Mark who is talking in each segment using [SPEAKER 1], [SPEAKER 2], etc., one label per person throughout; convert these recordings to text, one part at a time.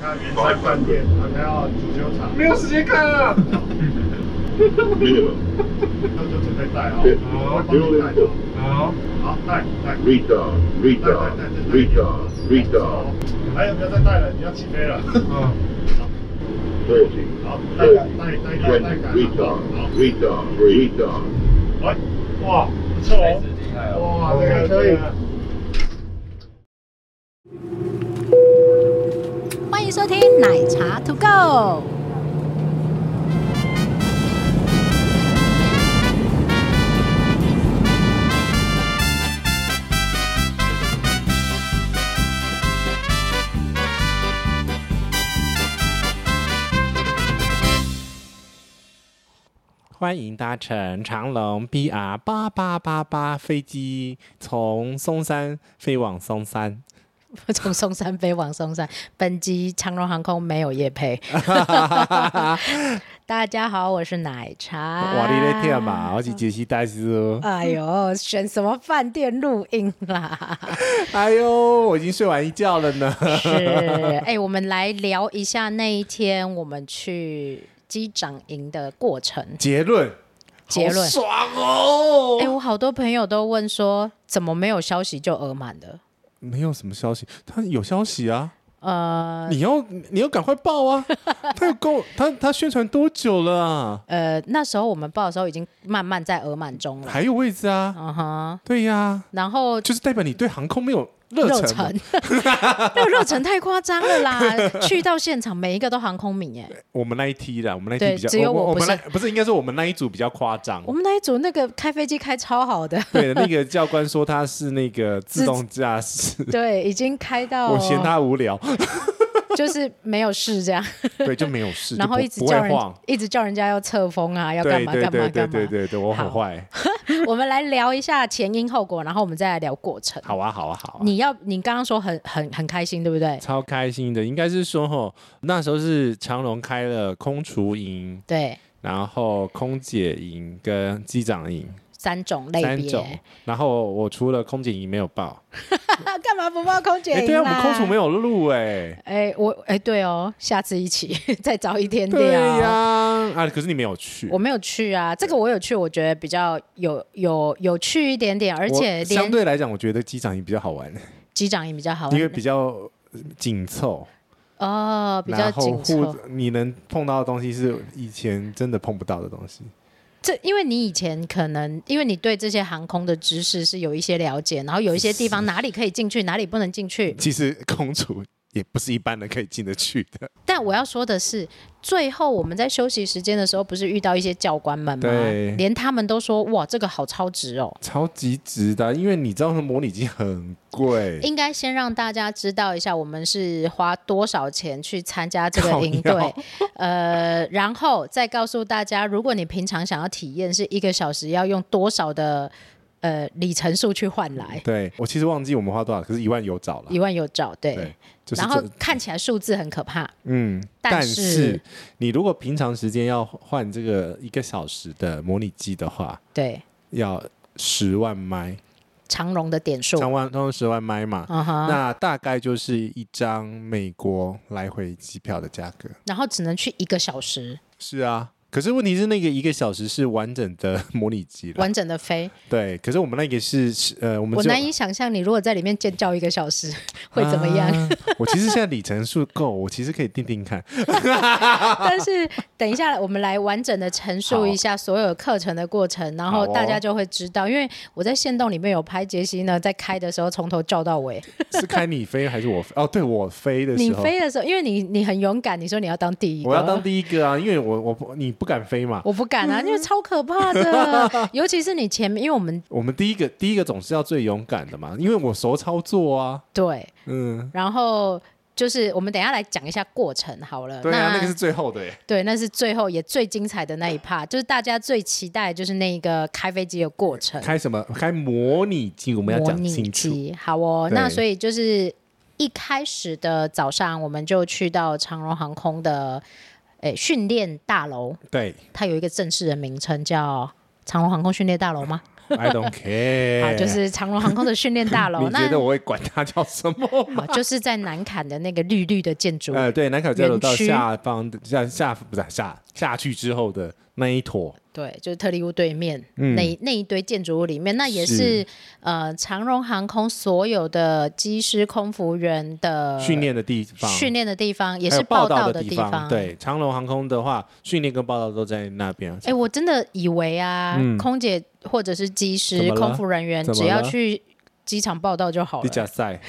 [SPEAKER 1] 看圆山饭店，还有足球场，
[SPEAKER 2] 没有时间看啊。
[SPEAKER 3] Minimum.
[SPEAKER 1] 那就准备带哦。
[SPEAKER 3] Fifty.
[SPEAKER 1] 我帮你
[SPEAKER 3] Fuel
[SPEAKER 1] 带
[SPEAKER 3] in
[SPEAKER 1] 走
[SPEAKER 3] full.。
[SPEAKER 2] 好，
[SPEAKER 1] 好，带带。
[SPEAKER 3] Retard.
[SPEAKER 1] 带带
[SPEAKER 3] Retard.
[SPEAKER 1] 带
[SPEAKER 3] Retard.
[SPEAKER 1] 带。
[SPEAKER 3] Retard.
[SPEAKER 1] 还有不要再带了，你要起飞了。
[SPEAKER 2] 嗯，
[SPEAKER 3] Forty.
[SPEAKER 1] 好，带带
[SPEAKER 3] Thirty.
[SPEAKER 1] 带带
[SPEAKER 3] Twenty.
[SPEAKER 1] 带感。
[SPEAKER 3] Retard. Retard. Retard.
[SPEAKER 1] 好，喂，哇，不错哦。
[SPEAKER 4] 厉害哦。
[SPEAKER 1] 哇，这个可以。
[SPEAKER 5] 欢迎收听奶茶 To Go。
[SPEAKER 6] 欢迎搭乘长龙 BR 八八八八飞机，从松山飞往 松山。
[SPEAKER 5] 从松山飞往松山，本集长荣航空没有夜 配。大家好，我是奶茶。
[SPEAKER 6] 哇，你在跳嘛？我是杰西戴斯哦。
[SPEAKER 5] 哎呦，选什么饭店录音啊 啦？
[SPEAKER 6] 哎呦，我已经睡完一觉了呢。
[SPEAKER 5] 是，哎、我们来聊一下那一天我们去机长营的过程。
[SPEAKER 6] 结论，
[SPEAKER 5] 结论
[SPEAKER 6] 好爽哦！
[SPEAKER 5] 哎、我好多朋友都问说，怎么没有消息就额满的？
[SPEAKER 6] 没有什么消息，他有消息啊。
[SPEAKER 5] 呃
[SPEAKER 6] 你要你要赶快报 啊！他有够他他宣传多久了啊？
[SPEAKER 5] 呃，那时候我们报的时候已经慢慢在额满中了。
[SPEAKER 6] 还有位置啊？
[SPEAKER 5] 嗯哼，
[SPEAKER 6] 对呀、
[SPEAKER 5] 然后
[SPEAKER 6] 就是代表你对航空没有热
[SPEAKER 5] 热
[SPEAKER 6] 忱嘛。
[SPEAKER 5] 忱， 那个热忱太夸张了 啦！去到现场，每一个都航空迷哎，
[SPEAKER 6] 我们那一梯啦，我们那一梯
[SPEAKER 5] 对
[SPEAKER 6] 比较，
[SPEAKER 5] 只有
[SPEAKER 6] 我
[SPEAKER 5] 我
[SPEAKER 6] 我
[SPEAKER 5] 不
[SPEAKER 6] 们
[SPEAKER 5] 是
[SPEAKER 6] 那不是应该说我们那一组比较夸张
[SPEAKER 5] 我。们那一组那个开飞机开超好 的，
[SPEAKER 6] 对，那个教官说他是那个自动 驾驶，
[SPEAKER 5] 对，已经开到
[SPEAKER 6] 我嫌他无聊，
[SPEAKER 5] 就是没有事这样，
[SPEAKER 6] 对，就没有事，
[SPEAKER 5] 然后
[SPEAKER 6] 就不
[SPEAKER 5] 一直
[SPEAKER 6] 不
[SPEAKER 5] 叫
[SPEAKER 6] 会
[SPEAKER 5] 人
[SPEAKER 6] 晃。
[SPEAKER 5] 一直叫人家要测风啊，要干
[SPEAKER 6] 对
[SPEAKER 5] 嘛
[SPEAKER 6] 对
[SPEAKER 5] 干嘛
[SPEAKER 6] 对对
[SPEAKER 5] 干
[SPEAKER 6] 对
[SPEAKER 5] 嘛。
[SPEAKER 6] 对对，我很
[SPEAKER 5] 好
[SPEAKER 6] 坏。
[SPEAKER 5] 我们来聊一下前因后果，然后我们再来聊过程。
[SPEAKER 6] 好啊，好啊，好啊。
[SPEAKER 5] 你要你刚刚说很很很开心，对不对？
[SPEAKER 6] 超开心的，应该是说吼，那时候是长隆开了空厨营，
[SPEAKER 5] 对，
[SPEAKER 6] 然后空姐营跟机长营
[SPEAKER 5] 三种类
[SPEAKER 6] 三
[SPEAKER 5] 别，
[SPEAKER 6] 种，然后我除了空姐营没有报，
[SPEAKER 5] 干嘛不报空姐
[SPEAKER 6] 哎，
[SPEAKER 5] 营
[SPEAKER 6] 对啊，我们空厨没
[SPEAKER 5] 有。
[SPEAKER 6] 有录哎、
[SPEAKER 5] 哎，我哎对哦，下次一起 再找一天
[SPEAKER 6] 对
[SPEAKER 5] 聊。
[SPEAKER 6] 呀、啊，可是你没有去，
[SPEAKER 5] 我没有去啊，这个我有去，我觉得比较有有有趣一点点，而且
[SPEAKER 6] 我相
[SPEAKER 5] 连
[SPEAKER 6] 对来讲，我觉得机长营比较好玩，
[SPEAKER 5] 机长也比较好玩，
[SPEAKER 6] 因为比较紧凑，
[SPEAKER 5] 哦比较
[SPEAKER 6] 然后
[SPEAKER 5] 紧
[SPEAKER 6] 互
[SPEAKER 5] 凑。
[SPEAKER 6] 你能碰到的东西是以前真的碰不到的东西。
[SPEAKER 5] 这因为你以前可能因为你对这些航空的知识是有一些了解，然后有一些地方哪里可以进去，哪里不能进去。
[SPEAKER 6] 其实空厨也不是一般人可以进得去 的。
[SPEAKER 5] 但我要说的是，最后我们在休息时间的时候，不是遇到一些教官们吗
[SPEAKER 6] 对？
[SPEAKER 5] 连他们都说哇，这个好超值哦。
[SPEAKER 6] 超级值的，啊因为你知道那模拟机很贵，
[SPEAKER 5] 应该先让大家知道一下，我们是花多少钱去参加这个
[SPEAKER 6] 靠
[SPEAKER 5] 营
[SPEAKER 6] 腰
[SPEAKER 5] 队，呃，然后再告诉大家，如果你平常想要体验是一个小时要用多少的呃里程数去换来，
[SPEAKER 6] 对我其实忘记我们花多少，可是一万有找了
[SPEAKER 5] 一。万有找对，
[SPEAKER 6] 嗯对，就是
[SPEAKER 5] 然后
[SPEAKER 6] 这
[SPEAKER 5] 看起来数字很可怕，
[SPEAKER 6] 嗯，
[SPEAKER 5] 但
[SPEAKER 6] 但
[SPEAKER 5] 是
[SPEAKER 6] 是你如果平常时间要换这个一个小时的模拟机的话，
[SPEAKER 5] 对，
[SPEAKER 6] 要十万麦，
[SPEAKER 5] 长荣的点数，
[SPEAKER 6] 三万都是十万麦嘛。
[SPEAKER 5] 嗯哼，
[SPEAKER 6] 那大概就是一张美国来回机票的价格。
[SPEAKER 5] 然后只能去一个小时
[SPEAKER 6] 是啊，可是问题是那个一个小时是完整的模拟机了，
[SPEAKER 5] 完整的飞，
[SPEAKER 6] 对。可是我们那个是是呃，我们啊
[SPEAKER 5] 我
[SPEAKER 6] 只有
[SPEAKER 5] 难以想象你如果在里面尖叫一个小时会怎么样。
[SPEAKER 6] 啊我其实现在里程数够，我其实可以定 定看。
[SPEAKER 5] 但是等一下，我们来完整的陈述一下所有课程的过程，然后
[SPEAKER 6] 好哦
[SPEAKER 5] 大家就会知道。因为我在线动里面有拍杰西呢，在开的时候从头叫到尾。
[SPEAKER 6] 是开你飞还是我飞？哦，对我飞的
[SPEAKER 5] 你
[SPEAKER 6] 时候，
[SPEAKER 5] 飞的时候，因为你你很勇敢，你说你要当第一个，
[SPEAKER 6] 我要当第一个啊，因为我我不你不敢飞嘛。
[SPEAKER 5] 我不敢啊，因为超可怕 的，尤其是你前面，因为我们
[SPEAKER 6] 我们第一个第一个总是要最勇敢的嘛，因为我熟操作啊，
[SPEAKER 5] 对，
[SPEAKER 6] 嗯，
[SPEAKER 5] 然后。就是我们等一下来讲一下过程好了。
[SPEAKER 6] 对啊，那个是最后的耶。
[SPEAKER 5] 对，那是最后也最精彩的那一 part，就是大家最期待就是那个开飞机的过程。
[SPEAKER 6] 开什么？开模拟机，我们要
[SPEAKER 5] 模
[SPEAKER 6] 讲
[SPEAKER 5] 拟
[SPEAKER 6] 清楚。
[SPEAKER 5] 机，好哦，
[SPEAKER 6] 对
[SPEAKER 5] 那所以就是一开始的早上，我们就去到长荣航空的诶训练大楼，
[SPEAKER 6] 对，
[SPEAKER 5] 它有一个正式的名称叫长荣航空训练大楼吗？
[SPEAKER 6] I don't care。
[SPEAKER 5] 好，就是长荣航空的训练大 楼。
[SPEAKER 6] 你
[SPEAKER 5] 那
[SPEAKER 6] 觉得我会管它叫什么 吗？
[SPEAKER 5] 好，就是在南坎的那个绿绿的建筑物。
[SPEAKER 6] 呃，对，南凯交流到
[SPEAKER 5] 园区
[SPEAKER 6] 下方的下下不是下下去之后的那一坨，
[SPEAKER 5] 对，就是特力屋对面、那一那一堆建筑物里面，那也
[SPEAKER 6] 嗯是
[SPEAKER 5] 是呃长荣航空所有的机师、空服员的
[SPEAKER 6] 训练的地方，
[SPEAKER 5] 呃训练的地方，也
[SPEAKER 6] 还有
[SPEAKER 5] 是
[SPEAKER 6] 报
[SPEAKER 5] 道
[SPEAKER 6] 的
[SPEAKER 5] 地
[SPEAKER 6] 方。。对，长龙航空的话，训练跟报道都在那边。
[SPEAKER 5] 哎，我真的以为啊，空姐或者是机
[SPEAKER 6] 嗯怎
[SPEAKER 5] 师、
[SPEAKER 6] 么了
[SPEAKER 5] 空服人员
[SPEAKER 6] 怎么
[SPEAKER 5] 只要
[SPEAKER 6] 了
[SPEAKER 5] 去机场报道就好
[SPEAKER 6] 地下
[SPEAKER 5] 了。
[SPEAKER 6] 赛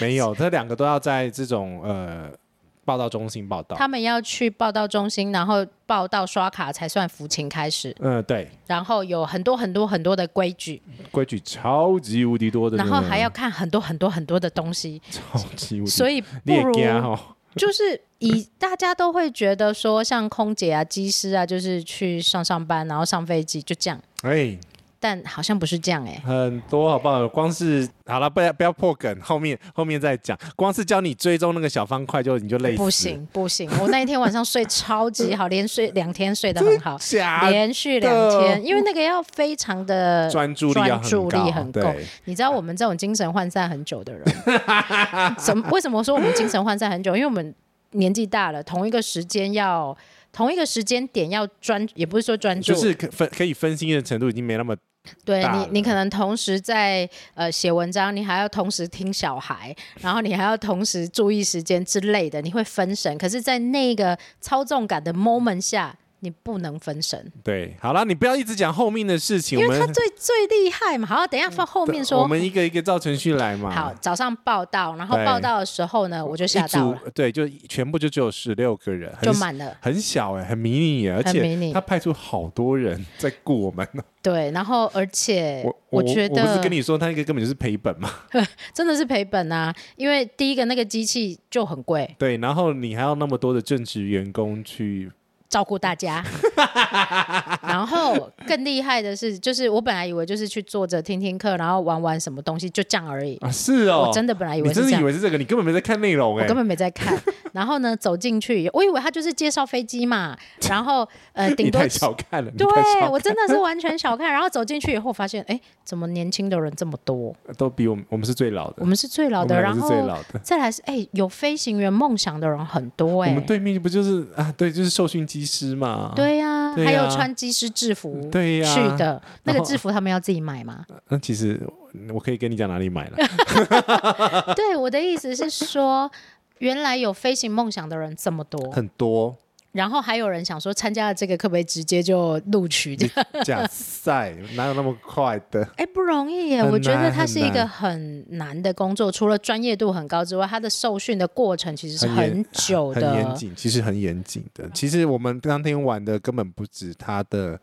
[SPEAKER 6] 没有，这两个都要在这种呃报道中心报道。
[SPEAKER 5] 他们要去报道中心，然后报道刷卡才算服勤开始，
[SPEAKER 6] 嗯、对，
[SPEAKER 5] 然后有很多很多很多的规矩，
[SPEAKER 6] 规矩超级无敌多的呢，
[SPEAKER 5] 然后还要看很多很多很多的东西，
[SPEAKER 6] 超级无敌，
[SPEAKER 5] 所以
[SPEAKER 6] 你
[SPEAKER 5] 不
[SPEAKER 6] 也
[SPEAKER 5] 如
[SPEAKER 6] 惊哦，
[SPEAKER 5] 就是以大家都会觉得说，像空姐啊、机师啊，就是去上上班，然后上飞机就这样，
[SPEAKER 6] 哎，
[SPEAKER 5] 但好像不是这样哎、
[SPEAKER 6] 很多好不好？光是好了，不要不要破梗，后面后面再讲。光是教你追踪那个小方块就你就累死，
[SPEAKER 5] 不，行不行，我那一天晚上睡超级 好，连睡两天睡得很好，
[SPEAKER 6] 假的
[SPEAKER 5] 连续两天，因为那个要非常的
[SPEAKER 6] 专注力要
[SPEAKER 5] 专
[SPEAKER 6] 很
[SPEAKER 5] 注
[SPEAKER 6] 高
[SPEAKER 5] 力很够
[SPEAKER 6] 对。
[SPEAKER 5] 你知道我们这种精神涣散很久的 人，怎么为什么说我们精神涣散很久？因为我们年纪大了，同一个时间要同一个时间点要专，也不是说专注，
[SPEAKER 6] 就是可分可以分心的程度已经没那么
[SPEAKER 5] 对
[SPEAKER 6] 大
[SPEAKER 5] 你
[SPEAKER 6] 了，
[SPEAKER 5] 你可能同时在呃写文章，你还要同时听小孩，然后你还要同时注意时间之类的，你会分神。可是，在那个操纵感的 moment 下，你不能分神，
[SPEAKER 6] 对。好了，你不要一直讲后面的事情，
[SPEAKER 5] 因
[SPEAKER 6] 我
[SPEAKER 5] 为他
[SPEAKER 6] 们
[SPEAKER 5] 最最厉害嘛。好，等一下放后面
[SPEAKER 6] 嗯我
[SPEAKER 5] 说。
[SPEAKER 6] 们一个一个照程序来嘛。
[SPEAKER 5] 好，，早上报道，然后
[SPEAKER 6] 对
[SPEAKER 5] 报道的时候呢，我就吓
[SPEAKER 6] 一
[SPEAKER 5] 到
[SPEAKER 6] 组
[SPEAKER 5] 了，
[SPEAKER 6] 对，就全部就只有十六个人，很
[SPEAKER 5] 就满了。
[SPEAKER 6] 很小哎、很迷你耶，而
[SPEAKER 5] 很迷
[SPEAKER 6] 且
[SPEAKER 5] 你
[SPEAKER 6] 他派出好多人在雇我们。
[SPEAKER 5] 对，然后而且
[SPEAKER 6] 我
[SPEAKER 5] 我
[SPEAKER 6] 我
[SPEAKER 5] 觉
[SPEAKER 6] 我不是
[SPEAKER 5] 得
[SPEAKER 6] 跟你说，他那个根本就是赔本嘛。
[SPEAKER 5] 真的是赔本啊，因为第一个那个机器就很贵，
[SPEAKER 6] 对，然后你还要那么多的正职员工去
[SPEAKER 5] 照顾大 家。然后更厉害的是，就是我本来以为就是去坐着听听课，然后玩玩什么东西，就这样而已。
[SPEAKER 6] 啊，是哦，
[SPEAKER 5] 我真的本来以为
[SPEAKER 6] 你
[SPEAKER 5] 是
[SPEAKER 6] 真
[SPEAKER 5] 这
[SPEAKER 6] 的
[SPEAKER 5] 样
[SPEAKER 6] 以为是这个，你根本没在看内容哎、
[SPEAKER 5] 我根本没在 看。然后呢，走进去，我以为他就是介绍飞机嘛，然后 呃，顶
[SPEAKER 6] 你
[SPEAKER 5] 多
[SPEAKER 6] 太小看了，你
[SPEAKER 5] 对
[SPEAKER 6] 太小看
[SPEAKER 5] 我真的是完全小看。然后走进去以后，发现哎，怎么年轻的人这么多？
[SPEAKER 6] 都比我们我们是最老的，
[SPEAKER 5] 我们是最老
[SPEAKER 6] 我
[SPEAKER 5] 的，
[SPEAKER 6] 们两
[SPEAKER 5] 然
[SPEAKER 6] 个是
[SPEAKER 5] 后
[SPEAKER 6] 最老的
[SPEAKER 5] 再来是哎，有飞行员梦想的人很多
[SPEAKER 6] 我
[SPEAKER 5] 哎、
[SPEAKER 6] 们对面不就是啊？对，就是受训机师嘛。
[SPEAKER 5] 对呀、
[SPEAKER 6] 对
[SPEAKER 5] 还
[SPEAKER 6] 呀
[SPEAKER 5] 有穿机师制服
[SPEAKER 6] 对呀
[SPEAKER 5] 去的那个
[SPEAKER 6] 然后
[SPEAKER 5] 制服，他们要自己买吗？
[SPEAKER 6] 那其实我可以跟你讲哪 里买了。
[SPEAKER 5] 对，我的意思是说，原来有飞行梦想的人这么多，
[SPEAKER 6] 很多
[SPEAKER 5] 然后还有人想说参加了这个可不可以直接就录取这样？
[SPEAKER 6] 假赛哪有那么快的？
[SPEAKER 5] 哎，不容易耶！
[SPEAKER 6] 很
[SPEAKER 5] 我觉得
[SPEAKER 6] 难
[SPEAKER 5] 它
[SPEAKER 6] 很
[SPEAKER 5] 是一
[SPEAKER 6] 难
[SPEAKER 5] 个很难的工作，除了专业度很高之外，它的受训的过程其实是
[SPEAKER 6] 严
[SPEAKER 5] 久
[SPEAKER 6] 很严
[SPEAKER 5] 的。哦
[SPEAKER 6] 谨，其实很严谨的。其实我们当天玩的根本不止他的，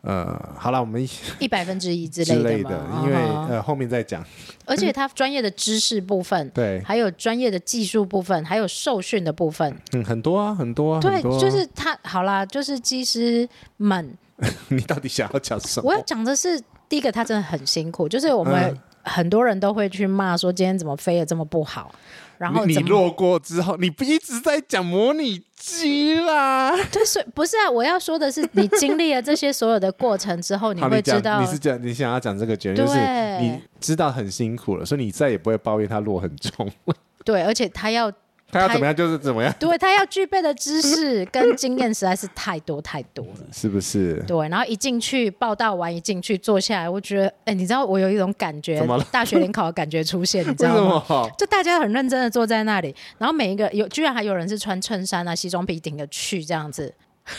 [SPEAKER 6] 呃，好了，我们一
[SPEAKER 5] 一百分之一之
[SPEAKER 6] 之
[SPEAKER 5] 类
[SPEAKER 6] 类
[SPEAKER 5] 的嘛，
[SPEAKER 6] 因为
[SPEAKER 5] 嗯哼
[SPEAKER 6] 呃后面再讲。
[SPEAKER 5] 而且它专业的知识部分，
[SPEAKER 6] 对，
[SPEAKER 5] 还有专业的技术部分，还有受训的部分，
[SPEAKER 6] 嗯，很多啊，很多啊，
[SPEAKER 5] 对
[SPEAKER 6] 很多，啊
[SPEAKER 5] 就是他好啦，就是技师们，
[SPEAKER 6] 你到底想要讲什
[SPEAKER 5] 我要
[SPEAKER 6] 么？
[SPEAKER 5] 讲的是，第一个他真的很辛苦，就是我们
[SPEAKER 6] 嗯
[SPEAKER 5] 很多人都会去骂说今天怎么飞的这么不好，然后
[SPEAKER 6] 你你
[SPEAKER 5] 怎么
[SPEAKER 6] 落过之后，你不一直在讲模拟机啦？
[SPEAKER 5] 对，所以不是啊，我要说的是，你经历了这些所有的过程之 后，你
[SPEAKER 6] 好，
[SPEAKER 5] 会
[SPEAKER 6] 讲
[SPEAKER 5] 知道
[SPEAKER 6] 你是讲你想要讲这个结论，就是
[SPEAKER 5] 对
[SPEAKER 6] 你知道很辛苦了，所以你再也不会抱怨他落很重，
[SPEAKER 5] 对，而且他要
[SPEAKER 6] 他要怎么样就是怎么样，
[SPEAKER 5] 对他要具备的知识跟经验实在是太多太多了。
[SPEAKER 6] 是不是？
[SPEAKER 5] 对，然后一进去报道完，一进去坐下来，我觉得，哎，你知道我有一种感觉
[SPEAKER 6] 怎么了，
[SPEAKER 5] 大学联考的感觉出现，你知
[SPEAKER 6] 为什
[SPEAKER 5] 道吗？
[SPEAKER 6] 么？
[SPEAKER 5] 就大家很认真的坐在那里，然后每一个有居然还有人是穿衬衫啊、西装笔挺的去这样子，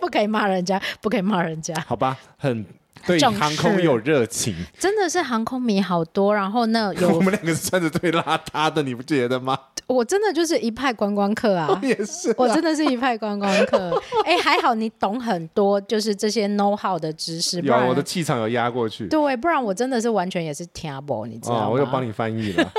[SPEAKER 5] 不可以骂人家，不可以骂人家，
[SPEAKER 6] 好吧，很对
[SPEAKER 5] 正
[SPEAKER 6] 航空
[SPEAKER 5] 式
[SPEAKER 6] 有热情。
[SPEAKER 5] 真的是航空迷好多。然后呢，
[SPEAKER 6] 我
[SPEAKER 5] 有
[SPEAKER 6] 们两个是穿着最邋遢的，你不觉得吗？，
[SPEAKER 5] 我真的就是一派观光客啊
[SPEAKER 6] 也是啊，
[SPEAKER 5] 我真的是一派观光 客。哎、还好你懂很多，就是这些 know how 的知识，不
[SPEAKER 6] 有
[SPEAKER 5] 然
[SPEAKER 6] 我的气场有压过去。
[SPEAKER 5] 对，啊不然我真的是完全也是听不，你知道吗？
[SPEAKER 6] 哦，我有帮你翻译 了，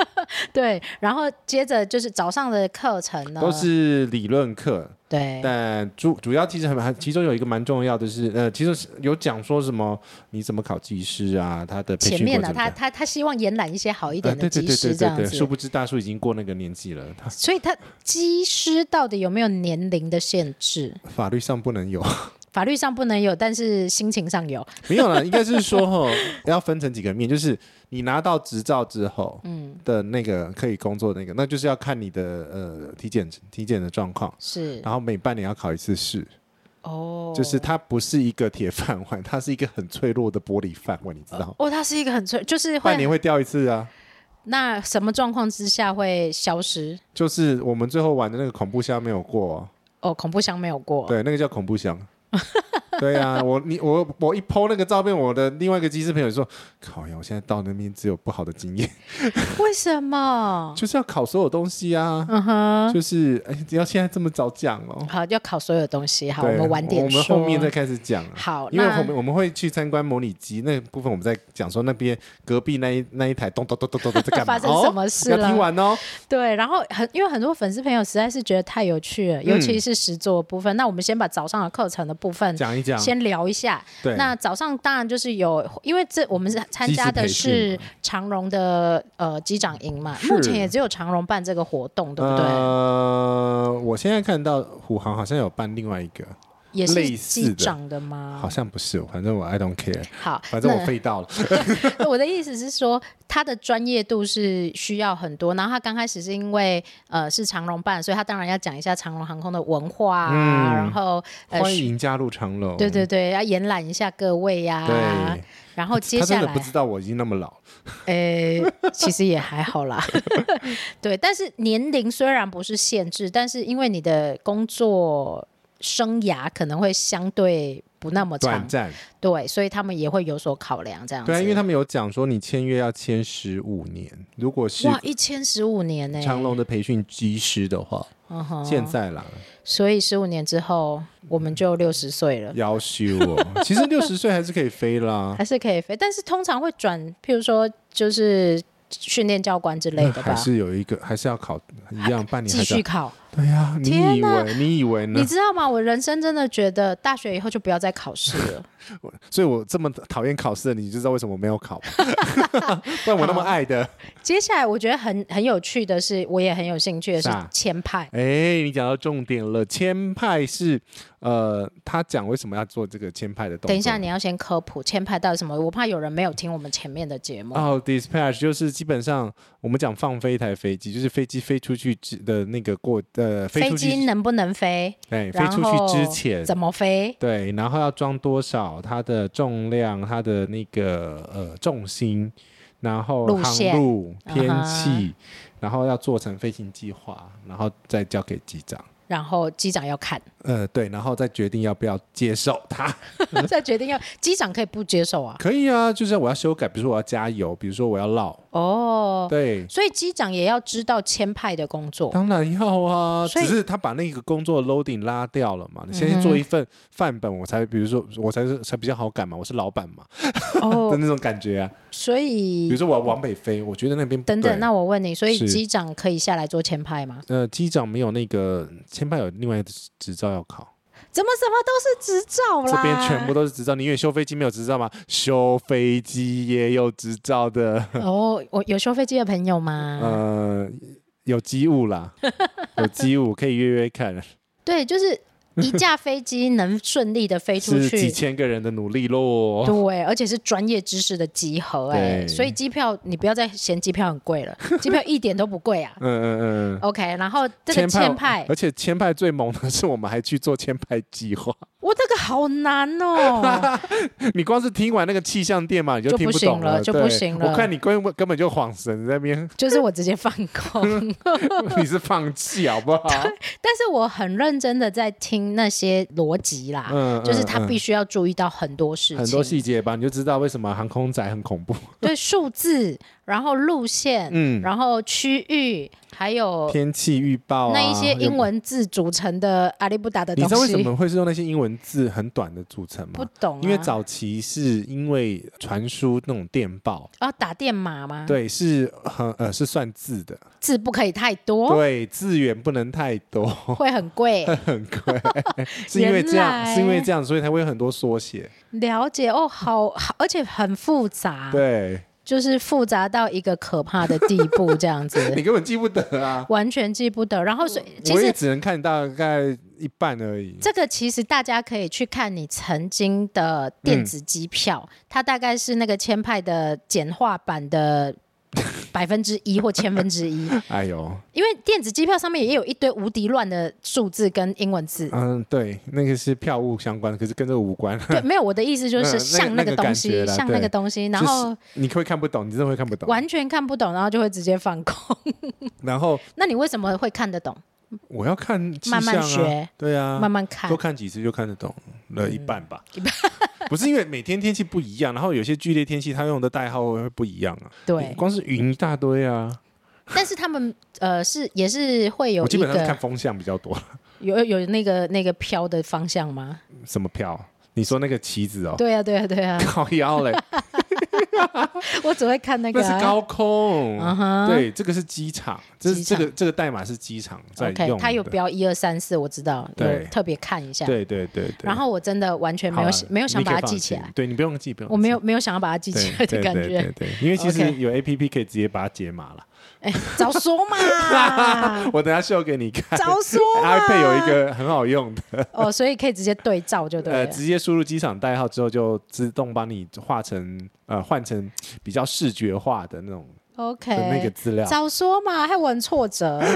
[SPEAKER 5] 对，然后接着就是早上的课程呢，
[SPEAKER 6] 都是理论课，
[SPEAKER 5] 对
[SPEAKER 6] 但主主要其实很很，其中有一个蛮重要的是，呃，其实有讲说什么你怎么考技师啊，他的培
[SPEAKER 5] 前
[SPEAKER 6] 训
[SPEAKER 5] 面呢、
[SPEAKER 6] 过程
[SPEAKER 5] 他
[SPEAKER 6] 怎么
[SPEAKER 5] 他他希望延揽一些好一点
[SPEAKER 6] 样呃
[SPEAKER 5] 的
[SPEAKER 6] 对
[SPEAKER 5] 技
[SPEAKER 6] 对对对
[SPEAKER 5] 师这
[SPEAKER 6] 对
[SPEAKER 5] 样
[SPEAKER 6] 对，
[SPEAKER 5] 子
[SPEAKER 6] 殊，不知大叔已经过那个年纪了，他
[SPEAKER 5] 所以他技师到底有没有年龄的限制？
[SPEAKER 6] 法律上不能有，
[SPEAKER 5] 法律上不能有，但是心情上有。
[SPEAKER 6] 没有了，应该是 说吼，要分成几个面，就是你拿到执照之后，嗯的那个可以工作的那个，那就是要看你的呃体检体检的状况，
[SPEAKER 5] 是
[SPEAKER 6] 然后每半年要考一次试，
[SPEAKER 5] 哦，
[SPEAKER 6] 就是它不是一个铁饭碗，它是一个很脆弱的玻璃饭碗，你知道吗？
[SPEAKER 5] 哦，它是一个很脆，就是
[SPEAKER 6] 半年
[SPEAKER 5] 会
[SPEAKER 6] 会掉一次啊，
[SPEAKER 5] 那什么状况之下会消失？
[SPEAKER 6] 就是我们最后玩的那个恐怖箱没有过、哦，
[SPEAKER 5] 哦，恐怖箱没有过，
[SPEAKER 6] 对，那个叫恐怖箱。 对啊，我你我我一剖那个照片，我的另外一个机师朋友说：“靠呀，我现在到那边只有不好的经验，
[SPEAKER 5] 为什么？
[SPEAKER 6] 就是要考所有东西啊。”
[SPEAKER 5] 嗯哼，
[SPEAKER 6] 就是哎，只要现在这么早讲哦。
[SPEAKER 5] 好，要考所有东西，好，我
[SPEAKER 6] 对
[SPEAKER 5] 们晚点
[SPEAKER 6] 我
[SPEAKER 5] 说。
[SPEAKER 6] 们后面再开始讲、啊。
[SPEAKER 5] 好
[SPEAKER 6] 因为
[SPEAKER 5] 那
[SPEAKER 6] 我们我们会去参观模拟机那部分，我们在讲说那边隔壁那一那一台咚咚咚咚咚 咚在干嘛？
[SPEAKER 5] 发生什么事
[SPEAKER 6] 哦？
[SPEAKER 5] 了
[SPEAKER 6] 要听完哦。
[SPEAKER 5] 对，然后很因为很多粉丝朋友实在是觉得太有趣了，尤其是实作的部分。那我们先把早上的课程的部分
[SPEAKER 6] 嗯讲一讲
[SPEAKER 5] 先聊一下。
[SPEAKER 6] 对
[SPEAKER 5] 那早上当然就是有，因为这我们是参加的
[SPEAKER 6] 即时培训
[SPEAKER 5] 是长荣的呃机长营嘛，
[SPEAKER 6] 是
[SPEAKER 5] 目前也只有长荣办这个活动，对不对？
[SPEAKER 6] 呃，我现在看到虎航好像有办另外一个，
[SPEAKER 5] 也是
[SPEAKER 6] 类似
[SPEAKER 5] 机
[SPEAKER 6] 的
[SPEAKER 5] 长的吗？
[SPEAKER 6] 好像不是，反正我 I don't care，
[SPEAKER 5] 好，
[SPEAKER 6] 反正我
[SPEAKER 5] 啊那
[SPEAKER 6] 飞到了。
[SPEAKER 5] 我的意思是说，他的专业度是需要很多。然后他刚开始是因为呃是长荣办，所以他当然要讲一下长荣航空的文化啊，
[SPEAKER 6] 嗯
[SPEAKER 5] 然后呃
[SPEAKER 6] 欢迎加入长隆。
[SPEAKER 5] 对对对，要延揽一下各位呀、
[SPEAKER 6] 哦对，
[SPEAKER 5] 然后接
[SPEAKER 6] 他真
[SPEAKER 5] 下
[SPEAKER 6] 的
[SPEAKER 5] 来
[SPEAKER 6] 不，知道我已经那么老，
[SPEAKER 5] 诶、其实也还好啦。 对，但是年龄虽然不是限制，但是因为你的工作生涯可能会相对不那么
[SPEAKER 6] 短
[SPEAKER 5] 长，
[SPEAKER 6] 暂。
[SPEAKER 5] 对，所以他们也会有所考量这样子。
[SPEAKER 6] 对啊，因为他们有讲说你签约要签十五年，如果是
[SPEAKER 5] 哇，一千十五年呢、
[SPEAKER 6] 长隆的培训机师的话，
[SPEAKER 5] 嗯哼
[SPEAKER 6] 现在啦，
[SPEAKER 5] 所以十五年之后我们就六十岁了。
[SPEAKER 6] 要修哦。其实六十岁还是可以飞啦，
[SPEAKER 5] 还是可以飞，但是通常会转，譬如说就是训练教官之类的
[SPEAKER 6] 还
[SPEAKER 5] 吧，
[SPEAKER 6] 是有一个，还是要考一样半年
[SPEAKER 5] 继
[SPEAKER 6] 还是
[SPEAKER 5] 续
[SPEAKER 6] 要。
[SPEAKER 5] 考。
[SPEAKER 6] 对呀，你
[SPEAKER 5] 天
[SPEAKER 6] 以
[SPEAKER 5] 哪
[SPEAKER 6] 为你以为呢
[SPEAKER 5] 你？知道吗？我人生真的觉得大学以后就不要再考试 了。
[SPEAKER 6] 所以我这么讨厌考试的你，就知道为什么我没有考。 不然我那么爱的。
[SPEAKER 5] 接下来我觉得很很有趣的是，我也很有兴趣的是
[SPEAKER 6] 啥
[SPEAKER 5] 签派。
[SPEAKER 6] 哎，你讲到重点了，签派是呃，他讲为什么要做这个签派的动作。
[SPEAKER 5] 等一下，你要先科普签派到底什么？我怕有人没有听我们前面的节目。
[SPEAKER 6] 哦、d i s p a t c h 就是基本上我们讲放飞一台飞机，就是飞机飞出去之的那个过呃飞
[SPEAKER 5] 飞
[SPEAKER 6] 出去
[SPEAKER 5] 机能不能飞？
[SPEAKER 6] 对，飞
[SPEAKER 5] 然
[SPEAKER 6] 出去
[SPEAKER 5] 后
[SPEAKER 6] 之前，
[SPEAKER 5] 怎么飞？
[SPEAKER 6] 对，然后要装多少它的重量、它的那个呃重心，然后
[SPEAKER 5] 路线
[SPEAKER 6] 航路、天
[SPEAKER 5] 嗯哼
[SPEAKER 6] 气，然后要做成飞行计划，然后再交给机长。
[SPEAKER 5] 然后机长要 看，
[SPEAKER 6] 呃，对，然后再决定要不要接受它。
[SPEAKER 5] 再决定要机长可以不接受啊。
[SPEAKER 6] 可以啊，就是我要修改，比如说我要加油，比如说我要绕，
[SPEAKER 5] 哦，
[SPEAKER 6] 对。
[SPEAKER 5] 所以机长也要知道签派的工 作。
[SPEAKER 6] 当然要啊，
[SPEAKER 5] 所以嗯
[SPEAKER 6] 只是他把那个工作 loading 拉掉了嘛。你先做一份范本，我才比如说我才是才比较好赶嘛，我是老板嘛的
[SPEAKER 5] 哦，
[SPEAKER 6] 那种感觉啊。
[SPEAKER 5] 所以
[SPEAKER 6] 比如说我要往北飞，我觉得那边不
[SPEAKER 5] 等等，
[SPEAKER 6] 对
[SPEAKER 5] 那我问你，所以
[SPEAKER 6] 是
[SPEAKER 5] 机长可以下来做签派吗？
[SPEAKER 6] 呃机长没有那个签派有另外一个执照要考，
[SPEAKER 5] 怎么什么都是执照啦？
[SPEAKER 6] 这边全部都是执照。你以为修飞机没有执照吗？修飞机也有执照的，
[SPEAKER 5] 哦，我有修飞机的朋友吗？
[SPEAKER 6] 呃，有机 务啦，有机务可以约约看，
[SPEAKER 5] 对，就是一架飞机能顺利的飞出
[SPEAKER 6] 是几
[SPEAKER 5] 去。
[SPEAKER 6] 千个人的努力咯。
[SPEAKER 5] 对，而且是专业知识的集合哎、
[SPEAKER 6] 对
[SPEAKER 5] 所以机票你不要再嫌机票很贵 了，机票一点都不贵啊
[SPEAKER 6] 嗯。呃嗯嗯。
[SPEAKER 5] OK，然后这个签派，
[SPEAKER 6] 而且签派最猛的是，我们还去做签派计划。
[SPEAKER 5] 我这个好难 哦。
[SPEAKER 6] 你光是听完那个气象电嘛，你
[SPEAKER 5] 就
[SPEAKER 6] 听
[SPEAKER 5] 不
[SPEAKER 6] 懂
[SPEAKER 5] 行了就不
[SPEAKER 6] 对
[SPEAKER 5] 行了
[SPEAKER 6] 我看你根本根本就晃神在那边，
[SPEAKER 5] 就是我直接放空，
[SPEAKER 6] 你是放弃好不好？
[SPEAKER 5] 但是我很认真的在听那些逻辑啦，
[SPEAKER 6] 嗯嗯
[SPEAKER 5] 就是他必须要注意到很多事情，
[SPEAKER 6] 很多细节吧，你就知道为什么航空仔很恐怖。
[SPEAKER 5] 对数字，然后路线，
[SPEAKER 6] 嗯
[SPEAKER 5] 然后区域，还有
[SPEAKER 6] 天气预报啊，
[SPEAKER 5] 那一些
[SPEAKER 6] 有
[SPEAKER 5] 英。文字组成的阿里不达的
[SPEAKER 6] 你
[SPEAKER 5] 东
[SPEAKER 6] 知道为什
[SPEAKER 5] 西，
[SPEAKER 6] 么会是用那些英文字很短的组成
[SPEAKER 5] 不
[SPEAKER 6] 吗？
[SPEAKER 5] 懂啊、
[SPEAKER 6] 因为早期是因为传输那种电报，
[SPEAKER 5] 啊打电码吗？，
[SPEAKER 6] 对，是很呃是算字的，
[SPEAKER 5] 字不可以太多，
[SPEAKER 6] 对，字源不能太多，
[SPEAKER 5] 会很贵。
[SPEAKER 6] 很 贵，是因为这样，
[SPEAKER 5] 原来
[SPEAKER 6] 是因为这样，所以才会有很多缩写。
[SPEAKER 5] 了解哦，好好，而且很复杂，
[SPEAKER 6] 对
[SPEAKER 5] 就是复杂到一个可怕的地步，这样
[SPEAKER 6] 你
[SPEAKER 5] 子
[SPEAKER 6] 根本记不得啊，
[SPEAKER 5] 完全记不得。然后所以其
[SPEAKER 6] 我也
[SPEAKER 5] 实
[SPEAKER 6] 只能看大概一半而已。
[SPEAKER 5] 这个其实大家可以去看你曾经的电
[SPEAKER 6] 嗯
[SPEAKER 5] 子机票，它大概是那个签派的简化版 的百分之一或千分之一，
[SPEAKER 6] 哎呦，
[SPEAKER 5] 因为电子机票上面也有一堆无敌乱的数字跟英文字。
[SPEAKER 6] 嗯，对，那个是票务相关，可是跟这个无关。
[SPEAKER 5] 对，没有我的意思就
[SPEAKER 6] 那
[SPEAKER 5] 是像那
[SPEAKER 6] 那
[SPEAKER 5] 个
[SPEAKER 6] 个
[SPEAKER 5] 东
[SPEAKER 6] 感
[SPEAKER 5] 西，
[SPEAKER 6] 觉啦
[SPEAKER 5] 像那个
[SPEAKER 6] 对
[SPEAKER 5] 东西，然
[SPEAKER 6] 就是
[SPEAKER 5] 后
[SPEAKER 6] 你会看不懂，你真的会看不懂。
[SPEAKER 5] 完全看不懂，然后就会直接放空。
[SPEAKER 6] 然后
[SPEAKER 5] 那你为什么会看得懂？
[SPEAKER 6] 我要看气象
[SPEAKER 5] 慢
[SPEAKER 6] 啊，
[SPEAKER 5] 慢学
[SPEAKER 6] 对啊，
[SPEAKER 5] 慢慢看嗯
[SPEAKER 6] 多看几次就看得懂了一半吧。 不是因为每天天气不一样，然后有些剧烈天气它用的代号会不一样啊。
[SPEAKER 5] 对，
[SPEAKER 6] 光是云一大堆啊，
[SPEAKER 5] 但是他们 呃是也是会有
[SPEAKER 6] 我
[SPEAKER 5] 一
[SPEAKER 6] 基本上是看
[SPEAKER 5] 个
[SPEAKER 6] 风向比较多。
[SPEAKER 5] 有有那个那个飘的方向吗？
[SPEAKER 6] 什么票？你说那个旗子哦？
[SPEAKER 5] 对啊，对啊，对啊，
[SPEAKER 6] 靠腰嘞，
[SPEAKER 5] 我只会看 那
[SPEAKER 6] 那
[SPEAKER 5] 个、啊。
[SPEAKER 6] 是高空
[SPEAKER 5] 嗯哼。
[SPEAKER 6] 对，这个是机场，这
[SPEAKER 5] 机
[SPEAKER 6] 是
[SPEAKER 5] 场
[SPEAKER 6] 这个这个代码是机场在
[SPEAKER 5] OK，
[SPEAKER 6] 用。
[SPEAKER 5] 它有。标一二三四，我知道，有
[SPEAKER 6] 对
[SPEAKER 5] 特别看一下。
[SPEAKER 6] 对对对对。
[SPEAKER 5] 然后我真的完全没
[SPEAKER 6] 好
[SPEAKER 5] 有
[SPEAKER 6] 啦
[SPEAKER 5] 想没有想
[SPEAKER 6] 你可以
[SPEAKER 5] 把它
[SPEAKER 6] 放
[SPEAKER 5] 记起
[SPEAKER 6] 心
[SPEAKER 5] 来，
[SPEAKER 6] 对你不用记，不用记。
[SPEAKER 5] 我没有没有想要把它记
[SPEAKER 6] 对
[SPEAKER 5] 起来的
[SPEAKER 6] 对
[SPEAKER 5] 感
[SPEAKER 6] 对
[SPEAKER 5] 觉
[SPEAKER 6] 对。对，因为其实
[SPEAKER 5] OK
[SPEAKER 6] 有 A P P 可以直接把它解码了。！
[SPEAKER 5] 哎，早说嘛
[SPEAKER 6] 我等下秀给你看。
[SPEAKER 5] 早说嘛
[SPEAKER 6] iPad 有一个很好用的，
[SPEAKER 5] 哦，所以可以直接对照就对
[SPEAKER 6] 呃，
[SPEAKER 5] 了。
[SPEAKER 6] 直接输入机场代号之后，就自动帮你画成呃换成比较视觉化的那种的那个
[SPEAKER 5] OK，
[SPEAKER 6] 资料。
[SPEAKER 5] 早说嘛，害我很挫折。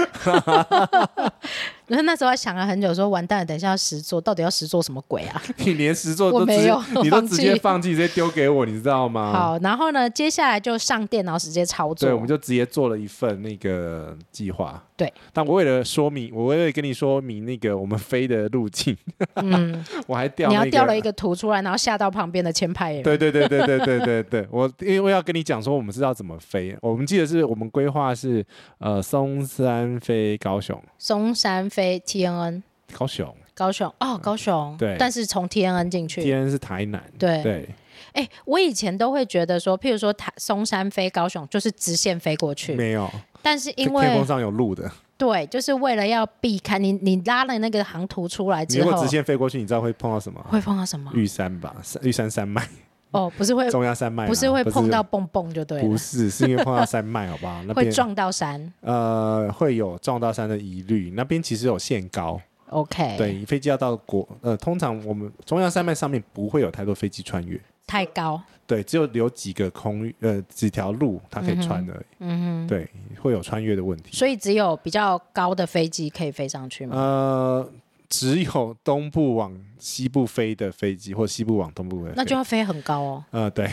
[SPEAKER 5] 然后那时候还想了很久，说完蛋了，等一下要实做，到底要实做什么鬼啊？
[SPEAKER 6] 你连实作
[SPEAKER 5] 我
[SPEAKER 6] 都直
[SPEAKER 5] 没
[SPEAKER 6] 接
[SPEAKER 5] 有，
[SPEAKER 6] 你
[SPEAKER 5] 放
[SPEAKER 6] 都直
[SPEAKER 5] 弃
[SPEAKER 6] 接放弃，直接丢给我，你知道吗？，
[SPEAKER 5] 好，然后呢，接下来就上电脑直接操作。
[SPEAKER 6] 啊对，我们就直接做了一份那个计划。
[SPEAKER 5] 对，
[SPEAKER 6] 但我为了说明，我为了跟你说明那个我们飞的路径，
[SPEAKER 5] 嗯，
[SPEAKER 6] 我还调、
[SPEAKER 5] 你
[SPEAKER 6] 那
[SPEAKER 5] 要调了一个图出来，然后吓到旁边的签派人。
[SPEAKER 6] 对对对对对对对对，我因为要跟你讲说我们知道怎么飞，我们记得是我们规划是呃松山飞高雄，
[SPEAKER 5] 松山飞 TNN
[SPEAKER 6] 高雄
[SPEAKER 5] 高雄哦，高雄
[SPEAKER 6] 嗯对
[SPEAKER 5] 但是从 TNN 进去。
[SPEAKER 6] 天是台南，
[SPEAKER 5] 对
[SPEAKER 6] 对
[SPEAKER 5] 哎、我以前都会觉得说，譬如说台松山飞高雄就是直线飞过去，
[SPEAKER 6] 没有，
[SPEAKER 5] 但是因
[SPEAKER 6] 天空
[SPEAKER 5] 为
[SPEAKER 6] 上有路的，
[SPEAKER 5] 对，就是为了要避开你你拉了那个航图出来
[SPEAKER 6] 你
[SPEAKER 5] 之
[SPEAKER 6] 如果
[SPEAKER 5] 后
[SPEAKER 6] 直，线飞过去，你知道会碰到什么？
[SPEAKER 5] 会碰到什么？
[SPEAKER 6] 玉山吧，山玉山山脉，
[SPEAKER 5] 哦，不是会
[SPEAKER 6] 中央山脉啦，
[SPEAKER 5] 不是会碰到
[SPEAKER 6] 不
[SPEAKER 5] 蹦蹦就对
[SPEAKER 6] 是，不
[SPEAKER 5] 了，
[SPEAKER 6] 是，是因为碰到山脉，好 不好？那
[SPEAKER 5] 会
[SPEAKER 6] 边
[SPEAKER 5] 撞到山。
[SPEAKER 6] 呃会有撞到山的疑虑，那边其实有限高，
[SPEAKER 5] OK，，
[SPEAKER 6] 对，飞机要到国呃，通常我们中央山脉上面不会有太多飞机穿越。
[SPEAKER 5] 太高，
[SPEAKER 6] 对，只有留几个空域呃几条路它可以穿而已。
[SPEAKER 5] 嗯哼，
[SPEAKER 6] 对，会有穿越的问题。
[SPEAKER 5] 所以只有比较高的飞机可以飞上去吗？
[SPEAKER 6] 呃，只有东部往西部飞的飞机，或西部往东部飞的飞
[SPEAKER 5] 那就要飞很高哦。
[SPEAKER 6] 呃 对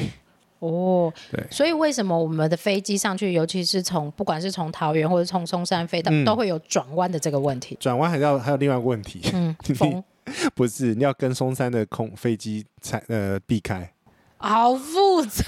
[SPEAKER 5] 哦，
[SPEAKER 6] 对
[SPEAKER 5] 所以为什么我们的飞机上去，尤其是从不管是从桃园或者从松山飞，它
[SPEAKER 6] 嗯
[SPEAKER 5] 都会有转弯的这个问 题。
[SPEAKER 6] 转弯还要还有另外一个问题，
[SPEAKER 5] 嗯，
[SPEAKER 6] 你
[SPEAKER 5] 风
[SPEAKER 6] 不是你要跟松山的空飞机才呃避开、
[SPEAKER 5] 好复杂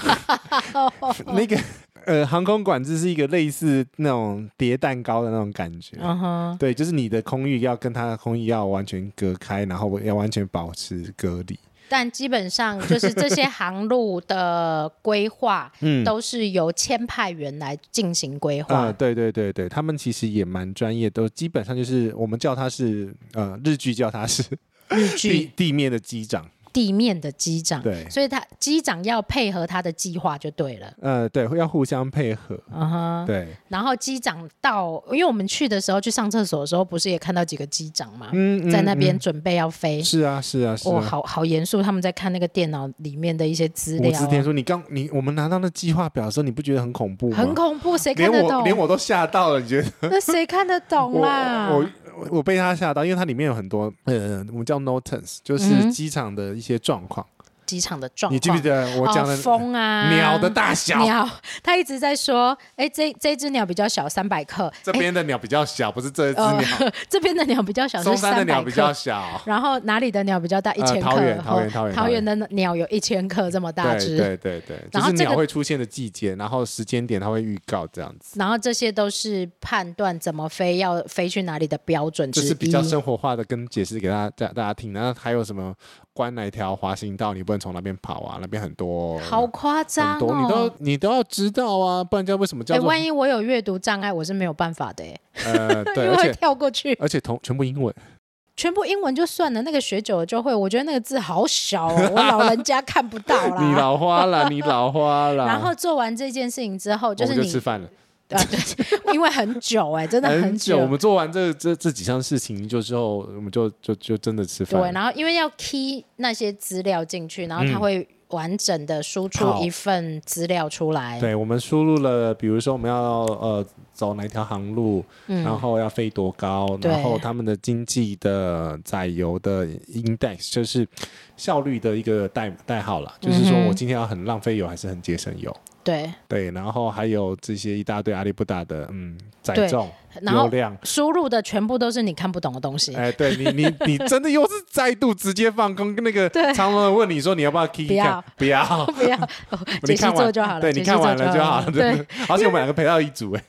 [SPEAKER 5] 哦。
[SPEAKER 6] 那个呃航空管制是一个类似那种叠蛋糕的那种感觉。
[SPEAKER 5] 嗯哼，
[SPEAKER 6] 对，就是你的空域要跟它的空域要完全隔开，然后要完全保持隔离。，
[SPEAKER 5] 但基本上就是这些航路的规划
[SPEAKER 6] 嗯
[SPEAKER 5] 都是由签派员来进行规
[SPEAKER 6] 啊、
[SPEAKER 5] 划。
[SPEAKER 6] 对对对对，他们其实也蛮专业，都基本上就是我们叫他是呃日剧叫他是
[SPEAKER 5] 日
[SPEAKER 6] 地
[SPEAKER 5] 据
[SPEAKER 6] 地面的机长，
[SPEAKER 5] 地面的机长，
[SPEAKER 6] 对
[SPEAKER 5] 所以他机长要配合他的计划就对了。
[SPEAKER 6] 呃对，要互相配合，
[SPEAKER 5] 嗯哼，
[SPEAKER 6] 对，
[SPEAKER 5] 然后机长到，因为我们去的时候去上厕所的时候，不是也看到几个机长嘛，
[SPEAKER 6] 嗯，嗯
[SPEAKER 5] 在那边
[SPEAKER 6] 嗯
[SPEAKER 5] 准备要飞。
[SPEAKER 6] 是啊是啊是
[SPEAKER 5] 哦，
[SPEAKER 6] 啊。
[SPEAKER 5] 好好严肃，他们在看那个电脑里面的一些资
[SPEAKER 6] 我
[SPEAKER 5] 料
[SPEAKER 6] 之前
[SPEAKER 5] 啊，
[SPEAKER 6] 说你刚你我们拿到那计划表的时候，你不觉得很恐怖吗？
[SPEAKER 5] 很恐怖，谁看
[SPEAKER 6] 连
[SPEAKER 5] 得
[SPEAKER 6] 我啊连
[SPEAKER 5] 懂？
[SPEAKER 6] 我都吓到了，你觉得？
[SPEAKER 5] 那谁看得懂啊
[SPEAKER 6] 我
[SPEAKER 5] 啦？
[SPEAKER 6] 我我我被他吓到，因为它里面有很多呃，我们叫 notes，就
[SPEAKER 5] 嗯
[SPEAKER 6] 是机场的一些状况。
[SPEAKER 5] 机场的状况。
[SPEAKER 6] 你记不记得我讲的
[SPEAKER 5] 哦、风啊，
[SPEAKER 6] 鸟的大小？
[SPEAKER 5] 鸟，他一直在说，哎，这这只鸟比较小，三百克。
[SPEAKER 6] 这
[SPEAKER 5] 诶
[SPEAKER 6] 边的鸟比较小，不是这只
[SPEAKER 5] 呃
[SPEAKER 6] 鸟。，
[SPEAKER 5] 这边的鸟比较小，
[SPEAKER 6] 松
[SPEAKER 5] 是
[SPEAKER 6] 山的
[SPEAKER 5] 三
[SPEAKER 6] 鸟
[SPEAKER 5] 百
[SPEAKER 6] 比较
[SPEAKER 5] 克。
[SPEAKER 6] 小，
[SPEAKER 5] 然后哪里的鸟比较大？一
[SPEAKER 6] 呃
[SPEAKER 5] 千克。
[SPEAKER 6] 桃园
[SPEAKER 5] 哦
[SPEAKER 6] 桃园桃园
[SPEAKER 5] 桃园的鸟有一千克这么大
[SPEAKER 6] 对
[SPEAKER 5] 只。
[SPEAKER 6] 对对对，就
[SPEAKER 5] 然后
[SPEAKER 6] 是
[SPEAKER 5] 这个
[SPEAKER 6] 鸟会出现的季节，然后时间点它会预告这样子，
[SPEAKER 5] 然后这些都是判断怎么飞要飞去哪里的标准
[SPEAKER 6] 这
[SPEAKER 5] 之一。
[SPEAKER 6] 是比较生活化的跟解释给大家大大家听。然后还有什么关哪一条滑行道，你不能从那边跑啊，那边很多
[SPEAKER 5] 好夸
[SPEAKER 6] 很
[SPEAKER 5] 张
[SPEAKER 6] 多，你都
[SPEAKER 5] 哦！
[SPEAKER 6] 你都要知道啊，不然叫为什么叫
[SPEAKER 5] 哎，
[SPEAKER 6] 做
[SPEAKER 5] 万一我有阅读障碍，我是没有办法的诶，
[SPEAKER 6] 呃
[SPEAKER 5] 因
[SPEAKER 6] 对，
[SPEAKER 5] 为
[SPEAKER 6] 而
[SPEAKER 5] 会
[SPEAKER 6] 且
[SPEAKER 5] 跳过去。
[SPEAKER 6] 而且同全部英文，
[SPEAKER 5] 全部英文就算了，那个学久了就会。我觉得那个字好小哦，我老人家看不到
[SPEAKER 6] 你
[SPEAKER 5] 啦。
[SPEAKER 6] 老花了，你老花了，
[SPEAKER 5] 然后做完这件事情之后，就
[SPEAKER 6] 我
[SPEAKER 5] 是
[SPEAKER 6] 们就吃
[SPEAKER 5] 你
[SPEAKER 6] 饭了，
[SPEAKER 5] 啊，对，因为很久 哎、真的
[SPEAKER 6] 很
[SPEAKER 5] 久。
[SPEAKER 6] 我们做完这这这几项事情就之后，我们就就就真的吃饭
[SPEAKER 5] 对，
[SPEAKER 6] 了。
[SPEAKER 5] 然后因为要 key 那些资料进去，然后它
[SPEAKER 6] 嗯
[SPEAKER 5] 会完整的输出
[SPEAKER 6] 好
[SPEAKER 5] 一份资料出来。
[SPEAKER 6] 对，我们输入了，比如说我们要呃走哪条航路，然后要飞多高，
[SPEAKER 5] 嗯对
[SPEAKER 6] 然后他们的经济的载油的 index 就是效率的一个代代号啦，
[SPEAKER 5] 嗯
[SPEAKER 6] 就是说我今天要很浪费油还是很节省油。
[SPEAKER 5] 对，
[SPEAKER 6] 对，然后还有这些一大堆阿里不达的，嗯，载
[SPEAKER 5] 对
[SPEAKER 6] 重、
[SPEAKER 5] 然后
[SPEAKER 6] 流量，
[SPEAKER 5] 输入的全部都是你看不懂的东西。
[SPEAKER 6] 哎，对你，你，你真的又是再度直接放空，跟 那个长龙问你说你要不要 k
[SPEAKER 5] 不
[SPEAKER 6] i
[SPEAKER 5] 要
[SPEAKER 6] 看，不要，
[SPEAKER 5] 不要，哦 解
[SPEAKER 6] 你
[SPEAKER 5] 析
[SPEAKER 6] 看
[SPEAKER 5] 做
[SPEAKER 6] 完
[SPEAKER 5] 就好了。
[SPEAKER 6] 对，
[SPEAKER 5] 解
[SPEAKER 6] 你
[SPEAKER 5] 析
[SPEAKER 6] 看
[SPEAKER 5] 做
[SPEAKER 6] 完了就好了，
[SPEAKER 5] 对，
[SPEAKER 6] 对。而且我们两个陪到一组，哎，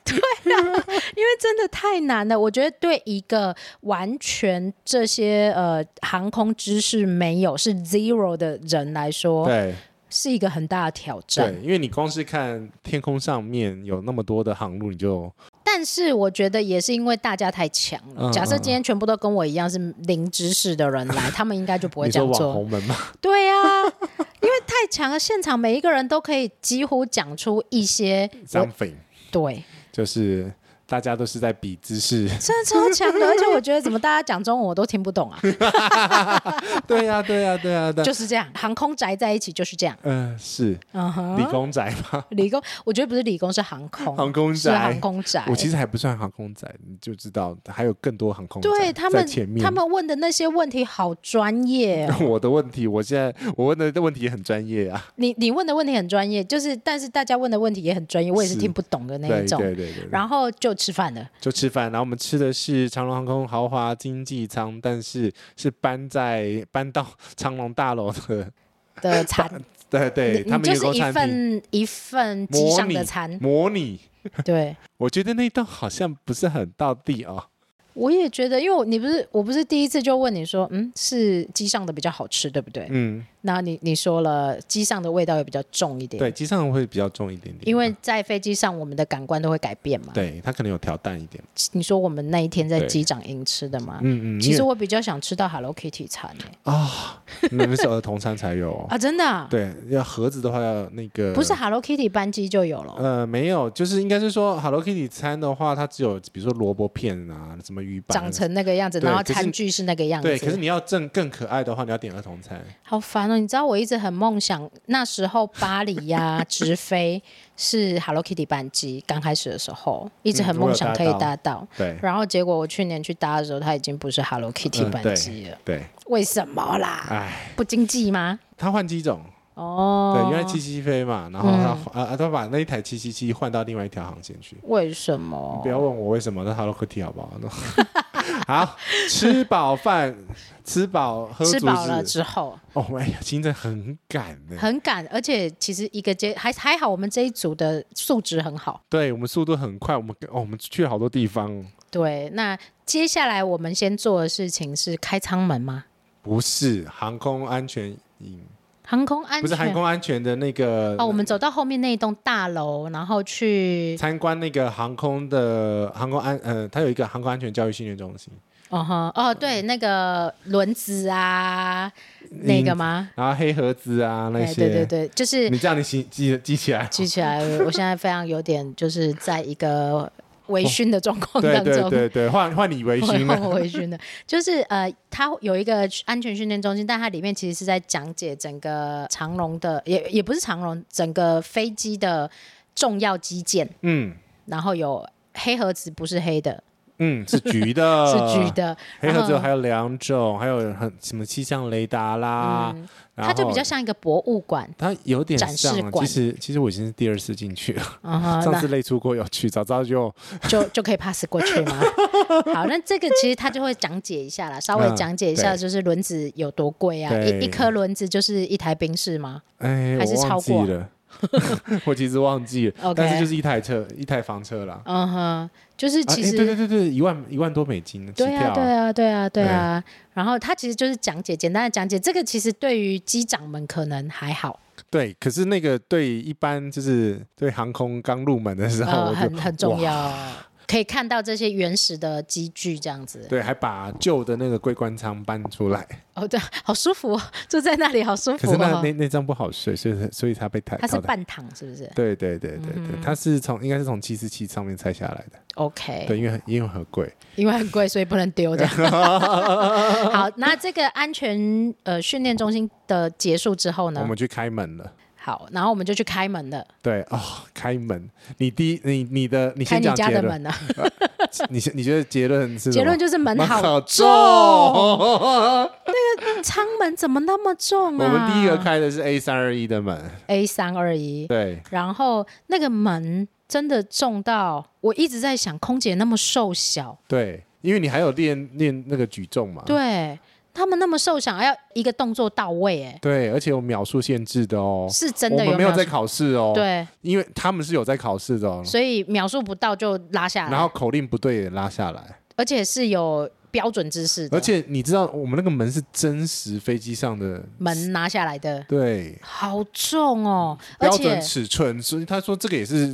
[SPEAKER 5] 因为真的太难了。我觉得对一个完全这些呃航空知识没有是 zero 的人来说，
[SPEAKER 6] 对
[SPEAKER 5] 是一个很大的挑战
[SPEAKER 6] 对。，因为你光是看天空上面有那么多的航路，你就
[SPEAKER 5] 但是我觉得也是因为大家太强了。
[SPEAKER 6] 嗯
[SPEAKER 5] 假设今天全部都跟我一样是零知识的人来，他们应该就不会
[SPEAKER 6] 你
[SPEAKER 5] 这
[SPEAKER 6] 说
[SPEAKER 5] 样
[SPEAKER 6] 网
[SPEAKER 5] 做。
[SPEAKER 6] 红们嘛，
[SPEAKER 5] 对啊，因为太强了，现场每一个人都可以几乎讲出一些我
[SPEAKER 6] something
[SPEAKER 5] 对，
[SPEAKER 6] 就是大家都是在比姿 势，
[SPEAKER 5] 真的超强的。而且我觉得怎么大家讲中文我都听不懂啊，
[SPEAKER 6] 对呀，对呀，对呀，对
[SPEAKER 5] 就
[SPEAKER 6] 啊，
[SPEAKER 5] 是这样，航空宅在一起就是这样。
[SPEAKER 6] 嗯，是
[SPEAKER 5] 嗯哼，
[SPEAKER 6] 理工仔嘛，
[SPEAKER 5] 理工，我觉得不是理工，是航空，
[SPEAKER 6] 航空
[SPEAKER 5] 是
[SPEAKER 6] 宅
[SPEAKER 5] 航空宅。
[SPEAKER 6] 我其实还不算航空仔，你就知道还有更多航空仔
[SPEAKER 5] 对
[SPEAKER 6] 在
[SPEAKER 5] 他们
[SPEAKER 6] 前，面
[SPEAKER 5] 他们问的那些问题好专业、哦。
[SPEAKER 6] 我的问题，我现在我问的问题也很专业啊。
[SPEAKER 5] 你你问的问题很专业，就是但是大家问的问题也很专业，我也是
[SPEAKER 6] 是
[SPEAKER 5] 听不懂的那
[SPEAKER 6] 对
[SPEAKER 5] 一
[SPEAKER 6] 对
[SPEAKER 5] 种。
[SPEAKER 6] 对对，
[SPEAKER 5] 然后就吃饭了，
[SPEAKER 6] 就吃饭，然后我们吃的是长龙航空豪华经济舱，但是是搬在搬到长龙大楼的，
[SPEAKER 5] 的餐，
[SPEAKER 6] 对对，
[SPEAKER 5] 你
[SPEAKER 6] 他
[SPEAKER 5] 你
[SPEAKER 6] 们
[SPEAKER 5] 就
[SPEAKER 6] 有个
[SPEAKER 5] 是一
[SPEAKER 6] 餐厅
[SPEAKER 5] 份一份机
[SPEAKER 6] 模
[SPEAKER 5] 上
[SPEAKER 6] 拟
[SPEAKER 5] 的餐，
[SPEAKER 6] 模拟，
[SPEAKER 5] 对。
[SPEAKER 6] 我觉得那道好像不是很到地哦。
[SPEAKER 5] 我也觉得，因为我你不是我不是第一次就问你说，嗯，是机上的比较好吃，对不对？
[SPEAKER 6] 嗯，
[SPEAKER 5] 那你你说了，机上的味道也比较重一点，
[SPEAKER 6] 对，，机上会比较重一点点，
[SPEAKER 5] 因为在飞机上我们的感官都会改变嘛。
[SPEAKER 6] 对它可能有调淡一点。
[SPEAKER 5] 你说我们那一天在
[SPEAKER 6] 对
[SPEAKER 5] 机长营吃的嘛？
[SPEAKER 6] 嗯嗯，
[SPEAKER 5] 其实
[SPEAKER 6] 因为
[SPEAKER 5] 我比较想吃到 Hello Kitty 餐诶、
[SPEAKER 6] 啊， 那个是儿童餐才有哦。
[SPEAKER 5] 啊，真的啊、
[SPEAKER 6] 对，要盒子的话要那个
[SPEAKER 5] 不是 Hello Kitty 班机就有了，
[SPEAKER 6] 呃，没有，就是应该是说 Hello Kitty 餐的话，它只有比如说萝卜片啊，什么鱼板啊，
[SPEAKER 5] 长成那个样子，
[SPEAKER 6] 对
[SPEAKER 5] 然后
[SPEAKER 6] 可是
[SPEAKER 5] 餐具是那个样子。
[SPEAKER 6] 对。可是你要正更可爱的话，你要点儿童餐。
[SPEAKER 5] 好烦哦！你知道我一直很梦想，那时候巴黎呀、直飞是 Hello Kitty 班机，刚开始的时候一
[SPEAKER 6] 嗯
[SPEAKER 5] 直很梦想可以搭到。
[SPEAKER 6] 对
[SPEAKER 5] 然后结果我去年去搭的时候，它已经不是 Hello Kitty
[SPEAKER 6] 嗯
[SPEAKER 5] 班
[SPEAKER 6] 对
[SPEAKER 5] 机了，
[SPEAKER 6] 对，
[SPEAKER 5] 为什么啦？
[SPEAKER 6] 哎，
[SPEAKER 5] 不经济吗？
[SPEAKER 6] 它换机种，
[SPEAKER 5] 哦，
[SPEAKER 6] 对，原来七七飞嘛，然后它啊啊，它把那一台七七七换到另外一条航线去。
[SPEAKER 5] 为什么？
[SPEAKER 6] 不要问我为什么，那 Hello Kitty 好不好？ 好，吃饱饭，吃饱喝足
[SPEAKER 5] 吃饱了
[SPEAKER 6] 是。
[SPEAKER 5] 之后，
[SPEAKER 6] 哦，哎呀，行程很赶呢。
[SPEAKER 5] 很赶，而且其实一个接还还好，我们这一组的素质很好。
[SPEAKER 6] 对我们速度很快，我们哦，我们去了好多地方哦。
[SPEAKER 5] 对，那接下来我们先做的事情是开舱门吗？
[SPEAKER 6] 不是航空安全营，
[SPEAKER 5] 航空安全
[SPEAKER 6] 不是航空安全的那个
[SPEAKER 5] 哦，我们走到后面那一栋大楼，然后去
[SPEAKER 6] 参观那个航空的航空安呃，它有一个航空安全教育训练中心，
[SPEAKER 5] 哦哈哦对，那个轮子啊，那个吗？
[SPEAKER 6] 然后黑盒子啊那
[SPEAKER 5] 哎
[SPEAKER 6] 些，
[SPEAKER 5] 对对对，就是
[SPEAKER 6] 你这样你记记记起来，哦
[SPEAKER 5] 记起来，我现在非常有点就是在一个微醺的状况
[SPEAKER 6] 哦对
[SPEAKER 5] 当中。
[SPEAKER 6] 对对对，换换你微醺了，
[SPEAKER 5] 我回训的， 就是呃，它有一个安全训练中心，但它里面其实是在讲解整个长龙的，也也不是长龙，整个飞机的重要基建，
[SPEAKER 6] 嗯
[SPEAKER 5] 然后有黑盒子不是黑的，
[SPEAKER 6] 嗯，是橘的，
[SPEAKER 5] 是橘。的，嗯
[SPEAKER 6] 黑盒子
[SPEAKER 5] 然后
[SPEAKER 6] 还有两种，还有很什么气象雷达啦，然后
[SPEAKER 5] 嗯它就比较像一个博物 馆，
[SPEAKER 6] 它有点
[SPEAKER 5] 展示
[SPEAKER 6] 像啊。
[SPEAKER 5] 馆
[SPEAKER 6] 其实其实我已经是第二次进去了，
[SPEAKER 5] 嗯哼，
[SPEAKER 6] 上
[SPEAKER 5] 那
[SPEAKER 6] 次累出过有去，早知道就
[SPEAKER 5] 就就可以 pass 过去 吗？好，那这个其实他就会讲解一下啦，稍微
[SPEAKER 6] 嗯
[SPEAKER 5] 讲解一下，
[SPEAKER 6] 对
[SPEAKER 5] 就是轮子有多贵啊，
[SPEAKER 6] 对
[SPEAKER 5] 一一颗轮子就是一台宾士吗？
[SPEAKER 6] 哎，
[SPEAKER 5] 还是
[SPEAKER 6] 我
[SPEAKER 5] 超
[SPEAKER 6] 忘记
[SPEAKER 5] 过
[SPEAKER 6] 了， 我其实忘记了
[SPEAKER 5] OK
[SPEAKER 6] 但是就是一台车，一台房车啦。
[SPEAKER 5] 嗯哼，就是
[SPEAKER 6] 啊
[SPEAKER 5] 其
[SPEAKER 6] 哎
[SPEAKER 5] 实、
[SPEAKER 6] 对对对对，一万一万多美金起
[SPEAKER 5] 对
[SPEAKER 6] 跳
[SPEAKER 5] 啊，对
[SPEAKER 6] 啊，
[SPEAKER 5] 啊，对啊，对
[SPEAKER 6] 对
[SPEAKER 5] 啊。然后他其实就是讲解，简单的讲解。这个其实对于机长们可能还好，
[SPEAKER 6] 对。可是那个对一般就是对航空刚入门的时候，
[SPEAKER 5] 呃，
[SPEAKER 6] 我
[SPEAKER 5] 很
[SPEAKER 6] 就
[SPEAKER 5] 很重。要
[SPEAKER 6] 哇。
[SPEAKER 5] 可以看到这些原始的机具这样子。
[SPEAKER 6] 对，还把旧的那个桂冠舱搬出来，
[SPEAKER 5] 哦，对， 好舒服、哦，坐在那里好舒服、
[SPEAKER 6] 可是那
[SPEAKER 5] 哦。
[SPEAKER 6] 那那张不好睡，所以所以他被抬。
[SPEAKER 5] 它是
[SPEAKER 6] 淘汰
[SPEAKER 5] 半嗯躺是不是
[SPEAKER 6] 对对对对对，它是从应该是从七四七上面拆下来的，
[SPEAKER 5] ？OK，
[SPEAKER 6] 对，因为很因为很贵，
[SPEAKER 5] 因为很贵，所以不能丢 的。好，那这个安全呃训练中心的结束之后
[SPEAKER 6] 我
[SPEAKER 5] 呢？
[SPEAKER 6] 们去开门了。
[SPEAKER 5] 好，然后我们就去开门了，
[SPEAKER 6] 对哦，开门！你第一，你你的，你
[SPEAKER 5] 开
[SPEAKER 6] 先
[SPEAKER 5] 你
[SPEAKER 6] 讲
[SPEAKER 5] 家
[SPEAKER 6] 结
[SPEAKER 5] 的
[SPEAKER 6] 论。
[SPEAKER 5] 门啊。
[SPEAKER 6] 你先，你觉得结论是什么？
[SPEAKER 5] 结论就是门
[SPEAKER 6] 门
[SPEAKER 5] 好
[SPEAKER 6] 好重。
[SPEAKER 5] 舱门怎么那么重
[SPEAKER 6] 我
[SPEAKER 5] 啊？
[SPEAKER 6] 们第一个开的是 A 三二一的门，
[SPEAKER 5] A 三二一，
[SPEAKER 6] 对，
[SPEAKER 5] 然后那个门真的重到我一直在想，空姐那么瘦小，
[SPEAKER 6] 对，因为你还有练练那个举重嘛，
[SPEAKER 5] 对他们那么瘦小，还要一个动作到位，哎，
[SPEAKER 6] 对，而且有秒数限制的哦，
[SPEAKER 5] 是真的
[SPEAKER 6] 我
[SPEAKER 5] 有
[SPEAKER 6] 们没
[SPEAKER 5] 秒
[SPEAKER 6] 有
[SPEAKER 5] 数
[SPEAKER 6] 在考试哦，，
[SPEAKER 5] 对，
[SPEAKER 6] 因为他们是有在考试的哦，
[SPEAKER 5] 所以秒数不到就拉下来，
[SPEAKER 6] 然后口令不对也拉下来，
[SPEAKER 5] 而且是有标准姿势的，
[SPEAKER 6] 而且你知道我们那个门是真实飞机上的，
[SPEAKER 5] 门拿下来的
[SPEAKER 6] 对。
[SPEAKER 5] 好重哦，而
[SPEAKER 6] 标
[SPEAKER 5] 且
[SPEAKER 6] 准尺寸，所以他说这个也是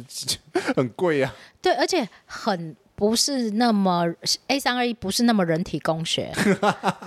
[SPEAKER 6] 很贵啊。
[SPEAKER 5] 对，而且很。不是那么 A 三二一不是那么人体工 学，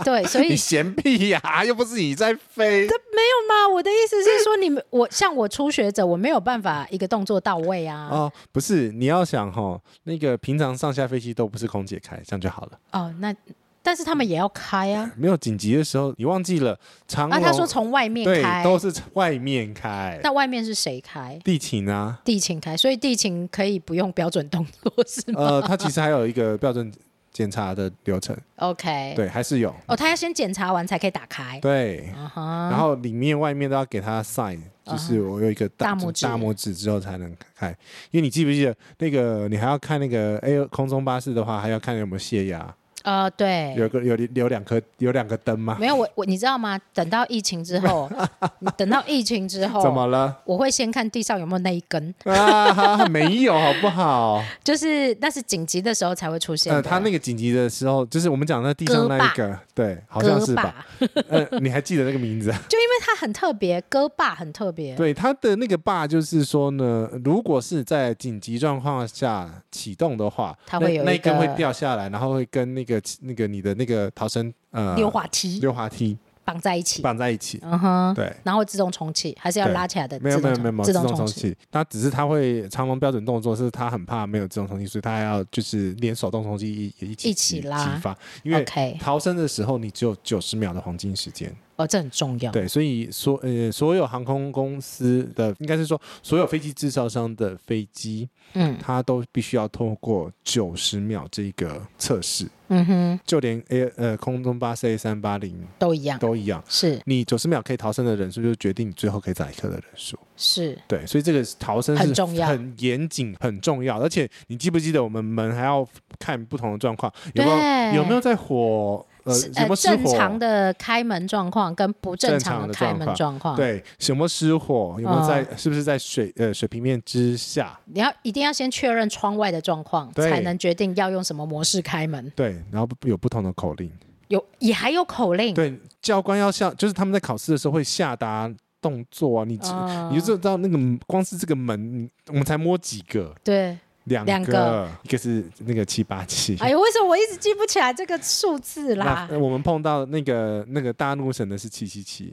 [SPEAKER 5] 对，所以
[SPEAKER 6] 你嫌屁呀、又不是你在飞。
[SPEAKER 5] 嘛，我的意思是说，你们我像我初学者，我没有办法一个动作到位啊。哦，
[SPEAKER 6] 哦，不是，你要想哈、那个平常上下飞机都不是空姐开，这样就好了。
[SPEAKER 5] 哦那但是他们也要开啊。
[SPEAKER 6] 没有紧急的时候，你忘记了长
[SPEAKER 5] 啊，
[SPEAKER 6] 龙、
[SPEAKER 5] 他说从外面
[SPEAKER 6] 对，
[SPEAKER 5] 开，
[SPEAKER 6] 都是外面开，
[SPEAKER 5] 那外面是谁开？
[SPEAKER 6] 地勤 啊。
[SPEAKER 5] 地勤开，所以地勤可以不用标准动作是吗、
[SPEAKER 6] 呃，它其实还有一个标准检查的流程，
[SPEAKER 5] o k，
[SPEAKER 6] 呃对，还是有，
[SPEAKER 5] 哦，他要先检查完才可以打开。
[SPEAKER 6] 对。
[SPEAKER 5] 啊哈，
[SPEAKER 6] 然后里面外面都要给他 sign，就是我有一个
[SPEAKER 5] 大拇指
[SPEAKER 6] 大拇指之后才能开，因为你记不记得那个你还要看那个 A 空中巴士的话，还要看有没有泄压，
[SPEAKER 5] 呃，对，
[SPEAKER 6] 有个有有两颗有两个灯吗？
[SPEAKER 5] 没有我我你知道吗？等到疫情之 后，你等到疫情之
[SPEAKER 6] 怎么
[SPEAKER 5] 后，
[SPEAKER 6] 了？
[SPEAKER 5] 我会先看地上有没有那一根，
[SPEAKER 6] 啊哈，没有好不好？
[SPEAKER 5] 就是那是紧急的时候才会出现的。
[SPEAKER 6] 呃，他那个紧急的时候，就是我们讲那地上那一个，对，好像是
[SPEAKER 5] 胳
[SPEAKER 6] 吧？
[SPEAKER 5] 膊
[SPEAKER 6] 呃，你还记得那个名 字啊？
[SPEAKER 5] 就因为它很特别，歌霸很特别，
[SPEAKER 6] 对，他的那个坝就是说呢，如果是在紧急状况下启动的话，
[SPEAKER 5] 它会有
[SPEAKER 6] 那那
[SPEAKER 5] 一
[SPEAKER 6] 一根会
[SPEAKER 5] 个
[SPEAKER 6] 掉下来，然后会跟那个那个你的那个逃生呃
[SPEAKER 5] 溜滑梯
[SPEAKER 6] 溜滑梯
[SPEAKER 5] 绑在一起，
[SPEAKER 6] 绑在一起。
[SPEAKER 5] 嗯哼，
[SPEAKER 6] 对，
[SPEAKER 5] 然后自动充气还是要
[SPEAKER 6] 对
[SPEAKER 5] 拉起来的，
[SPEAKER 6] 没有
[SPEAKER 5] 自
[SPEAKER 6] 没
[SPEAKER 5] 动
[SPEAKER 6] 有没有没有
[SPEAKER 5] 自动
[SPEAKER 6] 充
[SPEAKER 5] 气，
[SPEAKER 6] 气，它只是它会长龙标准动作是它很怕没有自动充气，所以它要就是连手动充气一也一起
[SPEAKER 5] 一起
[SPEAKER 6] 激
[SPEAKER 5] 拉
[SPEAKER 6] 激发，因为
[SPEAKER 5] OK
[SPEAKER 6] 逃生的时候你只有九十秒的黄金时间。
[SPEAKER 5] 哦，这很重要，
[SPEAKER 6] 对，所以所呃所有航空公司的应该是说所有飞机制造商的飞机，
[SPEAKER 5] 嗯
[SPEAKER 6] 它都必须要通过九十秒这个测试，
[SPEAKER 5] 嗯哼，
[SPEAKER 6] 就连 A 呃空中巴士 A 三八零
[SPEAKER 5] 都一样，
[SPEAKER 6] 都一样。
[SPEAKER 5] 是
[SPEAKER 6] 你九十秒可以逃生的人数，就决定你最后可以载客的人数。
[SPEAKER 5] 是，
[SPEAKER 6] 对，所以这个逃生是
[SPEAKER 5] 很重要
[SPEAKER 6] 很严谨、很重要。而且你记不记得我们门还要看不同的状况，有没
[SPEAKER 5] 对
[SPEAKER 6] 有有没有在火呃
[SPEAKER 5] 是
[SPEAKER 6] 有没有失
[SPEAKER 5] 正
[SPEAKER 6] 火？
[SPEAKER 5] 常的开门状况跟不正常
[SPEAKER 6] 正常的
[SPEAKER 5] 开门状况，，
[SPEAKER 6] 对，有没有失火？有没有在、
[SPEAKER 5] 嗯
[SPEAKER 6] 是不是在水呃水平面之下？
[SPEAKER 5] 你要一定要先确认窗外的状况，
[SPEAKER 6] 对
[SPEAKER 5] 才能决定要用什么模式开门，
[SPEAKER 6] 对，然后不有不同的口令。
[SPEAKER 5] 有也还有口令，
[SPEAKER 6] 对，教官要下，就是他们在考试的时候会下达动作啊，你知、
[SPEAKER 5] 嗯，
[SPEAKER 6] 你就知道那个光是这个门，你我们才摸几个，
[SPEAKER 5] 对，
[SPEAKER 6] 两
[SPEAKER 5] 两个
[SPEAKER 6] 一个是那个七八七。
[SPEAKER 5] 哎呦，为什么我一直记不起来这个数字啦
[SPEAKER 6] 那？呃我们碰到那个那个大怒神的是七 七七，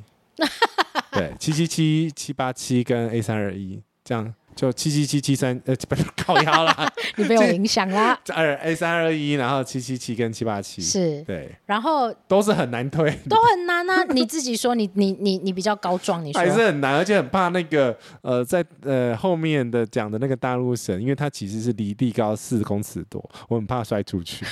[SPEAKER 6] 对，七七七七八七跟 A 三二一，这样就七七七七三呃，不是 靠腰啦，
[SPEAKER 5] 你被我影响啊啦，
[SPEAKER 6] 二 A 三二一，然后七七七跟七八七，
[SPEAKER 5] 是，
[SPEAKER 6] 对，
[SPEAKER 5] 然后
[SPEAKER 6] 都是很难推，
[SPEAKER 5] 都很难啊！你自己说，你你你你比较高壮，你说
[SPEAKER 6] 还是很难，而且很怕那个呃，在呃后面的讲的那个大陆神，因为它其实是离地高四公尺多，我很怕摔出 去。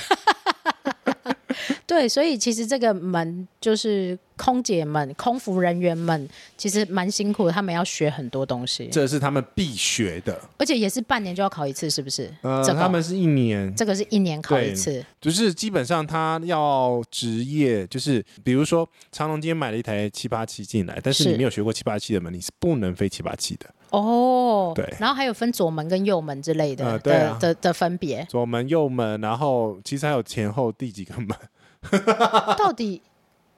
[SPEAKER 5] 对，所以其实这个门就是空姐们、空服人员们，其实蛮辛苦的，他们要学很多东西，
[SPEAKER 6] 这是他们必学的，
[SPEAKER 5] 而且也是半年就要考一次，是不是？
[SPEAKER 6] 呃，
[SPEAKER 5] 这个
[SPEAKER 6] 他们是一年，
[SPEAKER 5] 这个是一年考一
[SPEAKER 6] 对
[SPEAKER 5] 次，
[SPEAKER 6] 就是基本上他要职业，就是比如说长龙今天买了一台七八七进来，但是
[SPEAKER 5] 是
[SPEAKER 6] 你没有学过七八七的门，你是不能飞七八七的，
[SPEAKER 5] 哦，
[SPEAKER 6] 对
[SPEAKER 5] 然后还有分左门跟右门之类的、
[SPEAKER 6] 呃对啊，
[SPEAKER 5] 的的的分别
[SPEAKER 6] 左门右门，然后其实还有前后第几个门，
[SPEAKER 5] 到底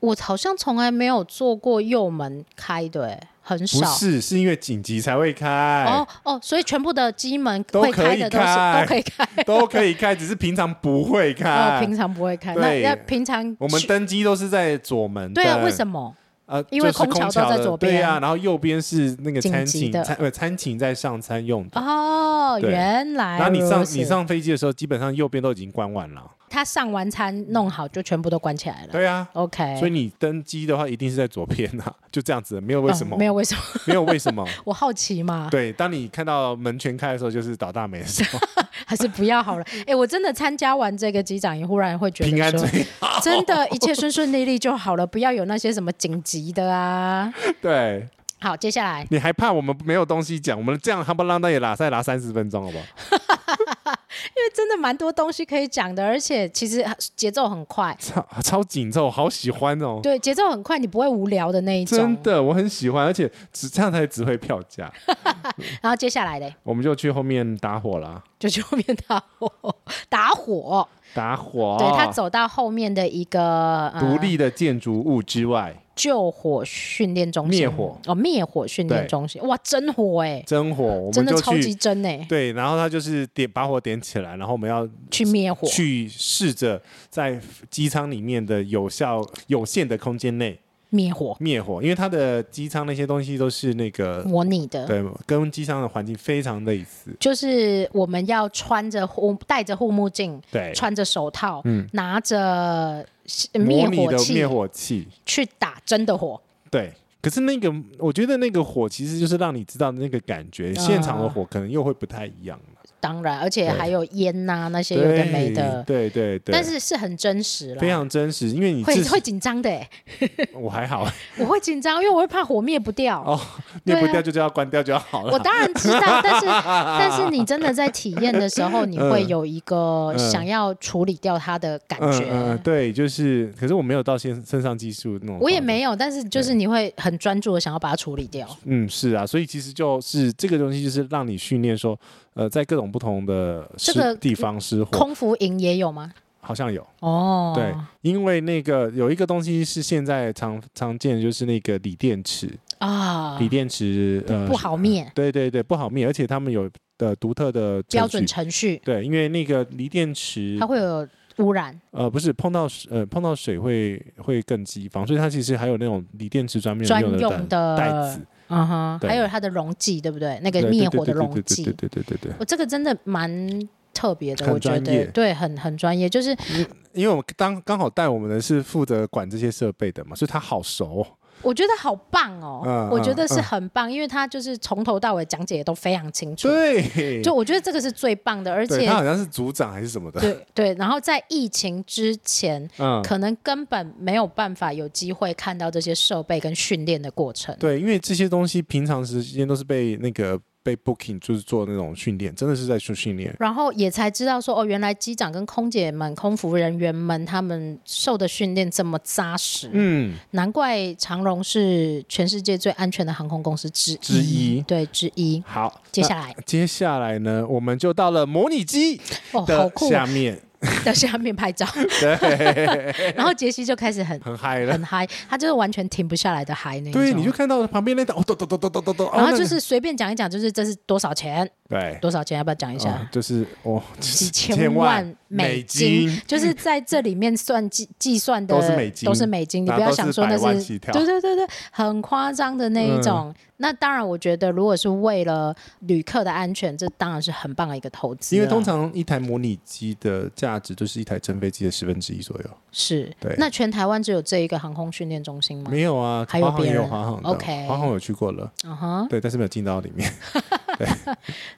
[SPEAKER 5] 我好像从来没有做过右门开的、欸，很
[SPEAKER 6] 不
[SPEAKER 5] 少。
[SPEAKER 6] 是，是因为紧急才会开，
[SPEAKER 5] 哦哦，所以全部的机门
[SPEAKER 6] 都
[SPEAKER 5] 会
[SPEAKER 6] 可
[SPEAKER 5] 开
[SPEAKER 6] 以
[SPEAKER 5] 的都是
[SPEAKER 6] 开
[SPEAKER 5] 都可以开，
[SPEAKER 6] 都可以开，只是平常不会
[SPEAKER 5] 哦，
[SPEAKER 6] 开。
[SPEAKER 5] 平常不会开。那
[SPEAKER 6] 对
[SPEAKER 5] 那平常
[SPEAKER 6] 我们
[SPEAKER 5] 去
[SPEAKER 6] 登机都是在左门
[SPEAKER 5] 对啊，为
[SPEAKER 6] 么？
[SPEAKER 5] 什么？
[SPEAKER 6] 呃，
[SPEAKER 5] 因为
[SPEAKER 6] 就是
[SPEAKER 5] 空调
[SPEAKER 6] 空
[SPEAKER 5] 都在
[SPEAKER 6] 的
[SPEAKER 5] 左
[SPEAKER 6] 对
[SPEAKER 5] 边
[SPEAKER 6] 啊，然后右边是那个
[SPEAKER 5] 紧
[SPEAKER 6] 餐
[SPEAKER 5] 急
[SPEAKER 6] 请
[SPEAKER 5] 的
[SPEAKER 6] 餐呃餐请在上餐用的。
[SPEAKER 5] 哦，
[SPEAKER 6] 对
[SPEAKER 5] 原来
[SPEAKER 6] 然后你
[SPEAKER 5] 如
[SPEAKER 6] 上
[SPEAKER 5] 此
[SPEAKER 6] 你上飞机的时候，基本上右边都已经关完了。
[SPEAKER 5] 他上完餐弄好就全部都关起来了。
[SPEAKER 6] 对啊，
[SPEAKER 5] OK，
[SPEAKER 6] 所以你登机的话一定是在左边啊， 就这样子，没有为什么，
[SPEAKER 5] 嗯没有为什么，
[SPEAKER 6] 没有为什么。
[SPEAKER 5] 我好奇嘛，
[SPEAKER 6] 对，当你看到门全开的时候，就是倒大霉的时候，
[SPEAKER 5] 还是不要好了。哎，我真的参加完这个机长营，忽然会觉
[SPEAKER 6] 平
[SPEAKER 5] 得
[SPEAKER 6] 安
[SPEAKER 5] 说，
[SPEAKER 6] 最好。
[SPEAKER 5] 真的，一切顺顺利利就好了，不要有那些什么紧急的啊。
[SPEAKER 6] 对，
[SPEAKER 5] 好，接下来
[SPEAKER 6] 你还怕我们没有东西讲？我们这样哈不浪当也拉塞拉三十分钟，好不好？
[SPEAKER 5] 因为真的蛮多东西可以讲的，而且其实节奏很快，
[SPEAKER 6] 超超紧凑，好喜欢哦！
[SPEAKER 5] 对，节奏很快，你不会无聊的那一种
[SPEAKER 6] 真。的，我很喜欢，而且只这样才值回票价。
[SPEAKER 5] 然后接下来嘞，
[SPEAKER 6] 我们就去后面打火啦，
[SPEAKER 5] 就去后面打火，打火，
[SPEAKER 6] 打火。
[SPEAKER 5] 对他走到后面的一个、呃、
[SPEAKER 6] 啊独立的建筑物之外，
[SPEAKER 5] 救火训练中心，
[SPEAKER 6] 灭火
[SPEAKER 5] 哦，灭火训练中心，哇，真火哎、
[SPEAKER 6] 真火，我
[SPEAKER 5] 真
[SPEAKER 6] 们
[SPEAKER 5] 的
[SPEAKER 6] 就
[SPEAKER 5] 超级
[SPEAKER 6] 去。
[SPEAKER 5] 真哎、
[SPEAKER 6] 对，然后他就是点把火点起来，然后我们要
[SPEAKER 5] 去灭火，
[SPEAKER 6] 去试着在机舱里面的有效有限的空间内
[SPEAKER 5] 灭火，
[SPEAKER 6] 灭火，因为它的机舱那些东西都是那个
[SPEAKER 5] 模拟的，
[SPEAKER 6] 对，跟机舱的环境非常类似。
[SPEAKER 5] 就是我们要穿着护戴着护目镜，
[SPEAKER 6] 对，
[SPEAKER 5] 穿着手套，
[SPEAKER 6] 嗯
[SPEAKER 5] 拿着呃灭
[SPEAKER 6] 模拟
[SPEAKER 5] 火
[SPEAKER 6] 的
[SPEAKER 5] 器
[SPEAKER 6] 灭火器，
[SPEAKER 5] 去打真的火，
[SPEAKER 6] 对。可是那个，我觉得那个火其实就是让你知道那个感觉，
[SPEAKER 5] 啊
[SPEAKER 6] 现场的火可能又会不太一样了。
[SPEAKER 5] 当然，而且
[SPEAKER 6] 对
[SPEAKER 5] 还有烟呐、那些
[SPEAKER 6] 对
[SPEAKER 5] 有的没的，
[SPEAKER 6] 对对对，
[SPEAKER 5] 但是是很真实啦，
[SPEAKER 6] 非常真实，因为你
[SPEAKER 5] 会
[SPEAKER 6] 至
[SPEAKER 5] 会紧张的欸、
[SPEAKER 6] 我还好
[SPEAKER 5] 我会紧张，因为我会怕火灭不掉。
[SPEAKER 6] 哦，灭不
[SPEAKER 5] 对啊
[SPEAKER 6] 掉就叫它关掉就好
[SPEAKER 5] 我
[SPEAKER 6] 了。
[SPEAKER 5] 当然知道，但是但是你真的在体验的时候，你会有一个
[SPEAKER 6] 嗯
[SPEAKER 5] 想要处理掉它的感
[SPEAKER 6] 嗯
[SPEAKER 5] 觉。
[SPEAKER 6] 嗯，对，就是，可是我没有到身身上激素那种，
[SPEAKER 5] 我也没。有，但是就是你会很专注的想要把它处理掉。
[SPEAKER 6] 嗯，是啊，所以其实就是这个东西，就是让你训练说，呃，在各种不同的
[SPEAKER 5] 这
[SPEAKER 6] 失、
[SPEAKER 5] 个
[SPEAKER 6] 地方失火，
[SPEAKER 5] 空服营也有吗？
[SPEAKER 6] 好像有。
[SPEAKER 5] 哦，
[SPEAKER 6] 对，因为那个有一个东西是现在常常见，就是那个锂电池，
[SPEAKER 5] 啊
[SPEAKER 6] 锂，电池呃
[SPEAKER 5] 不，好灭，
[SPEAKER 6] 对对对，不好灭，而且他们有呃独特的程序
[SPEAKER 5] 标准程序
[SPEAKER 6] 对，因为那个锂电池
[SPEAKER 5] 它会有污染
[SPEAKER 6] 呃不是碰到水呃碰到水会会更激发，所以它其实还有那种锂电池专门
[SPEAKER 5] 专
[SPEAKER 6] 用
[SPEAKER 5] 用
[SPEAKER 6] 的
[SPEAKER 5] 的
[SPEAKER 6] 袋袋子，，
[SPEAKER 5] 嗯哼，
[SPEAKER 6] 对
[SPEAKER 5] 还有它的溶剂，对不对？那
[SPEAKER 6] 对
[SPEAKER 5] 个
[SPEAKER 6] 对
[SPEAKER 5] 灭
[SPEAKER 6] 对
[SPEAKER 5] 火的
[SPEAKER 6] 对
[SPEAKER 5] 溶
[SPEAKER 6] 对
[SPEAKER 5] 剂，
[SPEAKER 6] 对对对对对对。
[SPEAKER 5] 我这个真的蛮特别的，
[SPEAKER 6] 很
[SPEAKER 5] 我觉
[SPEAKER 6] 专业
[SPEAKER 5] 得对，很很专业，就是
[SPEAKER 6] 因为我当刚好带我们的是负责管这些设备的嘛，所以他好熟哦。
[SPEAKER 5] 我觉得好棒哦，
[SPEAKER 6] 嗯
[SPEAKER 5] 我觉得是
[SPEAKER 6] 嗯
[SPEAKER 5] 很棒，因为他就是从头到尾讲解都非常清楚，
[SPEAKER 6] 对，
[SPEAKER 5] 就我觉得这个是最棒的，而
[SPEAKER 6] 对
[SPEAKER 5] 且
[SPEAKER 6] 他好像是组长还是什么的，
[SPEAKER 5] 对对，然后在疫情之前。
[SPEAKER 6] 嗯，
[SPEAKER 5] 可能根本没有办法有机会看到这些设备跟训练的过程。
[SPEAKER 6] 对，因为这些东西平常时间都是被那个被 booking，就是做那种训练，真的是在做训练。
[SPEAKER 5] 然后也才知道说，哦，原来机长跟空姐们、空服人员们他们受的训练这么扎实，
[SPEAKER 6] 嗯，
[SPEAKER 5] 难怪长荣是全世界最安全的航空公司之一
[SPEAKER 6] 之一
[SPEAKER 5] 对之一。
[SPEAKER 6] 好，
[SPEAKER 5] 接下
[SPEAKER 6] 来
[SPEAKER 5] 来
[SPEAKER 6] 接下来呢，我们就到了模拟机
[SPEAKER 5] 哦，好
[SPEAKER 6] 的
[SPEAKER 5] 酷
[SPEAKER 6] 下面，
[SPEAKER 5] 在下面拍照，
[SPEAKER 6] 对，
[SPEAKER 5] 然后杰西就开始很
[SPEAKER 6] 很嗨了
[SPEAKER 5] 很。嗨，他就是完全停不下来的嗨那一种。
[SPEAKER 6] 对，你就看到旁边那台哦，咚咚咚咚咚咚咚，哦
[SPEAKER 5] 然后就
[SPEAKER 6] 那
[SPEAKER 5] 是随便讲一讲，就是这是多少钱，
[SPEAKER 6] 对，
[SPEAKER 5] 多少钱，要不要讲一下？
[SPEAKER 6] 哦就是哦，
[SPEAKER 5] 几
[SPEAKER 6] 几
[SPEAKER 5] 千万美金，
[SPEAKER 6] 金，
[SPEAKER 5] 就是在这里面算计计算的
[SPEAKER 6] 都是美金
[SPEAKER 5] 都是美金你不要想说那
[SPEAKER 6] 然后都是百万
[SPEAKER 5] 是
[SPEAKER 6] 起跳嗯
[SPEAKER 5] 对对对对，很夸张的那一种。那当然，我觉得如果是为了旅客的安全，这当然是很棒的一个投资啊，
[SPEAKER 6] 因为通常一台模拟机的价值就是一台真飞机的十分之一左右。
[SPEAKER 5] 是
[SPEAKER 6] 对
[SPEAKER 5] 那全台湾只有这一个航空训练中心吗？
[SPEAKER 6] 没有啊，
[SPEAKER 5] 还有
[SPEAKER 6] 华航
[SPEAKER 5] 别
[SPEAKER 6] 也有
[SPEAKER 5] 人
[SPEAKER 6] 华航的
[SPEAKER 5] OK
[SPEAKER 6] 华航有去过了，
[SPEAKER 5] 嗯哼，
[SPEAKER 6] 对，但是没有进到里面。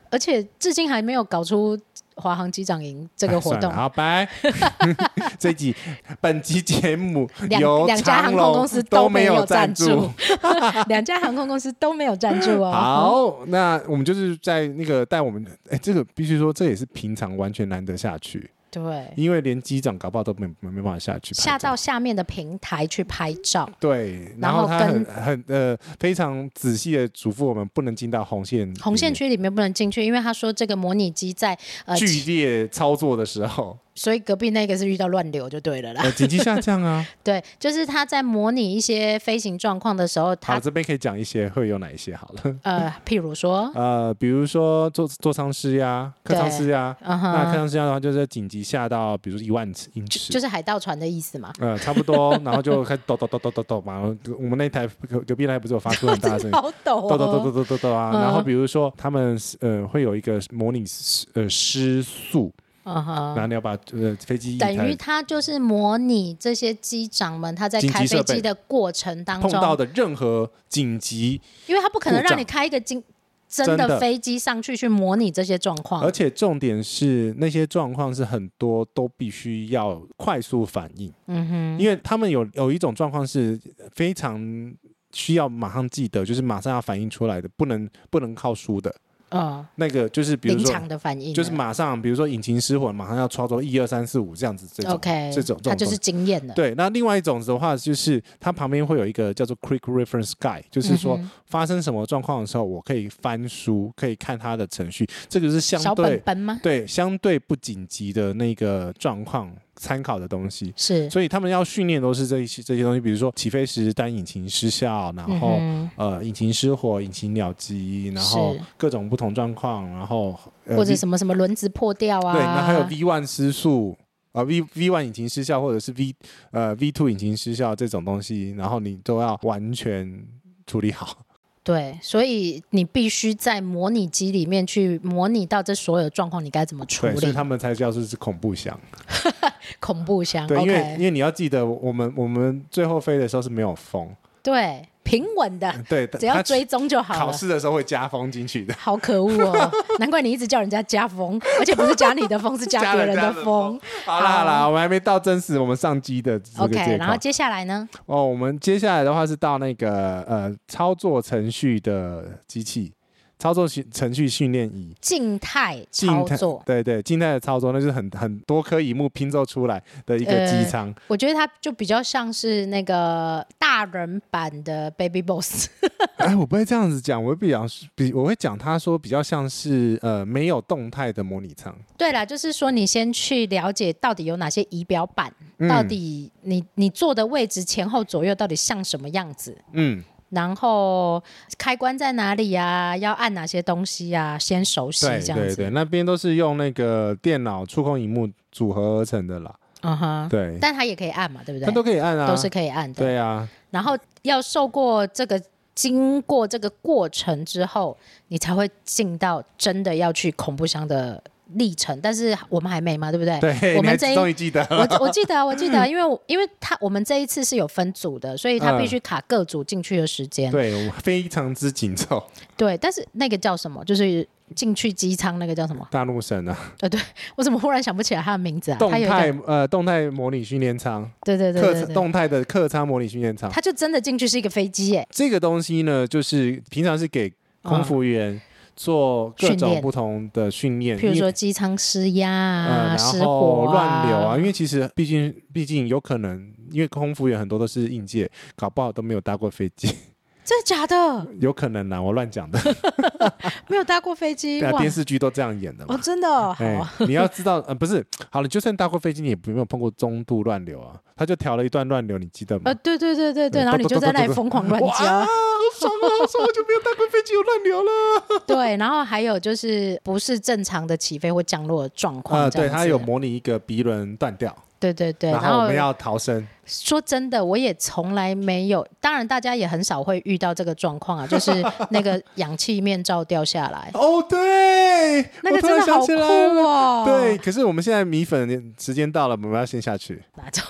[SPEAKER 5] 而且至今还没有搞出华航机长营这
[SPEAKER 6] 这
[SPEAKER 5] 个活动。
[SPEAKER 6] 哎好，拜。 这一集本集节目
[SPEAKER 5] 两
[SPEAKER 6] 由
[SPEAKER 5] 两家
[SPEAKER 6] 长
[SPEAKER 5] 航
[SPEAKER 6] 荣
[SPEAKER 5] 空公司
[SPEAKER 6] 都
[SPEAKER 5] 没
[SPEAKER 6] 有
[SPEAKER 5] 赞
[SPEAKER 6] 助。，
[SPEAKER 5] 两家航空公司都没有赞助哦。
[SPEAKER 6] 好，那我们就是在那个带我们，哎，这个必须说，这也是平常完全难得下去，
[SPEAKER 5] 对，
[SPEAKER 6] 因为连机长搞不好都没没没办法下去拍照。
[SPEAKER 5] 下到下面的平台去拍
[SPEAKER 6] 嗯
[SPEAKER 5] 照。
[SPEAKER 6] 对，
[SPEAKER 5] 然
[SPEAKER 6] 然
[SPEAKER 5] 后
[SPEAKER 6] 后他很
[SPEAKER 5] 跟
[SPEAKER 6] 很呃非常仔细的嘱咐我们不能进到红线里面，
[SPEAKER 5] 红线区里面不能进去，因为他说这个模拟机在呃
[SPEAKER 6] 剧烈操作的时候，
[SPEAKER 5] 所以隔壁那个是遇到乱流就对了啦。
[SPEAKER 6] 呃，紧急下降 啊。
[SPEAKER 5] 对，就是他在模拟一些飞行状况的时候，
[SPEAKER 6] 好，
[SPEAKER 5] 他
[SPEAKER 6] 这边可以讲一些会有哪一些好了。
[SPEAKER 5] 呃，譬如说，
[SPEAKER 6] 呃，比如说座座舱失压、客舱失压，
[SPEAKER 5] 嗯
[SPEAKER 6] 那客
[SPEAKER 5] 哼，
[SPEAKER 6] 舱失压的话就是紧急下到，比如说一万尺英尺，
[SPEAKER 5] 就是海盗船的意思嘛。
[SPEAKER 6] 呃，差不多，然后就开始抖抖抖抖抖抖嘛。我们那台隔隔壁那台不是有发出很 大的声音，
[SPEAKER 5] 好抖
[SPEAKER 6] 抖抖抖抖
[SPEAKER 5] 哦，
[SPEAKER 6] 抖抖抖啊。
[SPEAKER 5] 嗯
[SPEAKER 6] 然后比如说他们呃会有一个模拟呃失速，
[SPEAKER 5] 嗯
[SPEAKER 6] 然后
[SPEAKER 5] 哼。
[SPEAKER 6] 你要把呃飞机一
[SPEAKER 5] 等于
[SPEAKER 6] 台
[SPEAKER 5] 他就是模拟这些机长们他在
[SPEAKER 6] 紧急
[SPEAKER 5] 开
[SPEAKER 6] 设
[SPEAKER 5] 飞
[SPEAKER 6] 备
[SPEAKER 5] 机的过程当
[SPEAKER 6] 碰到
[SPEAKER 5] 中，
[SPEAKER 6] 的任何紧急，
[SPEAKER 5] 因为他不可能
[SPEAKER 6] 故障
[SPEAKER 5] 让你开一个真真
[SPEAKER 6] 真
[SPEAKER 5] 的
[SPEAKER 6] 的
[SPEAKER 5] 飞机上去去模拟这些状况，
[SPEAKER 6] 而且重点是那些状况是很多都必须要快速反应，
[SPEAKER 5] 嗯哼，
[SPEAKER 6] 因为他们有有一种状况是非常。需要马上记得，就是马上要反应出来的，不能不能靠书的
[SPEAKER 5] 嗯，
[SPEAKER 6] 那个，就是比如
[SPEAKER 5] 临
[SPEAKER 6] 说
[SPEAKER 5] 场的反应啊，
[SPEAKER 6] 就是马上，比如说引擎失火，马上要操作一二三四五这样子这种
[SPEAKER 5] OK，
[SPEAKER 6] 这种这种
[SPEAKER 5] 他就是经验了，
[SPEAKER 6] 对。那另外一种的话，就是它旁边会有一个叫做 Quick Reference Guide，就是说
[SPEAKER 5] 嗯哼
[SPEAKER 6] 发生什么状况的时候，我可以翻书，可以看它的程序。这个是
[SPEAKER 5] 小
[SPEAKER 6] 相
[SPEAKER 5] 本
[SPEAKER 6] 对
[SPEAKER 5] 本吗？
[SPEAKER 6] 对相对不紧急的那个状况参考的东西。
[SPEAKER 5] 是，
[SPEAKER 6] 所以他们要训练都是这一些这些东西，比如说起飞时单引擎失效，然后、
[SPEAKER 5] 嗯
[SPEAKER 6] 呃引擎失火、引擎鸟击，然后
[SPEAKER 5] 是
[SPEAKER 6] 各种不同状况，然后、
[SPEAKER 5] 哼
[SPEAKER 6] 呃、
[SPEAKER 5] 或者
[SPEAKER 6] 你
[SPEAKER 5] 什么什么轮子破掉啊，
[SPEAKER 6] 对，那还有 V one 失速啊、v V one 引擎失效，或者是 V 呃 V two 引擎失效这种东西，然后你都要完全处理好。
[SPEAKER 5] 对，所以你必须在模拟机里面去模拟到这所有状况，你该怎么处
[SPEAKER 6] 对，所以
[SPEAKER 5] 理？
[SPEAKER 6] 他们才叫做是恐怖箱。
[SPEAKER 5] 恐怖箱
[SPEAKER 6] 对，因为因
[SPEAKER 5] ，OK，
[SPEAKER 6] 为你要记得，我们我们最后飞的时候是没有风，
[SPEAKER 5] 对，平稳的，
[SPEAKER 6] 对，
[SPEAKER 5] 只要
[SPEAKER 6] 它
[SPEAKER 5] 追踪就好
[SPEAKER 6] 考
[SPEAKER 5] 了。
[SPEAKER 6] 试的时候会加风 进去的。
[SPEAKER 5] 好可恶哦！难怪你一直叫人家加风，而且不是加你的风，是 加别人的风。。
[SPEAKER 6] 好啦
[SPEAKER 5] 好
[SPEAKER 6] 好啦，我们还没到真实我们上机的这个
[SPEAKER 5] OK，
[SPEAKER 6] 阶
[SPEAKER 5] 然后
[SPEAKER 6] 段。
[SPEAKER 5] 接下来呢？
[SPEAKER 6] 哦，我们接下来的话是到那个呃操作程序的机器，操作训程序训练仪。
[SPEAKER 5] 静态操
[SPEAKER 6] 静态
[SPEAKER 5] 作，
[SPEAKER 6] 对对，静态的操作，那就是很很多颗荧幕拼凑出来的一个
[SPEAKER 5] 呃
[SPEAKER 6] 机舱。
[SPEAKER 5] 我觉得它就比较像是那个大人版的 Baby Boss。
[SPEAKER 6] 哎，我不会这样子讲，我会比较比我会讲，他说比较像是呃没有动态的模拟舱，
[SPEAKER 5] 对啦，就是说你先去了解到底有哪些仪表板，
[SPEAKER 6] 嗯
[SPEAKER 5] 到底你你坐的位置前后左右到底像什么样子，
[SPEAKER 6] 嗯，
[SPEAKER 5] 然后开关在哪里呀、要按哪些东西呀、先熟悉
[SPEAKER 6] 对
[SPEAKER 5] 这样
[SPEAKER 6] 对对，
[SPEAKER 5] 子。
[SPEAKER 6] 那边都是用那个电脑触控荧幕组合而成的啦，
[SPEAKER 5] 嗯哼，
[SPEAKER 6] 对，
[SPEAKER 5] 但它也可以按嘛，对不
[SPEAKER 6] 它
[SPEAKER 5] 对？
[SPEAKER 6] 都可以按啊，
[SPEAKER 5] 都是可以按的。
[SPEAKER 6] 对啊，
[SPEAKER 5] 然后要受过这个。经过这个过程之后，你才会进到真的要去恐怖箱的历程。但是我们还没嘛，对不对？
[SPEAKER 6] 对，
[SPEAKER 5] 哎我
[SPEAKER 6] 你
[SPEAKER 5] 们
[SPEAKER 6] 还
[SPEAKER 5] 这一
[SPEAKER 6] 终于记得了，
[SPEAKER 5] 我我记得啊，我记得啊，因为我因为他我们这一次是有分组的，所以他必须卡各组进去的时间。
[SPEAKER 6] 对，我们非常之紧凑，
[SPEAKER 5] 对，但是那个叫什么？就是进去机舱那个叫什么？
[SPEAKER 6] 大陆省啊，
[SPEAKER 5] 呃，对我怎么忽然想不起来他的名字啊？
[SPEAKER 6] 动
[SPEAKER 5] 他有一
[SPEAKER 6] 态
[SPEAKER 5] 个，
[SPEAKER 6] 呃动态模拟训练舱，
[SPEAKER 5] 对对对
[SPEAKER 6] 客
[SPEAKER 5] 对
[SPEAKER 6] 舱
[SPEAKER 5] 对，
[SPEAKER 6] 动态的客舱模拟训练舱。
[SPEAKER 5] 他就真的进去是一个飞机耶。
[SPEAKER 6] 这个东西呢，就是平常是给空服员做各
[SPEAKER 5] 训练
[SPEAKER 6] 种不同的嗯训练，
[SPEAKER 5] 譬如
[SPEAKER 6] 因
[SPEAKER 5] 说
[SPEAKER 6] 为
[SPEAKER 5] 机舱施压
[SPEAKER 6] 呃，
[SPEAKER 5] 啊、失
[SPEAKER 6] 然后
[SPEAKER 5] 火
[SPEAKER 6] 乱流啊，
[SPEAKER 5] 啊
[SPEAKER 6] 因，为其实毕竟毕竟有可能，因为空服员很多都是应届，搞不好都没有搭过飞机，
[SPEAKER 5] 真的假的？
[SPEAKER 6] 有可能啦，我乱 讲的，
[SPEAKER 5] 没有搭过飞机
[SPEAKER 6] 对啊，
[SPEAKER 5] 哇？
[SPEAKER 6] 电视剧都这样演的
[SPEAKER 5] 哦，
[SPEAKER 6] 嘛。
[SPEAKER 5] 真的哦好
[SPEAKER 6] 哎
[SPEAKER 5] 啊，
[SPEAKER 6] 你要知道，呃，不是，好了，就算搭过飞机，你也没有碰过中度乱流啊，他就调了一段乱流，你记得吗
[SPEAKER 5] 呃，？对对对对对，
[SPEAKER 6] 嗯
[SPEAKER 5] 然后你
[SPEAKER 6] 咚
[SPEAKER 5] 就
[SPEAKER 6] 咚
[SPEAKER 5] 在那里
[SPEAKER 6] 咚咚
[SPEAKER 5] 疯狂乱
[SPEAKER 6] 哇，好
[SPEAKER 5] 加。
[SPEAKER 6] 爽呃啊，好爽！好久没有搭过飞机，有乱 流了。
[SPEAKER 5] 对，然后还有就是不是正常的起飞或降落的状况，
[SPEAKER 6] 呃，
[SPEAKER 5] 这样
[SPEAKER 6] 对，
[SPEAKER 5] 子
[SPEAKER 6] 它有模拟一个鼻轮断掉，
[SPEAKER 5] 对对对，
[SPEAKER 6] 然
[SPEAKER 5] 然
[SPEAKER 6] 后我们要逃生。
[SPEAKER 5] 说真的，我也从来没有，当然大家也很少会遇到这个状况 啊，就是那个氧气面罩掉下来，
[SPEAKER 6] 哦，对，
[SPEAKER 5] 那个
[SPEAKER 6] 我突
[SPEAKER 5] 真
[SPEAKER 6] 然
[SPEAKER 5] 的
[SPEAKER 6] 想
[SPEAKER 5] 好
[SPEAKER 6] 起
[SPEAKER 5] 酷
[SPEAKER 6] 来了。
[SPEAKER 5] 哦。
[SPEAKER 6] 对，，可是我们现在米粉时间到了，我们要先下去。
[SPEAKER 5] 拿走。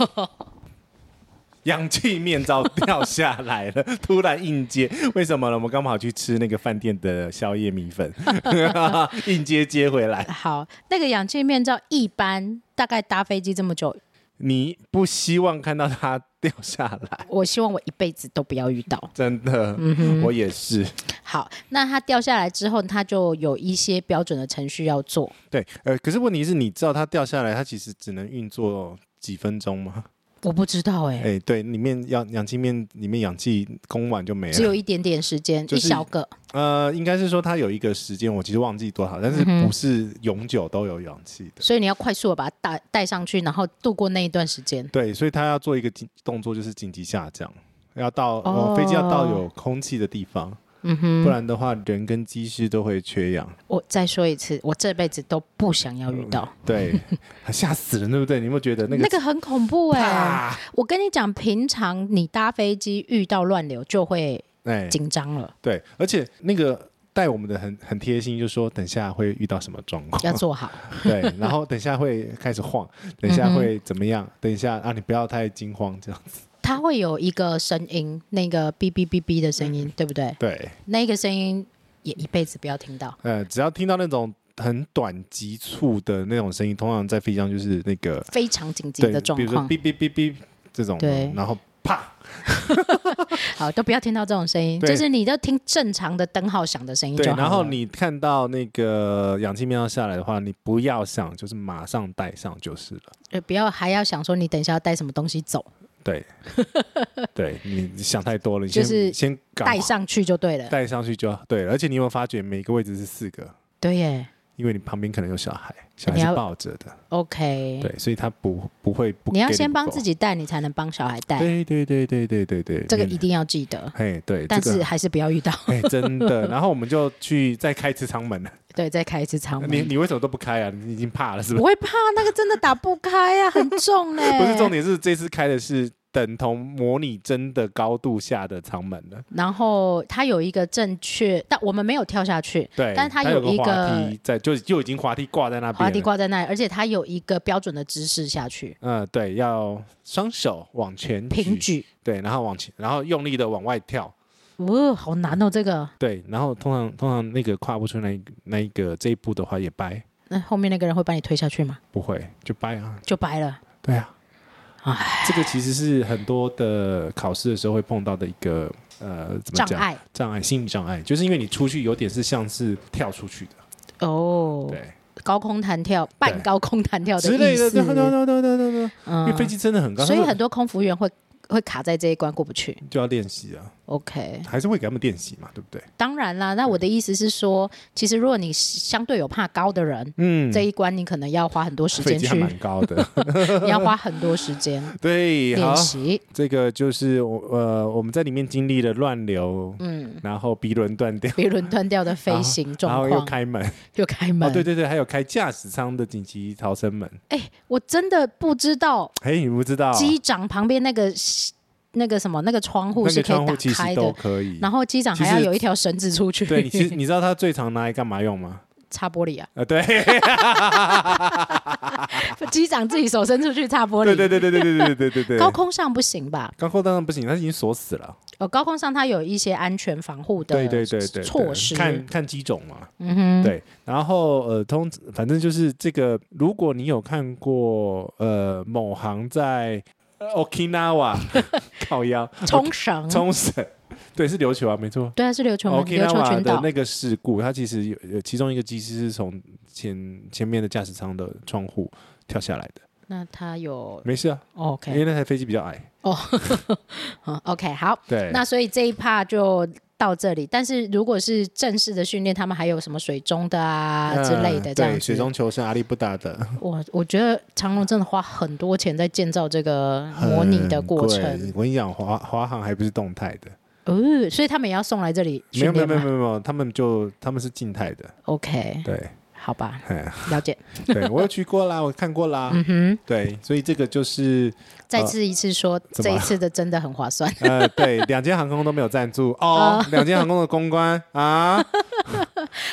[SPEAKER 6] 氧气面罩掉下来了，突然应接，为什么呢？我们刚好去吃那个饭店的宵夜米粉， 应接接回来。
[SPEAKER 5] 好，那个氧气面罩一般大概搭飞机这么久，
[SPEAKER 6] 你不希望看到它掉下来，
[SPEAKER 5] 我希望我一辈子都不要遇到。
[SPEAKER 6] 真的，我也是。
[SPEAKER 5] 好，那它掉下来之后，它就有一些标准的程序要做。
[SPEAKER 6] 对，呃，可是问题是，你知道它掉下来，它其实只能运作几分钟吗？
[SPEAKER 5] 我不知道哎、
[SPEAKER 6] 哎、对，里面氧氧气面里面氧气供完就没
[SPEAKER 5] 只有
[SPEAKER 6] 了。
[SPEAKER 5] 一点点时间，
[SPEAKER 6] 就是
[SPEAKER 5] 一小个。
[SPEAKER 6] 呃，应该是说它有一个时间，我其实忘记多少，但
[SPEAKER 5] 嗯
[SPEAKER 6] 是不是永久都有氧气的。
[SPEAKER 5] 所以你要快速的把它带带上去，然后度过那一段时间。
[SPEAKER 6] 对，所以它要做一个紧动作，就是紧急下降，要到、呃飞机要到有空气的地方，
[SPEAKER 5] 哦嗯哼，
[SPEAKER 6] 不然的话，人跟机师都会缺氧。
[SPEAKER 5] 我再说一次，我这辈子都不想要遇到。
[SPEAKER 6] 对，吓死人，对不对？你有没有觉得嗯那个
[SPEAKER 5] 那个很恐怖哎、
[SPEAKER 6] 啪
[SPEAKER 5] 我跟你讲，平常你搭飞机遇到乱流就会
[SPEAKER 6] 哎、
[SPEAKER 5] 紧张 了，
[SPEAKER 6] 对，而且那个带我们的很很贴心，就说等下会遇到什么状况，
[SPEAKER 5] 要做好。
[SPEAKER 6] 对，然后等一下会开始晃，等一下会怎么样？等一下啊，你不要太惊慌，这样子。
[SPEAKER 5] 它会有一个声音，那个哔哔哔哔的声
[SPEAKER 6] 嗯
[SPEAKER 5] 音，对不对？
[SPEAKER 6] 对，
[SPEAKER 5] 那个声音也一辈子不要听到。
[SPEAKER 6] 呃，只要听到那种很短急促的那种声音，通常在飞机上就是那个
[SPEAKER 5] 非常紧急
[SPEAKER 6] 对
[SPEAKER 5] 的，状
[SPEAKER 6] 比如说
[SPEAKER 5] 况，
[SPEAKER 6] 哔哔哔哔这种的，
[SPEAKER 5] 对
[SPEAKER 6] 然后啪，
[SPEAKER 5] 好，都不要听到这种声音，
[SPEAKER 6] 对
[SPEAKER 5] 就是你就听正常的灯号响的声音
[SPEAKER 6] 对，
[SPEAKER 5] 就好了。
[SPEAKER 6] 然后你看到那个氧气面罩下来的话，你不要想，就是马上戴上就是了。
[SPEAKER 5] 呃不要还要想说你等一下要带什么东西走，
[SPEAKER 6] 对，对你想太多了，你
[SPEAKER 5] 就
[SPEAKER 6] 先
[SPEAKER 5] 是
[SPEAKER 6] 先赶
[SPEAKER 5] 带
[SPEAKER 6] 快
[SPEAKER 5] 上去就对了。
[SPEAKER 6] 戴上去就对了，而且你有没有发觉每个位置是四个？
[SPEAKER 5] 对耶
[SPEAKER 6] 因为你旁边可能有小孩，小孩
[SPEAKER 5] 哎你
[SPEAKER 6] 是
[SPEAKER 5] 要
[SPEAKER 6] 抱着的，
[SPEAKER 5] ，OK，
[SPEAKER 6] 对，所以他不不会不。
[SPEAKER 5] 你要先帮自。己带，你才能帮小孩带，
[SPEAKER 6] 对对对对对对对，
[SPEAKER 5] 这个
[SPEAKER 6] 你
[SPEAKER 5] 一。定要记得。
[SPEAKER 6] 哎，对，
[SPEAKER 5] 但
[SPEAKER 6] 这
[SPEAKER 5] 是
[SPEAKER 6] 个
[SPEAKER 5] 还是不要遇到，
[SPEAKER 6] 哎，真的。然后我们就去再开一次舱门了。
[SPEAKER 5] 对，再开一次舱
[SPEAKER 6] 你
[SPEAKER 5] 门。
[SPEAKER 6] 你为什么都不开啊？你已经怕了是不
[SPEAKER 5] 不会
[SPEAKER 6] 是？
[SPEAKER 5] 怕，那个真的打不开啊，很重嘞。
[SPEAKER 6] 不是重。点是这次开的是等同模拟真的高度下的舱门了。
[SPEAKER 5] 然后它有一个正确，但我们没有跳下去，
[SPEAKER 6] 对，
[SPEAKER 5] 但是它
[SPEAKER 6] 它有
[SPEAKER 5] 一
[SPEAKER 6] 滑
[SPEAKER 5] 个
[SPEAKER 6] 梯在，就就已经滑梯挂在那边了。
[SPEAKER 5] 滑梯挂在那里，而且它有一个标准的姿势下去，
[SPEAKER 6] 嗯，对，要双手往前
[SPEAKER 5] 平举。
[SPEAKER 6] 对，然后往前，然后用力的往外跳，
[SPEAKER 5] 哦，好难哦，这个。
[SPEAKER 6] 对，然后通常通常那个跨不出那一那一个这一步的话也掰，
[SPEAKER 5] 那后面那个人会把你推下去吗？
[SPEAKER 6] 不会就掰啊，
[SPEAKER 5] 就掰了。
[SPEAKER 6] 对啊，这个其实是很多的考试的时候会碰到的一个呃怎么
[SPEAKER 5] 障
[SPEAKER 6] 讲
[SPEAKER 5] 碍
[SPEAKER 6] 障碍心理障碍，就是因为你出去有点是像是跳出去的，
[SPEAKER 5] 哦，
[SPEAKER 6] 对，
[SPEAKER 5] 高空弹跳、半高空弹跳
[SPEAKER 6] 之
[SPEAKER 5] 意
[SPEAKER 6] 类
[SPEAKER 5] 思
[SPEAKER 6] 的，对对对对对对对，因为
[SPEAKER 5] 嗯
[SPEAKER 6] 飞机真的很高，
[SPEAKER 5] 所以
[SPEAKER 6] 他们
[SPEAKER 5] 很多空服员会会卡在这一关过不去。
[SPEAKER 6] 就要练习啊，
[SPEAKER 5] OK，
[SPEAKER 6] 还是会给他们练习嘛，对不对？
[SPEAKER 5] 当然啦。那我的意思是说，其实如果你相对有怕高的人，
[SPEAKER 6] 嗯
[SPEAKER 5] 这，一关你可能要花很多时
[SPEAKER 6] 飞
[SPEAKER 5] 间
[SPEAKER 6] 机还蛮
[SPEAKER 5] 去，
[SPEAKER 6] 高 的，
[SPEAKER 5] 你要花很多时间
[SPEAKER 6] 对， 好
[SPEAKER 5] 练。习。
[SPEAKER 6] 这个就是我呃，我们在里面经历了乱流，
[SPEAKER 5] 嗯，
[SPEAKER 6] 然后鼻轮断掉，
[SPEAKER 5] 别轮断掉的飞行
[SPEAKER 6] 然后
[SPEAKER 5] 状
[SPEAKER 6] 又
[SPEAKER 5] 况，
[SPEAKER 6] 开门，
[SPEAKER 5] 又开门。
[SPEAKER 6] 哦，对对对，还有开驾驶舱的紧急逃生门，
[SPEAKER 5] 哎，我真的不知道
[SPEAKER 6] 哎，你不知道，
[SPEAKER 5] 机长旁边那个那个什么那个窗户
[SPEAKER 6] 那
[SPEAKER 5] 是
[SPEAKER 6] 个
[SPEAKER 5] 可
[SPEAKER 6] 窗户
[SPEAKER 5] 以
[SPEAKER 6] 其
[SPEAKER 5] 打开
[SPEAKER 6] 实
[SPEAKER 5] 的
[SPEAKER 6] 都，可以。
[SPEAKER 5] 然后机长还
[SPEAKER 6] 其
[SPEAKER 5] 要
[SPEAKER 6] 实
[SPEAKER 5] 有一条绳子出去，
[SPEAKER 6] 对，你 其实你知道它最常拿来干嘛用吗？
[SPEAKER 5] 擦玻璃啊，
[SPEAKER 6] 啊，对，
[SPEAKER 5] 机长自己手伸出去擦玻璃。
[SPEAKER 6] 对对对对对对对对对对。
[SPEAKER 5] 高空上不行吧？
[SPEAKER 6] 高空当然不行，它已经锁死了。
[SPEAKER 5] 哦，高空上它有一些安全防护的
[SPEAKER 6] 对对对对，对
[SPEAKER 5] 措施。
[SPEAKER 6] 看看机种嘛。
[SPEAKER 5] 嗯哼，
[SPEAKER 6] 对，然后呃，通反正就是这个，如果你有看过呃某行在呃 Okinawa 靠腰
[SPEAKER 5] 冲绳，
[SPEAKER 6] 冲绳，对，是琉球啊，没错。
[SPEAKER 5] 对啊，是琉球吗琉球
[SPEAKER 6] Okinawa
[SPEAKER 5] 群
[SPEAKER 6] 的
[SPEAKER 5] 岛
[SPEAKER 6] 那个事故，它其实有有其中一个机师是从前前面的驾驶舱的窗户跳下来的，
[SPEAKER 5] 那它有哦
[SPEAKER 6] 没事啊，因
[SPEAKER 5] OK
[SPEAKER 6] 为那台飞机比较矮。
[SPEAKER 5] 哦 嗯，OK 好，
[SPEAKER 6] 对，
[SPEAKER 5] 那所以这一趴就。到这里，但是如果是正式的训练，他们还有什么水中的啊
[SPEAKER 6] 嗯
[SPEAKER 5] 之类的这样
[SPEAKER 6] 对，
[SPEAKER 5] 子
[SPEAKER 6] 水。中求生，阿力不达的，
[SPEAKER 5] 我我觉得长隆真的花很多钱在建造这个模拟的
[SPEAKER 6] 很
[SPEAKER 5] 过
[SPEAKER 6] 贵
[SPEAKER 5] 程，。
[SPEAKER 6] 我跟你讲，华华航还不是动态的，
[SPEAKER 5] 哦，所以他们也要送来这里
[SPEAKER 6] 没
[SPEAKER 5] 训
[SPEAKER 6] 有没有
[SPEAKER 5] 练
[SPEAKER 6] 没有
[SPEAKER 5] 吗
[SPEAKER 6] 没有没有，他们就他们是静态的，
[SPEAKER 5] ？OK，
[SPEAKER 6] 对。
[SPEAKER 5] 好 吧，
[SPEAKER 6] 哎，
[SPEAKER 5] 了解。
[SPEAKER 6] 对我有去过啦， 我看过啦，
[SPEAKER 5] 嗯哼，
[SPEAKER 6] 对，所以这个就是
[SPEAKER 5] 再次一次说，
[SPEAKER 6] 呃怎
[SPEAKER 5] 这
[SPEAKER 6] 么
[SPEAKER 5] 一
[SPEAKER 6] 了
[SPEAKER 5] 次的真的很划算。
[SPEAKER 6] 呃，对，两间航空都没有赞助哦，两间航空的公关 啊，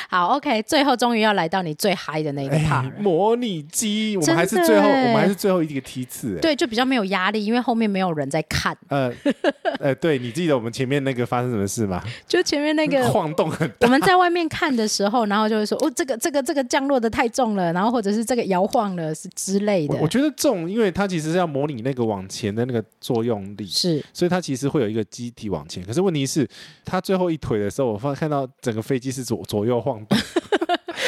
[SPEAKER 5] 好，OK，最后终于要来到你最嗨的那一个 part
[SPEAKER 6] 哎，
[SPEAKER 5] 了。
[SPEAKER 6] 模拟机，我们还是
[SPEAKER 5] 真的
[SPEAKER 6] 最后，我
[SPEAKER 5] 哎
[SPEAKER 6] 们还是最后一个梯次，哎，
[SPEAKER 5] 对，就比较没有压力，因为后面没有人在看，
[SPEAKER 6] 呃， 呃，对你记得我们前面那个发生什么事吗？
[SPEAKER 5] 就前面那个
[SPEAKER 6] 晃动很
[SPEAKER 5] 我
[SPEAKER 6] 大，
[SPEAKER 5] 们在外面看的时候，然后就会说，哦，这个这个这个降落的太重了，然后或者是这个摇晃了是之类
[SPEAKER 6] 我
[SPEAKER 5] 的
[SPEAKER 6] 我，觉得重，因为它其实是要模拟那个往前的那个作用力，
[SPEAKER 5] 是
[SPEAKER 6] 所以它其实会有一个机体往前。可 是问题是，它最后一腿的时候，我发看到整个飞机是左左右晃动，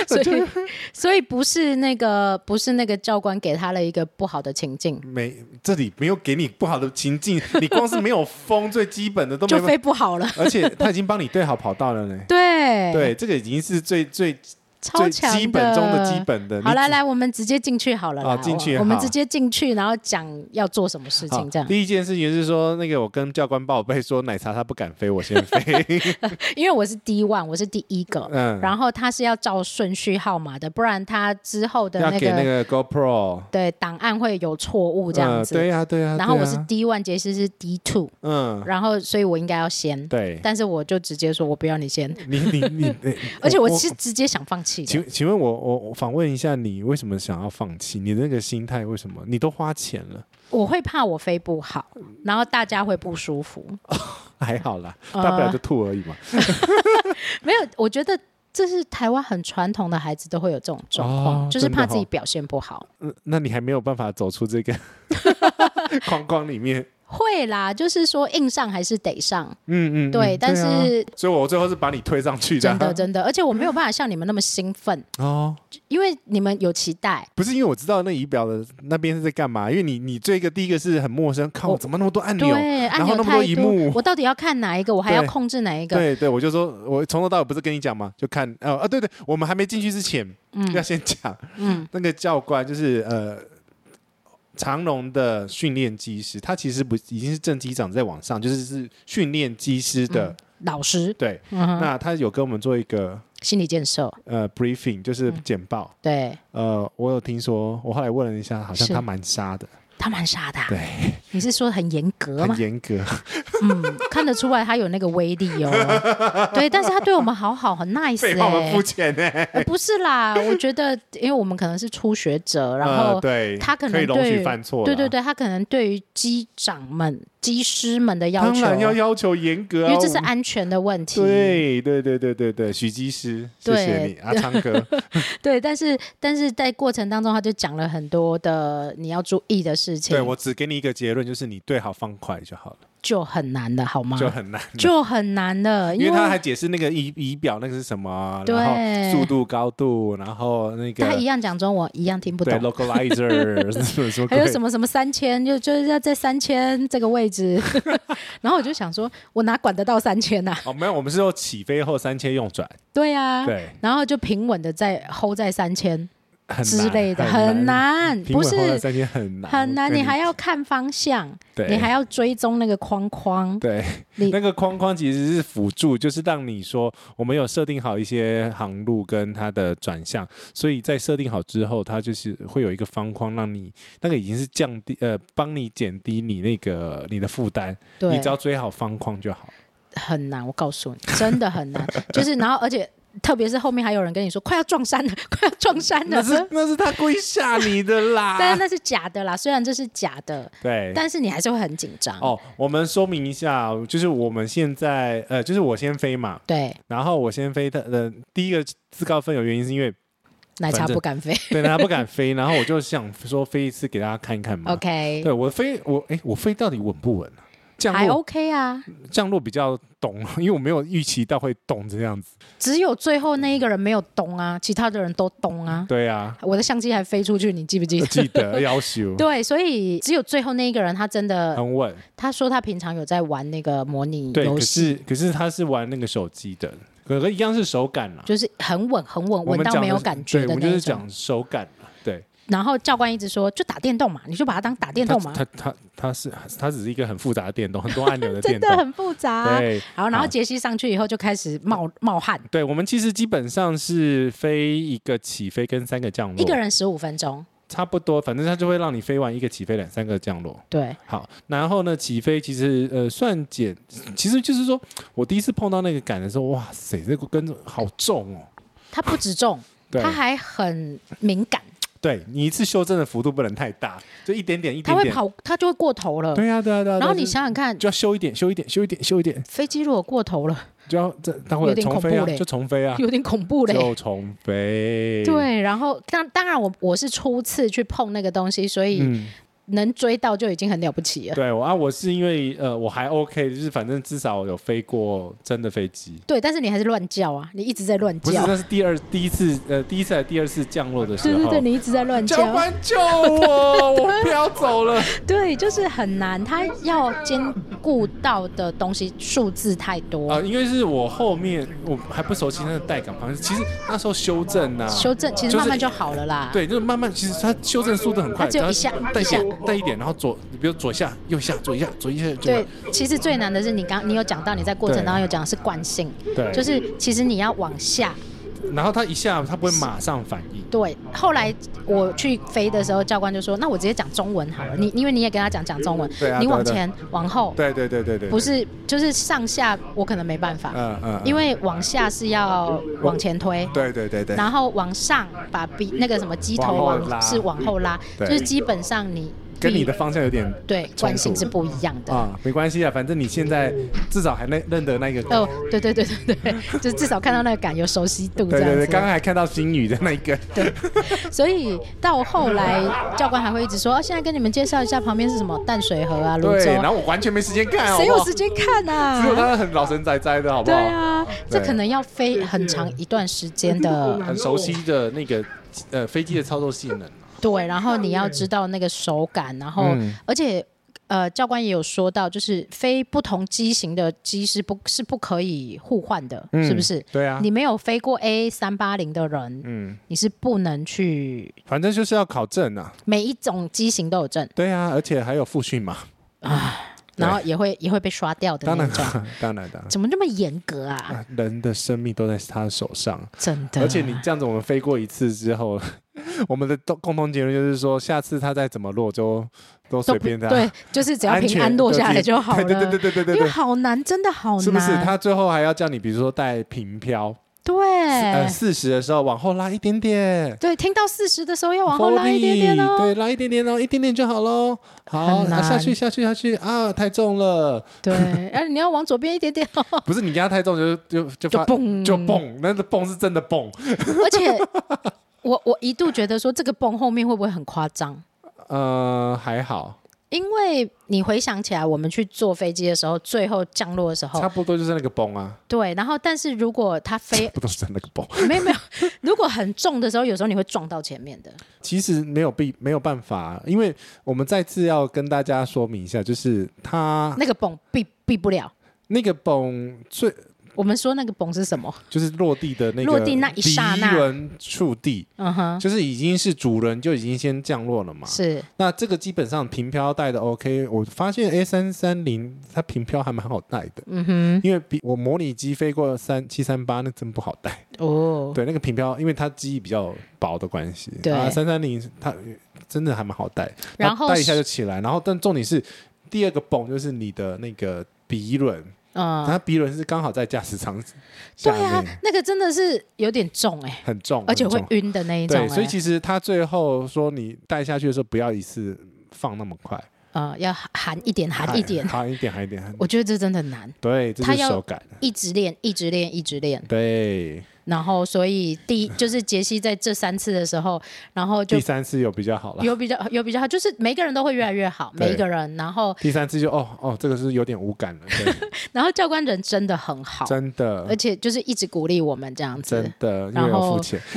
[SPEAKER 5] 所以所以不是那个不是那个教官给他了一个不好的情境，
[SPEAKER 6] 没这里没有给你不好的情境，你光是没有风最基本的都没
[SPEAKER 5] 就
[SPEAKER 6] 有
[SPEAKER 5] 飞，不好了。
[SPEAKER 6] 而且他已经帮你对好跑道了呢。
[SPEAKER 5] 对，
[SPEAKER 6] 对，这个已经是最最
[SPEAKER 5] 超
[SPEAKER 6] 最
[SPEAKER 5] 强
[SPEAKER 6] 基本中的基本的你
[SPEAKER 5] 好，来
[SPEAKER 6] 只
[SPEAKER 5] 来，我们直接进去好了啦。
[SPEAKER 6] 好进去
[SPEAKER 5] 我我们
[SPEAKER 6] 好
[SPEAKER 5] 直接进去，然后讲要做什么事
[SPEAKER 6] 好
[SPEAKER 5] 情，这样。
[SPEAKER 6] 第一件事情是说，那个我跟教官报备说，奶茶他不敢飞，我先 飞。
[SPEAKER 5] 因为我是第一 one，我是第一个，
[SPEAKER 6] 嗯
[SPEAKER 5] 然后他是要照顺序号码的，不然他之后的
[SPEAKER 6] 要
[SPEAKER 5] 那
[SPEAKER 6] 给
[SPEAKER 5] 个
[SPEAKER 6] 那个 GoPro
[SPEAKER 5] 对档案会有错误这样子。
[SPEAKER 6] 嗯对呀对呀。
[SPEAKER 5] 然后
[SPEAKER 6] 对
[SPEAKER 5] 我
[SPEAKER 6] 呀
[SPEAKER 5] 是 D one，杰西是 D two，
[SPEAKER 6] 嗯，
[SPEAKER 5] 然后所以我应该要先，
[SPEAKER 6] 对，
[SPEAKER 5] 但是我就直接说我不要你先，
[SPEAKER 6] 你你你，你
[SPEAKER 5] 而且我是直接想放弃的。
[SPEAKER 6] 请请问我我我访问一下，你为什么想要放弃？你的那个心态为什么？你都花钱了，
[SPEAKER 5] 我会怕我飞不好，然后大家会不舒服。
[SPEAKER 6] 还好啦，
[SPEAKER 5] 呃
[SPEAKER 6] 大不了就吐而已嘛。
[SPEAKER 5] 没有，我觉得这是台湾很传统的孩子都会有这种状况，
[SPEAKER 6] 哦
[SPEAKER 5] 就是
[SPEAKER 6] 真的
[SPEAKER 5] 怕自己
[SPEAKER 6] 哦
[SPEAKER 5] 表现不好。
[SPEAKER 6] 嗯那你还没有办法走出 这个框框里面。
[SPEAKER 5] 会啦，就是说硬上还是得上，
[SPEAKER 6] 嗯嗯，嗯
[SPEAKER 5] 对，但
[SPEAKER 6] 啊
[SPEAKER 5] 是
[SPEAKER 6] 所以我最后是把你推上去的啊。
[SPEAKER 5] 真的真的，而且我没有办法像你们那么兴奋，
[SPEAKER 6] 哦，
[SPEAKER 5] 因为你们有期待。
[SPEAKER 6] 不是因为我知道那仪表的那边是在干嘛，因为你你这个第一个是很陌生，靠，
[SPEAKER 5] 我
[SPEAKER 6] 怎么那么多按钮，
[SPEAKER 5] 对，按
[SPEAKER 6] 然
[SPEAKER 5] 钮
[SPEAKER 6] 后那么多
[SPEAKER 5] 太
[SPEAKER 6] 荧
[SPEAKER 5] 多，
[SPEAKER 6] 幕，
[SPEAKER 5] 我到底要看哪一个？我还要
[SPEAKER 6] 对
[SPEAKER 5] 控制哪一个？
[SPEAKER 6] 对对，我就说，我从头到尾不是跟你讲嘛，就看，哦啊，对对，我们还没进去之前，要先讲
[SPEAKER 5] 嗯，
[SPEAKER 6] 那个教官就是呃。长荣的训练机师，他其实不已经是正机长在往上，就是是训练机师的，
[SPEAKER 5] 老师，
[SPEAKER 6] 对。
[SPEAKER 5] 嗯哼，
[SPEAKER 6] 那他有跟我们做一个
[SPEAKER 5] 心理建设，
[SPEAKER 6] 呃 briefing，就是
[SPEAKER 5] 嗯
[SPEAKER 6] 简报。
[SPEAKER 5] 对
[SPEAKER 6] 呃，我有听说，我后来问了一下，好像
[SPEAKER 5] 是
[SPEAKER 6] 他蛮沙的，
[SPEAKER 5] 他蛮傻的啊、
[SPEAKER 6] 对，
[SPEAKER 5] 你是说很严格吗
[SPEAKER 6] 很？严 格。
[SPEAKER 5] 嗯，看得出来他有那个威力 哦。对，但是他对我们好好，很 nice
[SPEAKER 6] 废话，我
[SPEAKER 5] 哎、
[SPEAKER 6] 们肤浅呢。
[SPEAKER 5] 呃不是 啦，我觉得，因为我们可能是初学者，然后
[SPEAKER 6] 呃、对，
[SPEAKER 5] 他可能
[SPEAKER 6] 以容许
[SPEAKER 5] 对
[SPEAKER 6] 犯错啦，
[SPEAKER 5] 对对对，他可能对于机长们、机师们的要
[SPEAKER 6] 当
[SPEAKER 5] 求，
[SPEAKER 6] 然要要求严格、啊，
[SPEAKER 5] 因为这是
[SPEAKER 6] 我们
[SPEAKER 5] 安全的问题。
[SPEAKER 6] 对对对对对对，许技师，谢谢你，阿昌哥，
[SPEAKER 5] 对但是但是在过程当中，他就讲了很多的你要注意的事情，
[SPEAKER 6] 对我只给你一个结论，就是你对好方块就好了，
[SPEAKER 5] 就很难的好吗？
[SPEAKER 6] 就很 难了。
[SPEAKER 5] 啊就很难的，
[SPEAKER 6] 因
[SPEAKER 5] 为
[SPEAKER 6] 为他还解释那个仪仪表那个是什么，啊
[SPEAKER 5] 对
[SPEAKER 6] 然后速度、高度，然后那个
[SPEAKER 5] 他一样讲中文，一样听不
[SPEAKER 6] 对
[SPEAKER 5] 懂。
[SPEAKER 6] localizer 什么什么
[SPEAKER 5] 还
[SPEAKER 6] 鬼，
[SPEAKER 5] 有什么什么三千，就就是要在三千这个位 置，然后我就想说，我哪管得到三千呐、
[SPEAKER 6] 哦，没有，我们是说起飞后三千用转，
[SPEAKER 5] 对呀、
[SPEAKER 6] 对，
[SPEAKER 5] 然后就平稳的在 hold 在三千
[SPEAKER 6] 很难
[SPEAKER 5] 之类的，
[SPEAKER 6] 很
[SPEAKER 5] 很，难，
[SPEAKER 6] 平
[SPEAKER 5] 不
[SPEAKER 6] 稳后的
[SPEAKER 5] 是
[SPEAKER 6] 三千很难，
[SPEAKER 5] 很难，
[SPEAKER 6] 我跟
[SPEAKER 5] 你还要看方向，
[SPEAKER 6] 对
[SPEAKER 5] 你还要追踪那个框 框，
[SPEAKER 6] 对
[SPEAKER 5] 你，
[SPEAKER 6] 那个框框其实是辅助，就是让你说我们有设定好一些航路跟它的转向，所以在设定好之后，它就是会有一个方框，让你那个已经是降低呃，帮你减低你那个你的负担，你
[SPEAKER 5] 对
[SPEAKER 6] 只，要追好方框就好。
[SPEAKER 5] 很难，我告诉 你，真的很难，就是然后而且。特别是后面还有人跟你说快要撞山了， 快要撞山了
[SPEAKER 6] 那，是那是他故意吓你的
[SPEAKER 5] 但是
[SPEAKER 6] 啦，
[SPEAKER 5] 那是假的啦，虽然这是假的，
[SPEAKER 6] 对。
[SPEAKER 5] 但是你还是会很紧张。
[SPEAKER 6] 哦，我们说明一下，哦就是我们现在呃，就是我先飞嘛，
[SPEAKER 5] 对，
[SPEAKER 6] 然后我先飞的呃，第一个自告奋勇原因是因为
[SPEAKER 5] 奶茶
[SPEAKER 6] 反正
[SPEAKER 5] 不敢飞。
[SPEAKER 6] 对，他不敢飞，然后我就想说飞一次给大家看一看嘛。
[SPEAKER 5] OK，
[SPEAKER 6] 嗯对我飞我哎，我飞到底稳不稳啊？降
[SPEAKER 5] 还
[SPEAKER 6] 落
[SPEAKER 5] OK 啊，
[SPEAKER 6] 降落比较懂， 因为我没有预期到会懂这样子。
[SPEAKER 5] 只有最后那一个人没有咚啊，其他的人都咚啊。
[SPEAKER 6] 对啊，
[SPEAKER 5] 我的相机还飞出去，你记不记
[SPEAKER 6] 我
[SPEAKER 5] 得？
[SPEAKER 6] 记得要 求
[SPEAKER 5] 对，所以只有最后那一个人，他真的，
[SPEAKER 6] 很稳。
[SPEAKER 5] 他说他平常有在玩那个模拟
[SPEAKER 6] 对，
[SPEAKER 5] 游
[SPEAKER 6] 可
[SPEAKER 5] 戏，
[SPEAKER 6] 是可是他是玩那个手机的，可可一样是手感啦。
[SPEAKER 5] 就是很稳很稳，
[SPEAKER 6] 我
[SPEAKER 5] 稳
[SPEAKER 6] 们
[SPEAKER 5] 到
[SPEAKER 6] 讲
[SPEAKER 5] 没
[SPEAKER 6] 的
[SPEAKER 5] 有
[SPEAKER 6] 是
[SPEAKER 5] 感觉
[SPEAKER 6] 对，
[SPEAKER 5] 的
[SPEAKER 6] 我们
[SPEAKER 5] 那
[SPEAKER 6] 就是
[SPEAKER 5] 一
[SPEAKER 6] 讲
[SPEAKER 5] 种。
[SPEAKER 6] 手感啦。对，
[SPEAKER 5] 然后教官一直说，就打电动嘛，你就把它当打电
[SPEAKER 6] 它
[SPEAKER 5] 动嘛，
[SPEAKER 6] 它它它是它只是一个很复杂的电动，很多按钮的
[SPEAKER 5] 真
[SPEAKER 6] 电
[SPEAKER 5] 的
[SPEAKER 6] 动。
[SPEAKER 5] 很复杂啊、
[SPEAKER 6] 对，
[SPEAKER 5] 好，然后
[SPEAKER 6] 好
[SPEAKER 5] 杰西上去以后就开始冒冒汗，
[SPEAKER 6] 对我们其实基本上是飞一个起飞跟三个降落，
[SPEAKER 5] 一个人十五分钟，
[SPEAKER 6] 差不多，反正它就会让你飞完一个起飞，两三个降落。
[SPEAKER 5] 对，
[SPEAKER 6] 好，然后呢，起飞其实呃算简，其实就是说我第一次碰到那个杆的时候，哇塞，这个跟着好重哦。
[SPEAKER 5] 他不止重，
[SPEAKER 6] 对
[SPEAKER 5] 他还很敏感，
[SPEAKER 6] 对你一次修正的幅度不能太大，就一点点一
[SPEAKER 5] 他
[SPEAKER 6] 点
[SPEAKER 5] 会
[SPEAKER 6] 点。
[SPEAKER 5] 跑，他就会过头了。
[SPEAKER 6] 对呀、对呀、啊对呀、
[SPEAKER 5] 然后你
[SPEAKER 6] 就是
[SPEAKER 5] 想想看，
[SPEAKER 6] 就要修一点，修一点，修一点，修一点，
[SPEAKER 5] 飞机如果过头了，
[SPEAKER 6] 就要这它会
[SPEAKER 5] 有点
[SPEAKER 6] 重飞
[SPEAKER 5] 恐
[SPEAKER 6] 啊
[SPEAKER 5] 怖，嘞
[SPEAKER 6] 就重飞啊，
[SPEAKER 5] 有点恐怖嘞。
[SPEAKER 6] 就重飞。，
[SPEAKER 5] 对，然后当当然我我是初次去碰那个东西，所以
[SPEAKER 6] 嗯，
[SPEAKER 5] 能追到就已经很了不起了。
[SPEAKER 6] 对，我啊，我是因为呃，我还 OK，就是反正至少有飞过真的飞机，
[SPEAKER 5] 对，但是你还是乱叫啊，你一直在乱
[SPEAKER 6] 不是，
[SPEAKER 5] 叫。
[SPEAKER 6] 那是第二第一次呃，第一次还第二次降落的时
[SPEAKER 5] 对
[SPEAKER 6] 候，
[SPEAKER 5] 对对，你一直在乱
[SPEAKER 6] 教
[SPEAKER 5] 叫。
[SPEAKER 6] 官救我，我不要走 了。
[SPEAKER 5] 对，就是很难，他要兼顾到的东西数字太多。
[SPEAKER 6] 啊、因为是我后面我还不熟悉那个带感旁，其实那时候修正呐、
[SPEAKER 5] 修正其实
[SPEAKER 6] 就是
[SPEAKER 5] 慢慢就好了啦。
[SPEAKER 6] 对，就是慢慢，其实它修正速度很快，
[SPEAKER 5] 它只有一下
[SPEAKER 6] 带
[SPEAKER 5] 一下
[SPEAKER 6] 带一点，然后左，比如左下、右下、左一下、左一下，左一下
[SPEAKER 5] 对，其实最难的是你刚你有讲到，你在过程当中有讲的是惯性，
[SPEAKER 6] 对，
[SPEAKER 5] 就，是其实你要往下。
[SPEAKER 6] 然后它一下它不会马上反应，
[SPEAKER 5] 对，后来我去飞的时候，教官就说：“那我直接讲中文好了。你”因为你也跟他讲讲中文，
[SPEAKER 6] 对啊
[SPEAKER 5] 你
[SPEAKER 6] 对啊
[SPEAKER 5] 往
[SPEAKER 6] 对啊
[SPEAKER 5] 前往后，
[SPEAKER 6] 对对对对对，
[SPEAKER 5] 不，是就是上下，我可能没办法，
[SPEAKER 6] 嗯嗯，
[SPEAKER 5] 因
[SPEAKER 6] 为
[SPEAKER 5] 为往下是要往前推，
[SPEAKER 6] 对对对对，
[SPEAKER 5] 然后往上把鼻那个什么机头
[SPEAKER 6] 往后
[SPEAKER 5] 往
[SPEAKER 6] 拉
[SPEAKER 5] 是往后拉，就
[SPEAKER 6] 对
[SPEAKER 5] 是基本上你
[SPEAKER 6] 跟你
[SPEAKER 5] 必
[SPEAKER 6] 的方向有点
[SPEAKER 5] 对
[SPEAKER 6] 突
[SPEAKER 5] 惯性是不一样的。
[SPEAKER 6] 啊，没关系啊，反正你现在至少还认认得那个。
[SPEAKER 5] 哦，对对对对对，就至少看到那个感有熟悉度这
[SPEAKER 6] 对
[SPEAKER 5] 样
[SPEAKER 6] 对
[SPEAKER 5] 子
[SPEAKER 6] 对，。刚刚还看到新宇的那一 个，
[SPEAKER 5] 所以到后来教官还会一直说，哦，现在跟你们介绍一下旁边是什么淡水河啊、泸州
[SPEAKER 6] 对，然
[SPEAKER 5] 啊，
[SPEAKER 6] 后我完全没时间看，
[SPEAKER 5] 谁
[SPEAKER 6] 好不
[SPEAKER 5] 有
[SPEAKER 6] 好
[SPEAKER 5] 时间看
[SPEAKER 6] 只有
[SPEAKER 5] 啊？
[SPEAKER 6] 他很老神仔仔的好不
[SPEAKER 5] 对
[SPEAKER 6] 好？
[SPEAKER 5] 啊，这
[SPEAKER 6] 对
[SPEAKER 5] 可能要飞很长一段时间 的，
[SPEAKER 6] 很熟悉的那个呃飞机的操作性能啊、
[SPEAKER 5] 对，然后你要知道那个手感，然后、
[SPEAKER 6] 嗯
[SPEAKER 5] 而且呃，教官也有说到，就是飞不同机型的机师不是不可以互换的，
[SPEAKER 6] 嗯
[SPEAKER 5] 是不是？
[SPEAKER 6] 对啊
[SPEAKER 5] 你没有飞过 A 三八零的人，
[SPEAKER 6] 嗯，
[SPEAKER 5] 你是不能去
[SPEAKER 6] 反正就是要考证啊。
[SPEAKER 5] 每一种机型都有证，
[SPEAKER 6] 对啊，而且还有复训嘛，对
[SPEAKER 5] 然后也会也会被刷掉的
[SPEAKER 6] 当
[SPEAKER 5] 那
[SPEAKER 6] 然
[SPEAKER 5] 种。
[SPEAKER 6] 啊，当然当然。
[SPEAKER 5] 怎么这么严格啊？
[SPEAKER 6] 啊人的生命都在他的手上，
[SPEAKER 5] 真的，
[SPEAKER 6] 而且你这样子，我们飞过一次之后， 我们的都共同结论就是说，下次他再怎么落就都
[SPEAKER 5] 都
[SPEAKER 6] 随
[SPEAKER 5] 不
[SPEAKER 6] 便他，啊
[SPEAKER 5] 对，就是只要
[SPEAKER 6] 安
[SPEAKER 5] 平
[SPEAKER 6] 全
[SPEAKER 5] 安落下来就好了。
[SPEAKER 6] 对对对对对对
[SPEAKER 5] 因为
[SPEAKER 6] 对，
[SPEAKER 5] 好难，真的好难，
[SPEAKER 6] 是不是？他最后还要叫你，比如说带平漂，呃，
[SPEAKER 5] 对
[SPEAKER 6] 四十的时候往后拉一点点，
[SPEAKER 5] 对，听到四十的时候哦要往后拉一点点
[SPEAKER 6] Forty，
[SPEAKER 5] 哦。
[SPEAKER 6] 对，拉一点点哦，一点点就好喽。好，
[SPEAKER 5] 很难
[SPEAKER 6] 啊、下去，下去，下去啊！太重了，
[SPEAKER 5] 对，而你要往左边一点点、 哦，
[SPEAKER 6] 不是你压太重就就
[SPEAKER 5] 就
[SPEAKER 6] 就发
[SPEAKER 5] 蹦
[SPEAKER 6] 就蹦，那个蹦是真的蹦。
[SPEAKER 5] 而且我我一度觉得说这个蹦后面会不会很夸张？
[SPEAKER 6] 呃，还好，
[SPEAKER 5] 因为你回想起来，我们去坐飞机的时候，最后降落的时候
[SPEAKER 6] 差，不多就是那个蹦啊，
[SPEAKER 5] 对，然后但是如果它飞
[SPEAKER 6] 不都是那个蹦？
[SPEAKER 5] 没有没有，如果很重的时候，有时候你会撞到前面的，
[SPEAKER 6] 其实没有必没有办法，因为我们再次要跟大家说明一下，就是它
[SPEAKER 5] 那个蹦避避不了。
[SPEAKER 6] 那个蹦最
[SPEAKER 5] 我们说那个蹦是什么？
[SPEAKER 6] 就是落地的那个
[SPEAKER 5] 落地那一刹那
[SPEAKER 6] 离轮触地，
[SPEAKER 5] 嗯哼，
[SPEAKER 6] 就是已经是主人就已经先降落了嘛。
[SPEAKER 5] 是
[SPEAKER 6] 那这个基本上平漂带的 OK，我发现 A 三三零它平漂还蛮好带的，
[SPEAKER 5] 嗯哼，
[SPEAKER 6] 因为比我模拟机飞过三七三八那真不好带。
[SPEAKER 5] 哦，
[SPEAKER 6] 对，那个平漂因为它机翼比较薄的关系，
[SPEAKER 5] 对
[SPEAKER 6] 啊三三零它真的还蛮好带，
[SPEAKER 5] 然后
[SPEAKER 6] 它带一下就起来，然后但重点是第二个泵就是你的那个鼻轮，
[SPEAKER 5] 嗯，
[SPEAKER 6] 它鼻轮是刚好在驾驶舱下
[SPEAKER 5] 对啊
[SPEAKER 6] 面，，
[SPEAKER 5] 那个真的是有点重哎、
[SPEAKER 6] 很重，
[SPEAKER 5] 而且
[SPEAKER 6] 很重
[SPEAKER 5] 会晕的那一种、
[SPEAKER 6] 对，
[SPEAKER 5] 欸，
[SPEAKER 6] 所以其实它最后说你带下去的时候不要一次放那么快。
[SPEAKER 5] 呃要含一点，含一点，
[SPEAKER 6] 含一点，含一点，含一点
[SPEAKER 5] 我觉得这真的很难。
[SPEAKER 6] 对，这
[SPEAKER 5] 他
[SPEAKER 6] 是
[SPEAKER 5] 要
[SPEAKER 6] 手感。啊
[SPEAKER 5] 一直练，一直练，一直练。
[SPEAKER 6] 对，
[SPEAKER 5] 然后，所以第一就是杰西在这三次的时候，然后就
[SPEAKER 6] 第三次有比较好了。
[SPEAKER 5] 有比较有比较好，就是每个人都会越来越好，
[SPEAKER 6] 对
[SPEAKER 5] 每一个人。然后，
[SPEAKER 6] 第三次就哦哦，这个是有点无感了，对
[SPEAKER 5] 然后教官人真的很 好，
[SPEAKER 6] 真
[SPEAKER 5] 而
[SPEAKER 6] 的，
[SPEAKER 5] 且就是一直鼓励我们这样子
[SPEAKER 6] 真，的，因
[SPEAKER 5] 然
[SPEAKER 6] 为有
[SPEAKER 5] 后
[SPEAKER 6] 付钱。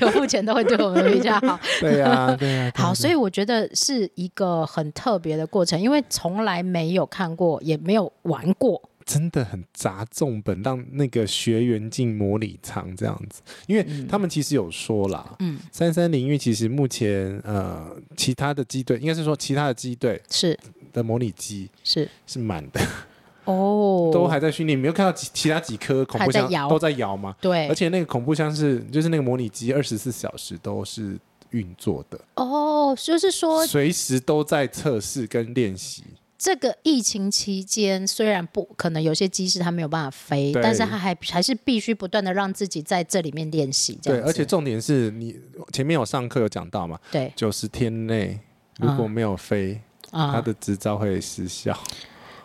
[SPEAKER 5] 有付钱都会对我们比较好。
[SPEAKER 6] 对呀，对啊呀。
[SPEAKER 5] 好，所
[SPEAKER 6] 以
[SPEAKER 5] 以我觉得是一个很特别的过程，因为从来没有看过，也没有玩过。
[SPEAKER 6] 真的很砸重本，让那个学员进模拟舱这样子，因为他们其实有说啦，
[SPEAKER 5] 嗯，
[SPEAKER 6] 三三零，因为其实目前呃，其他的机队应该是说其他的机队
[SPEAKER 5] 是
[SPEAKER 6] 的模拟机
[SPEAKER 5] 是
[SPEAKER 6] 是满的，
[SPEAKER 5] 哦，
[SPEAKER 6] 都还在训练，没有看到其其他几颗恐
[SPEAKER 5] 还
[SPEAKER 6] 怖
[SPEAKER 5] 在
[SPEAKER 6] 箱
[SPEAKER 5] 摇
[SPEAKER 6] 都在摇吗？
[SPEAKER 5] 对，
[SPEAKER 6] 而且那个恐怖箱是，就是那个模拟机二十四小时都是运作的，
[SPEAKER 5] 哦，就是说
[SPEAKER 6] 随时都在测试跟练习。
[SPEAKER 5] 这个疫情期间，虽然不可能有些机师他没有办法飞，
[SPEAKER 6] 对
[SPEAKER 5] 但是他还还是必须不断的让自己在这里面练习，这
[SPEAKER 6] 对，
[SPEAKER 5] 样子
[SPEAKER 6] 而且重点是你前面有上课有讲到嘛，
[SPEAKER 5] 对
[SPEAKER 6] 九十天内如果没有飞，他
[SPEAKER 5] 啊，
[SPEAKER 6] 的执照会失效，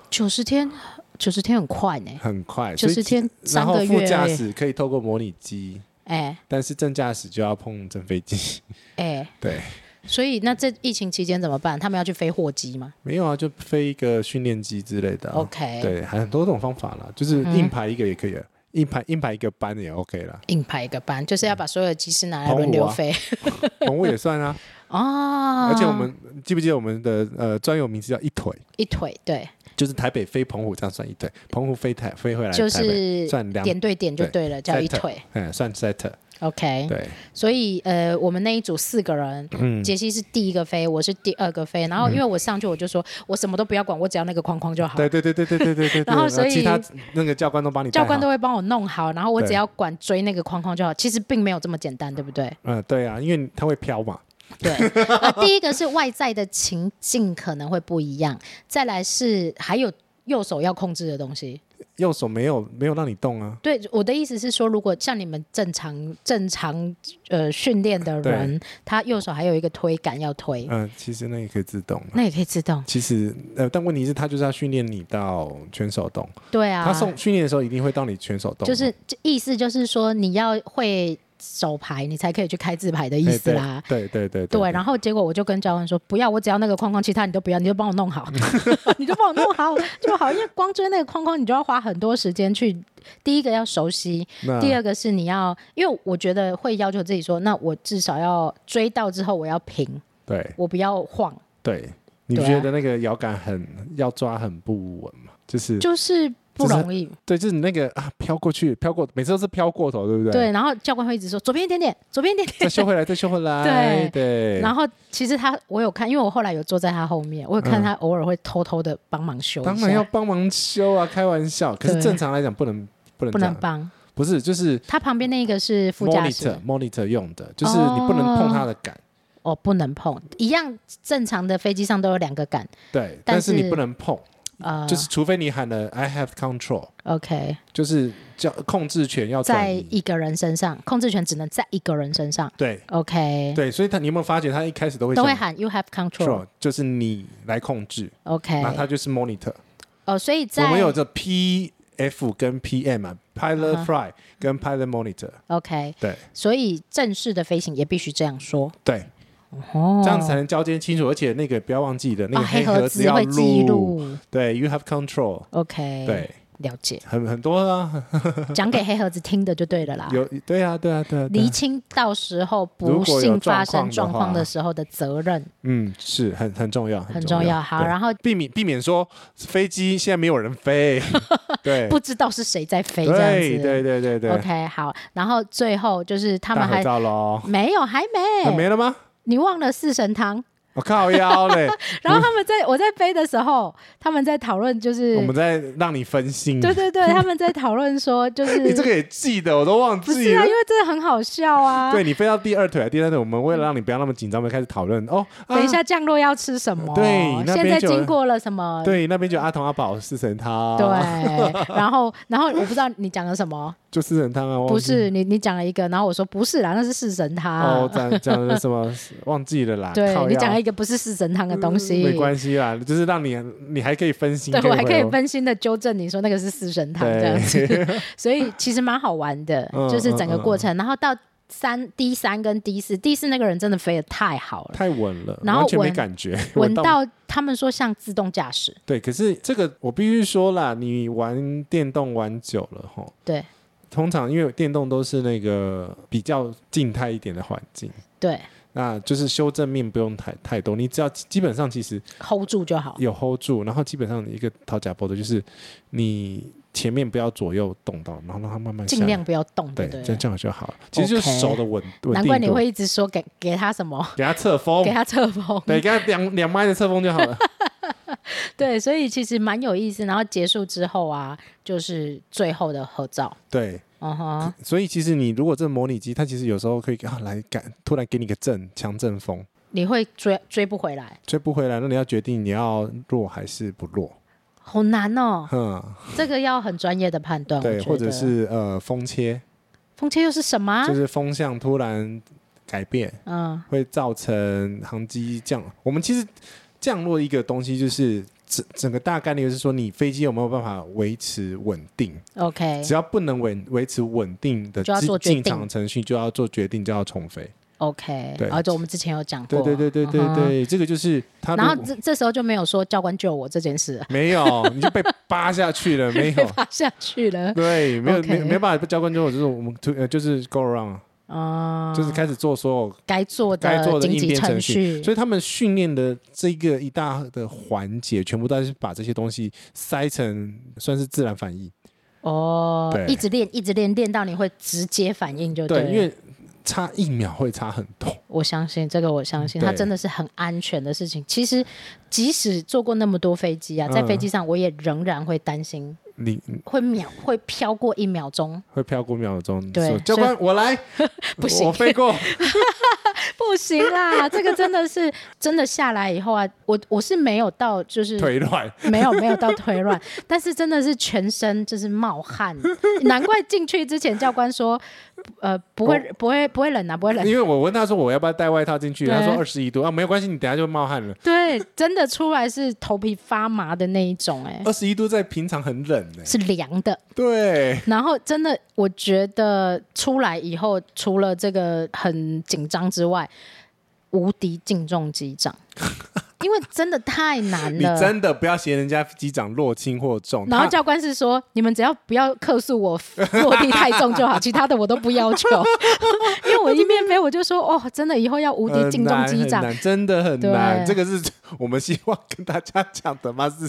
[SPEAKER 5] 九十、天，九十天很快呢，
[SPEAKER 6] 很快。
[SPEAKER 5] 九
[SPEAKER 6] 所以
[SPEAKER 5] 十天
[SPEAKER 6] 然
[SPEAKER 5] 三
[SPEAKER 6] 后
[SPEAKER 5] 个
[SPEAKER 6] 副
[SPEAKER 5] 月
[SPEAKER 6] 驾
[SPEAKER 5] 而已，
[SPEAKER 6] 驶可以透过模拟机，
[SPEAKER 5] 哎
[SPEAKER 6] 但是正驾驶就要碰真飞机。
[SPEAKER 5] 哎，
[SPEAKER 6] 对，
[SPEAKER 5] 所以那这疫情期间怎么办？他们要去飞货机吗？
[SPEAKER 6] 没有啊，就飞一个训练机之类的啊、
[SPEAKER 5] OK 嗯
[SPEAKER 6] 对，还很多种方法啦，就是硬排一个也可以啊，硬排硬排一个班也 OK 啦，
[SPEAKER 5] 硬排一个班，就是要把所有的机师拿来
[SPEAKER 6] 澎湖
[SPEAKER 5] 轮流
[SPEAKER 6] 啊
[SPEAKER 5] 飞
[SPEAKER 6] 澎湖也算啊。
[SPEAKER 5] 哦。
[SPEAKER 6] 而且我们记不记得我们的呃专有名词叫一腿，
[SPEAKER 5] 一腿对，
[SPEAKER 6] 就是台北飞澎湖这样算一腿，澎湖飞台飞回来
[SPEAKER 5] 就
[SPEAKER 6] 台北
[SPEAKER 5] 是
[SPEAKER 6] 算两
[SPEAKER 5] 点对点就
[SPEAKER 6] 对
[SPEAKER 5] 对了，叫一
[SPEAKER 6] set，
[SPEAKER 5] 腿。哎
[SPEAKER 6] 嗯，算 set，
[SPEAKER 5] OK，
[SPEAKER 6] 对，
[SPEAKER 5] 所以呃，我们那一组四个人，
[SPEAKER 6] 嗯，
[SPEAKER 5] 杰西是第一个飞，我是第二个飞。然后因为我上去我就说，我什么都不要管，我只要那个框框就好。
[SPEAKER 6] 对对对对对对对对，呃
[SPEAKER 5] 然后所以
[SPEAKER 6] 其他那个教官都帮你带
[SPEAKER 5] 教
[SPEAKER 6] 好
[SPEAKER 5] 官都会帮我弄好，然后我
[SPEAKER 6] 对
[SPEAKER 5] 只要管追那个框框就好。其实并没有这么简单，对不对？
[SPEAKER 6] 嗯，对啊，因为他会飘嘛，
[SPEAKER 5] 对，呃，第一个是外在的情境可能会不一样，再来是还有右手要控制的东西。
[SPEAKER 6] 右手没有没有让你动啊，
[SPEAKER 5] 对，我的意思是说，如果像你们正常正常呃训练的人，他右手还有一个推杆要推，
[SPEAKER 6] 嗯，其实那也可以自动啊。
[SPEAKER 5] 那也可以自动。
[SPEAKER 6] 其实，呃，但问题是，他就是要训练你到全手动。
[SPEAKER 5] 对啊，
[SPEAKER 6] 他送训练的时候一定会到你全手动嘛，
[SPEAKER 5] 就是这意思就是说你要会手牌，你才可以去开字牌的意
[SPEAKER 6] 哎
[SPEAKER 5] 思啦。
[SPEAKER 6] 对对对
[SPEAKER 5] 对，然后结果我就跟教官说，不要，我只要那个框框，其他你都不要，你就帮我弄 好， 你就帮我弄好 就好，因为光追那个框框，你就要花很多时间去。第一个要熟悉，
[SPEAKER 6] 后
[SPEAKER 5] 第二个是你要，因为我觉得会要求自己说，那我至少要追到之后我要平，
[SPEAKER 6] 对
[SPEAKER 5] 我不要晃，
[SPEAKER 6] 对，你
[SPEAKER 5] 对啊
[SPEAKER 6] 觉得那个摇杆很要抓很不稳嘛？就是
[SPEAKER 5] 就是不容易。
[SPEAKER 6] 对，就是你那个啊飘过去，飘过每次都是飘过头，对不对？
[SPEAKER 5] 对，，然后教官会一直说左边一点点，左边一点点，
[SPEAKER 6] 再修回来，再修回 来，对对。
[SPEAKER 5] 然后其实他我有看，因为我后来有坐在他后面，我有看他偶尔会偷偷的帮忙修一下，
[SPEAKER 6] 嗯当然要帮忙修啊，开玩笑。可是
[SPEAKER 5] 对
[SPEAKER 6] 正常来讲不能不能
[SPEAKER 5] 不
[SPEAKER 6] 这
[SPEAKER 5] 能
[SPEAKER 6] 样，
[SPEAKER 5] 帮。
[SPEAKER 6] 不是就是
[SPEAKER 5] 他旁边那一个是副驾驶
[SPEAKER 6] monitor monitor 用的，就是你不能碰它的杆，
[SPEAKER 5] 哦，不能碰，一样正常的飞机上都有两个杆，
[SPEAKER 6] 对，
[SPEAKER 5] 但
[SPEAKER 6] 但
[SPEAKER 5] 是
[SPEAKER 6] 是你不能碰，
[SPEAKER 5] 呃，
[SPEAKER 6] 就是除非你喊了 I have control，
[SPEAKER 5] OK，
[SPEAKER 6] 就是叫控制权要转
[SPEAKER 5] 在
[SPEAKER 6] 移
[SPEAKER 5] 一个人身上，控制权只能在一个人身上
[SPEAKER 6] 对
[SPEAKER 5] ，OK，
[SPEAKER 6] 对，所以他你有没有发觉他一开始都会
[SPEAKER 5] 都会
[SPEAKER 6] 想
[SPEAKER 5] 喊 You have
[SPEAKER 6] control，就是你来控制，那
[SPEAKER 5] control，OK，
[SPEAKER 6] 他就是 monitor。
[SPEAKER 5] 哦，所以
[SPEAKER 6] 我
[SPEAKER 5] 哎在
[SPEAKER 6] 们有这 P F 跟 P M
[SPEAKER 5] 嗯
[SPEAKER 6] 啊
[SPEAKER 5] 哼
[SPEAKER 6] ，Pilot Fly 跟 Pilot Monitor，
[SPEAKER 5] OK，
[SPEAKER 6] 对
[SPEAKER 5] 所以正式的飞行也必须这样说，
[SPEAKER 6] 对，
[SPEAKER 5] 哦，
[SPEAKER 6] 这样子才能交接清楚，而且那个不要忘记的那
[SPEAKER 5] 啊，
[SPEAKER 6] 个
[SPEAKER 5] 黑
[SPEAKER 6] 盒
[SPEAKER 5] 子
[SPEAKER 6] 要
[SPEAKER 5] 会记录哎
[SPEAKER 6] 对，You have control，
[SPEAKER 5] ，OK，，
[SPEAKER 6] 对，
[SPEAKER 5] 了解。
[SPEAKER 6] 很很多啊，
[SPEAKER 5] 讲给黑盒子听的就对了啦。
[SPEAKER 6] 有对啊对啊对啊，对啊
[SPEAKER 5] 厘清到时候
[SPEAKER 6] 如
[SPEAKER 5] 不
[SPEAKER 6] 果有
[SPEAKER 5] 幸发生状
[SPEAKER 6] 状况的话
[SPEAKER 5] 况的时候的责任
[SPEAKER 6] 嗯，是很很重要，
[SPEAKER 5] 很
[SPEAKER 6] 重
[SPEAKER 5] 重要。好，
[SPEAKER 6] 对
[SPEAKER 5] 然后
[SPEAKER 6] 避免避免说飞机现在没有人 飞，对，
[SPEAKER 5] 不知道是谁在飞这样
[SPEAKER 6] 对
[SPEAKER 5] 子。
[SPEAKER 6] 对对对对，
[SPEAKER 5] OK，好，然后最后就是他们
[SPEAKER 6] 大合
[SPEAKER 5] 还
[SPEAKER 6] 照喽，
[SPEAKER 5] 没有，还
[SPEAKER 6] 那
[SPEAKER 5] 没，
[SPEAKER 6] 没了吗？
[SPEAKER 5] 你忘了四神汤。
[SPEAKER 6] 我靠腰嘞，
[SPEAKER 5] 然后他们在我在飞的时候，他们在讨论 就是
[SPEAKER 6] 我，们在让你分心，
[SPEAKER 5] 对对对，他们在讨论 说就是
[SPEAKER 6] 你这个也记得，我都忘
[SPEAKER 5] 不是
[SPEAKER 6] 记
[SPEAKER 5] 啊，
[SPEAKER 6] 了
[SPEAKER 5] 因。为真的很好笑啊。
[SPEAKER 6] 对你飞到第二腿、第三腿，我们为了让你不要那么紧张，我们开始讨论哦。啊
[SPEAKER 5] 等一，下降落要吃什么？
[SPEAKER 6] 对那边
[SPEAKER 5] 现在
[SPEAKER 6] 就有
[SPEAKER 5] 经过了什么？
[SPEAKER 6] 对，那边就阿童、阿宝、四神汤，啊
[SPEAKER 5] 对，，然后然后我不知道你讲了什 么，
[SPEAKER 6] 就四神汤啊，忘记
[SPEAKER 5] 不是你你讲了一个，然后我说不是啦，那是四神汤。
[SPEAKER 6] 哦，讲讲了什么 忘记了啦，
[SPEAKER 5] 对
[SPEAKER 6] 靠
[SPEAKER 5] 你
[SPEAKER 6] 腰嗯
[SPEAKER 5] 讲了一个不是四神汤的东西，
[SPEAKER 6] 没关系啦，就是让你你还可以分心，
[SPEAKER 5] 对我还可以哦
[SPEAKER 6] 回
[SPEAKER 5] 分心的纠正你说那个是四神汤
[SPEAKER 6] 对
[SPEAKER 5] 这样 子，所以其实蛮好玩的，
[SPEAKER 6] 嗯
[SPEAKER 5] 就是整个过程，然后到三 D 三跟 D 四，D 四那个人真的飞得太好 了，
[SPEAKER 6] 太稳了，
[SPEAKER 5] 然后
[SPEAKER 6] 完全没
[SPEAKER 5] 闻
[SPEAKER 6] 感觉，
[SPEAKER 5] 闻
[SPEAKER 6] 到
[SPEAKER 5] 到他们说像自动驾驶，
[SPEAKER 6] 对，可是这个我必须说啦，你玩电动玩久了吼，
[SPEAKER 5] 对
[SPEAKER 6] 通常因为电动都是那个比较静态一点的环境，
[SPEAKER 5] 对
[SPEAKER 6] 那就是修正面不用太太多，你只要基本上其实
[SPEAKER 5] ，hold 住就好。
[SPEAKER 6] 有 hold 住，然后基本上一个讨假波的就是你前面不要左右动到，然后让它慢慢下来
[SPEAKER 5] 尽量不要动，
[SPEAKER 6] 对，
[SPEAKER 5] 对
[SPEAKER 6] 这样
[SPEAKER 5] 了，
[SPEAKER 6] 这样就好了。其实就是手的稳稳定度。
[SPEAKER 5] 难怪你会一直说给给他什么，
[SPEAKER 6] 给它侧风
[SPEAKER 5] 给，他侧风，
[SPEAKER 6] 对，给它两两麦的侧风就好了。
[SPEAKER 5] 对，所以其实蛮有意思。然后结束之后啊，就是最后的合照。
[SPEAKER 6] 对，
[SPEAKER 5] 嗯哼，
[SPEAKER 6] 所以其实你如果这模拟机，它其实有时候可以啊来感，突然给你个正强阵风，
[SPEAKER 5] 你会追追不回来，
[SPEAKER 6] 追不回来，那你要决定你要弱还是不弱，
[SPEAKER 5] 好难哦。
[SPEAKER 6] 哼，
[SPEAKER 5] 这个要很专业的判断，我
[SPEAKER 6] 对，
[SPEAKER 5] 觉
[SPEAKER 6] 或者
[SPEAKER 5] 得
[SPEAKER 6] 是呃风切，
[SPEAKER 5] 风切又是什么啊？
[SPEAKER 6] 就是风向突然改变，
[SPEAKER 5] 嗯，
[SPEAKER 6] 会造成航机降。我们其实降落一个东西，就是整整个大概率就是说，你飞机有没有办法维持稳定？
[SPEAKER 5] OK，
[SPEAKER 6] 只要不能维维持稳定的
[SPEAKER 5] 就要做
[SPEAKER 6] 进
[SPEAKER 5] 决定
[SPEAKER 6] 进场程序，就要做决定，就要重飞。
[SPEAKER 5] OK，
[SPEAKER 6] 对
[SPEAKER 5] 然后就我们之前有讲过，
[SPEAKER 6] 对对对对对
[SPEAKER 5] 嗯哼。
[SPEAKER 6] 对，这个就是他
[SPEAKER 5] 然后
[SPEAKER 6] 如果
[SPEAKER 5] 这这时候就没有说教官救我这件事，
[SPEAKER 6] 没有，你就被扒下 去了，没有。
[SPEAKER 5] 发下去了，
[SPEAKER 6] 对，没有
[SPEAKER 5] OK
[SPEAKER 6] 没没办法教官之后，就是我们 to 呃就是 go around，、
[SPEAKER 5] 啊、
[SPEAKER 6] 就是开始做所有
[SPEAKER 5] 该做
[SPEAKER 6] 该做
[SPEAKER 5] 的
[SPEAKER 6] 的
[SPEAKER 5] 经
[SPEAKER 6] 应
[SPEAKER 5] 济
[SPEAKER 6] 变程
[SPEAKER 5] 序，
[SPEAKER 6] 所以他们训练的这个一大的环节，全部都是把这些东西塞成算是自然反应。
[SPEAKER 5] 哦
[SPEAKER 6] 对，
[SPEAKER 5] 一直练，一直练，练到你会直接反应就
[SPEAKER 6] 对，
[SPEAKER 5] 了
[SPEAKER 6] 因为差一秒会差很多。
[SPEAKER 5] 我相信这个，我相信
[SPEAKER 6] 对
[SPEAKER 5] 它真的是很安全的事情。其实，即使坐过那么多飞机啊，
[SPEAKER 6] 嗯
[SPEAKER 5] 在飞机上我也仍然会担心，
[SPEAKER 6] 你
[SPEAKER 5] 会秒会飘过一秒钟，
[SPEAKER 6] 会飘过秒钟，
[SPEAKER 5] 对
[SPEAKER 6] 说教
[SPEAKER 5] 所以
[SPEAKER 6] 官我来，
[SPEAKER 5] 不行
[SPEAKER 6] 我飞过，
[SPEAKER 5] 不行啦，这个真的是真的下来以后啊，我我是没有到就是
[SPEAKER 6] 腿软，
[SPEAKER 5] 没有没有到腿软， 但是真的是全身就是冒汗， 难怪进去之前教官说，呃，不
[SPEAKER 6] 哦
[SPEAKER 5] 会不会不会冷啊，不会冷。
[SPEAKER 6] 因为我问他说我要不要带外套进去，他说
[SPEAKER 5] 对
[SPEAKER 6] 二十一度啊，没有关系，你等下就冒汗了。
[SPEAKER 5] 对，真的出来是头皮发麻的那一种、哎，
[SPEAKER 6] 二十一度在平常很冷呢、
[SPEAKER 5] 是凉的。
[SPEAKER 6] 对，
[SPEAKER 5] 然后真的，我觉得出来以后，除了这个很紧张之外，无敌敬重机长，因为真的太难
[SPEAKER 6] 你
[SPEAKER 5] 了。
[SPEAKER 6] 真的不要嫌人家机长落轻或重，
[SPEAKER 5] 然后
[SPEAKER 6] 他
[SPEAKER 5] 教官是说，你们只要不要客诉我 落地太重就好，其他的我都不要求。 因为我一面飞，我就说，哦，真的以后要无敌
[SPEAKER 6] 很
[SPEAKER 5] 敬重
[SPEAKER 6] 呃难
[SPEAKER 5] 机
[SPEAKER 6] 很
[SPEAKER 5] 长，
[SPEAKER 6] 呃难真的很难，
[SPEAKER 5] 对
[SPEAKER 6] 这个是我们希望跟大家讲的 嘛，是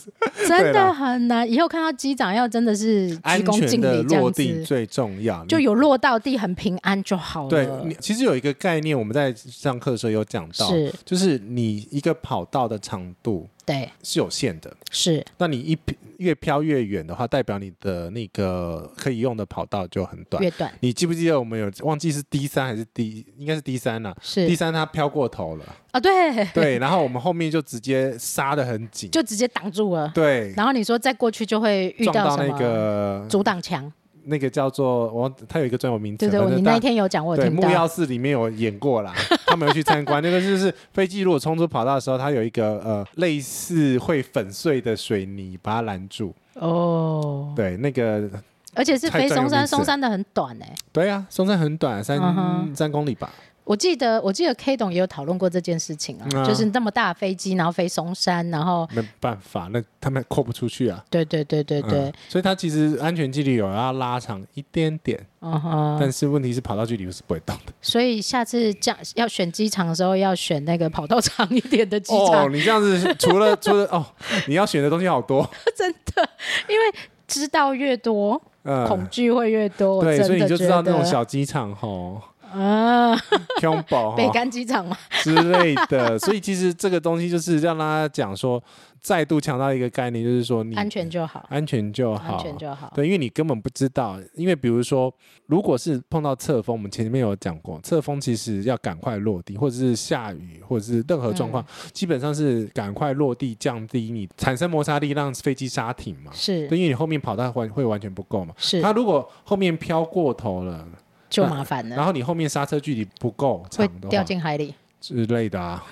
[SPEAKER 5] 真
[SPEAKER 6] 对啦
[SPEAKER 5] 的很难。以后看到机长要真的是鞠
[SPEAKER 6] 安
[SPEAKER 5] 躬
[SPEAKER 6] 全
[SPEAKER 5] 尽
[SPEAKER 6] 的
[SPEAKER 5] 礼这
[SPEAKER 6] 落
[SPEAKER 5] 样
[SPEAKER 6] 地
[SPEAKER 5] 子，
[SPEAKER 6] 最重要。
[SPEAKER 5] 就
[SPEAKER 6] 你
[SPEAKER 5] 有落到地很平安就好了。
[SPEAKER 6] 对，你其实有一个概念，我们在上课的时候有讲到，
[SPEAKER 5] 是
[SPEAKER 6] 就是你一个跑道的长度
[SPEAKER 5] 对，
[SPEAKER 6] 是有限的，
[SPEAKER 5] 是
[SPEAKER 6] 那你一越飘越远的话，代表你的那个可以用的跑道就很短
[SPEAKER 5] 越。短
[SPEAKER 6] 你记不记得我们有忘记是 D 三还是 D，应该是 D 三啦、啊
[SPEAKER 5] 是
[SPEAKER 6] D 三它飘过头 了，
[SPEAKER 5] 啊，对，
[SPEAKER 6] 对，然后我们后面就直接刹得很紧，
[SPEAKER 5] 就直接挡住了。
[SPEAKER 6] 对，
[SPEAKER 5] 然后你说再过去就会遇
[SPEAKER 6] 撞到
[SPEAKER 5] 什
[SPEAKER 6] 那
[SPEAKER 5] 么
[SPEAKER 6] 个
[SPEAKER 5] 阻挡墙？
[SPEAKER 6] 那个叫做我，它有一个专有名词，
[SPEAKER 5] 对对，
[SPEAKER 6] 反
[SPEAKER 5] 我
[SPEAKER 6] 正
[SPEAKER 5] 你
[SPEAKER 6] 大
[SPEAKER 5] 那一天有讲，我有
[SPEAKER 6] 对
[SPEAKER 5] 听
[SPEAKER 6] 木
[SPEAKER 5] 到。
[SPEAKER 6] 曜室里面有演过啦，他们有去参观，那个就是飞机如果冲出跑道的时候，它有一个呃类似会粉碎的水泥把它拦住，
[SPEAKER 5] 哦，
[SPEAKER 6] 对，那个
[SPEAKER 5] 而且是
[SPEAKER 6] 太
[SPEAKER 5] 飞
[SPEAKER 6] 专有
[SPEAKER 5] 松山，
[SPEAKER 6] 名词
[SPEAKER 5] 松山的很短哎、
[SPEAKER 6] 对啊，松山很短，三、
[SPEAKER 5] 嗯哼
[SPEAKER 6] 三公里吧，
[SPEAKER 5] 我记得我记得 K 董也有讨论过这件事情啊，
[SPEAKER 6] 嗯啊
[SPEAKER 5] 就是那么大的飞机，然后飞松山，然后
[SPEAKER 6] 没办法，那他们扩不出去啊。
[SPEAKER 5] 对对对对对
[SPEAKER 6] 嗯，所以它其实安全距离有要拉长一点点，
[SPEAKER 5] 嗯哼、
[SPEAKER 6] 但是问题是跑道距离是不会动的。
[SPEAKER 5] 所以下次这样要选机场的时候，要选那个跑道长一点的机场，
[SPEAKER 6] 哦，你这样子除了除了哦，你要选的东西好多，
[SPEAKER 5] 真的，因为知道越多，
[SPEAKER 6] 嗯，
[SPEAKER 5] 恐惧会越多。
[SPEAKER 6] 对，所以你就知道那种
[SPEAKER 5] 小
[SPEAKER 6] 小哦机场吼、
[SPEAKER 5] 啊，
[SPEAKER 6] 空宝
[SPEAKER 5] 北
[SPEAKER 6] 吼
[SPEAKER 5] 干机场嘛，
[SPEAKER 6] 之类的，所以其实这个东西就是让大家讲说，再度强调一个概念，就是说你
[SPEAKER 5] 安全就好，
[SPEAKER 6] 安全就好，
[SPEAKER 5] 安全就好。
[SPEAKER 6] 对，因为你根本不知道，因为比如说，如果是碰到侧风，我们前面有讲过，侧风其实要赶快落地，或者是下雨，或者是任何状况，
[SPEAKER 5] 嗯
[SPEAKER 6] 基本上是赶快落地，降低你产生摩擦力，让飞机刹停嘛。
[SPEAKER 5] 是
[SPEAKER 6] 对，因为你后面跑道完会完全不够嘛。
[SPEAKER 5] 是
[SPEAKER 6] 它，如果后面飘过头了，
[SPEAKER 5] 就麻烦了
[SPEAKER 6] 然，后你后面刹车距离不够长
[SPEAKER 5] 会
[SPEAKER 6] 的
[SPEAKER 5] 嗯掉
[SPEAKER 6] 话
[SPEAKER 5] 进海里，
[SPEAKER 6] 之类的啊，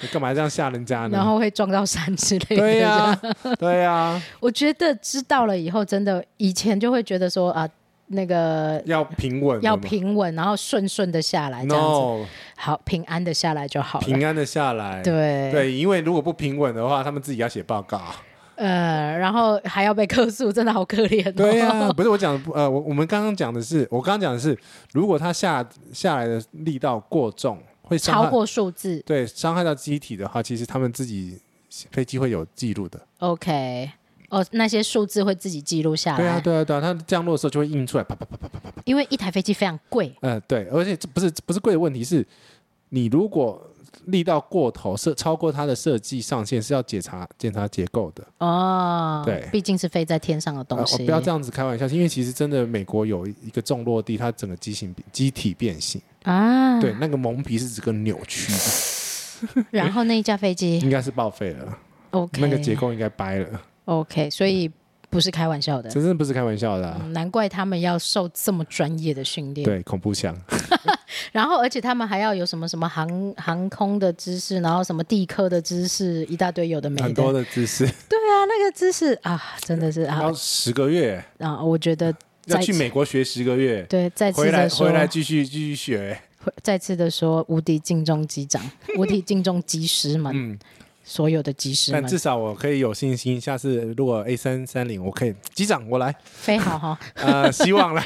[SPEAKER 6] 你干嘛这样吓人家呢？
[SPEAKER 5] 然后会撞到山之类的。
[SPEAKER 6] 啊对呀、 对呀、
[SPEAKER 5] 我觉得知道了以后，真的以前就会觉得说啊，那个
[SPEAKER 6] 要平稳，
[SPEAKER 5] 要。平稳，然后顺顺的下来，这样子
[SPEAKER 6] No，
[SPEAKER 5] 好平安的下来就好了。
[SPEAKER 6] 平安的下来。
[SPEAKER 5] 对，
[SPEAKER 6] 对，因为如果不平稳的话，他们自己要写 报告。
[SPEAKER 5] 呃，然后还要被客诉，真的好可怜、哦。
[SPEAKER 6] 对呀、不是我讲的，呃，我我们刚刚讲的是，我刚刚讲的是，如果它下下来的力道过重，会伤害
[SPEAKER 5] 超过数字
[SPEAKER 6] 对伤害到机体的话，其实他们自己飞机会有记录的。
[SPEAKER 5] ，OK。哦，那些数字会自己记录下来。
[SPEAKER 6] 对啊，对啊，对啊，它降落的时候就会印出来，啪啪啪啪啪啪啪。
[SPEAKER 5] 因为一台飞机非常贵，
[SPEAKER 6] 呃，对，而且这不是不是贵的问题，是你如果力道过头，设超过它的设计上限，是要检查检查结构的。
[SPEAKER 5] 哦，
[SPEAKER 6] 对
[SPEAKER 5] 毕竟是飞在天上的
[SPEAKER 6] 呃
[SPEAKER 5] 东
[SPEAKER 6] 我
[SPEAKER 5] 西，
[SPEAKER 6] 不要这样子开玩笑，因为其实真的美国有一一个重落地，它整个机型机体变形，
[SPEAKER 5] 啊。
[SPEAKER 6] 对，，那个蒙皮是整个扭曲的，
[SPEAKER 5] 然后那一架飞机
[SPEAKER 6] 应该是报废了，
[SPEAKER 5] ，OK，
[SPEAKER 6] 嗯那个结构应该掰了，
[SPEAKER 5] ，OK，所以不是开玩笑的
[SPEAKER 6] 这，真正不是开玩笑的啊、
[SPEAKER 5] 嗯难怪他们要受这么专业的训练。
[SPEAKER 6] 对，恐怖箱，
[SPEAKER 5] 然后，而且他们还要有什么什么航航空的知识，然后什么地科的知识，一大堆有的没
[SPEAKER 6] 很
[SPEAKER 5] 的。
[SPEAKER 6] 多的知识，
[SPEAKER 5] 对啊，那个知识啊，真的是
[SPEAKER 6] 然
[SPEAKER 5] 啊
[SPEAKER 6] 后十个月
[SPEAKER 5] 啊，我觉得
[SPEAKER 6] 要
[SPEAKER 5] 再
[SPEAKER 6] 去美国学十个月，
[SPEAKER 5] 对再次
[SPEAKER 6] 回来
[SPEAKER 5] 的说
[SPEAKER 6] 回来继续继续学，
[SPEAKER 5] 再次的说，无敌敬重机 长，无敌敬重机师们，
[SPEAKER 6] 嗯
[SPEAKER 5] 所有的机师
[SPEAKER 6] 但
[SPEAKER 5] 们，
[SPEAKER 6] 至少我可以有信心，下次如果 A 三三零，我可以机长我来，
[SPEAKER 5] 飞好哈，
[SPEAKER 6] 呃，希望了。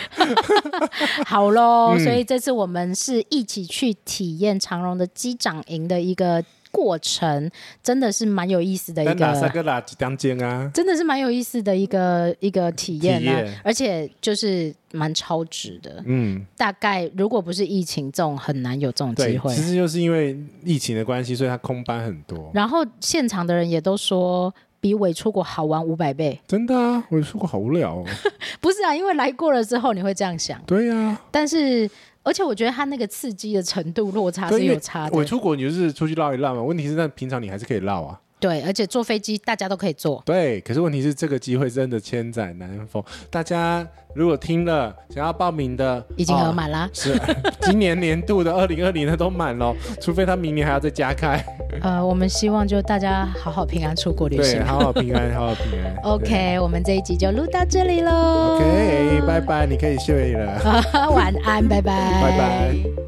[SPEAKER 5] 好喽。
[SPEAKER 6] 嗯
[SPEAKER 5] 所以这次我们是一起去体验长荣的机长营的一个过程，真的是蛮有意思的一
[SPEAKER 6] 那哪啊三
[SPEAKER 5] 个。
[SPEAKER 6] 个哪几当间啊？
[SPEAKER 5] 真的是蛮有意思的一个一个体验
[SPEAKER 6] 体
[SPEAKER 5] 啊，
[SPEAKER 6] 验
[SPEAKER 5] 而且就是蛮超值的。
[SPEAKER 6] 嗯，
[SPEAKER 5] 大概如果不是疫情，这种很难有这种
[SPEAKER 6] 对
[SPEAKER 5] 机，会
[SPEAKER 6] 其。实就是因为疫情的关系，所以它空班很多。
[SPEAKER 5] 然后现场的人也都说比伪出国好玩五百倍，
[SPEAKER 6] 真的啊，我出国好无聊哦。
[SPEAKER 5] 不是啊？因为来过了之后你会这样想，
[SPEAKER 6] 对 啊呀，
[SPEAKER 5] 但是而且我觉得他那个刺激的程度落差
[SPEAKER 6] 对，
[SPEAKER 5] 是
[SPEAKER 6] 因
[SPEAKER 5] 有
[SPEAKER 6] 为
[SPEAKER 5] 差
[SPEAKER 6] 我
[SPEAKER 5] 的，
[SPEAKER 6] 出国你就是出去绕一绕嘛，问题是那平常你还是可以绕啊。
[SPEAKER 5] 对，而且坐飞机大家都可以坐，
[SPEAKER 6] 对，可是问题是这个机会真的千载难逢。大家如果听了想要报名的，
[SPEAKER 5] 已经
[SPEAKER 6] 额
[SPEAKER 5] 额满啦。
[SPEAKER 6] 是今年年度的二零二零的都满了，除非他明年还要再加开。
[SPEAKER 5] 呃，我们希望就大家好好平安出国旅
[SPEAKER 6] 对，
[SPEAKER 5] 行。
[SPEAKER 6] 好好平安，好好平安。对
[SPEAKER 5] OK，我们这一集就录到这里喽。
[SPEAKER 6] OK，拜拜，你可以睡了，
[SPEAKER 5] 拜，晚安，拜拜，
[SPEAKER 6] 拜拜。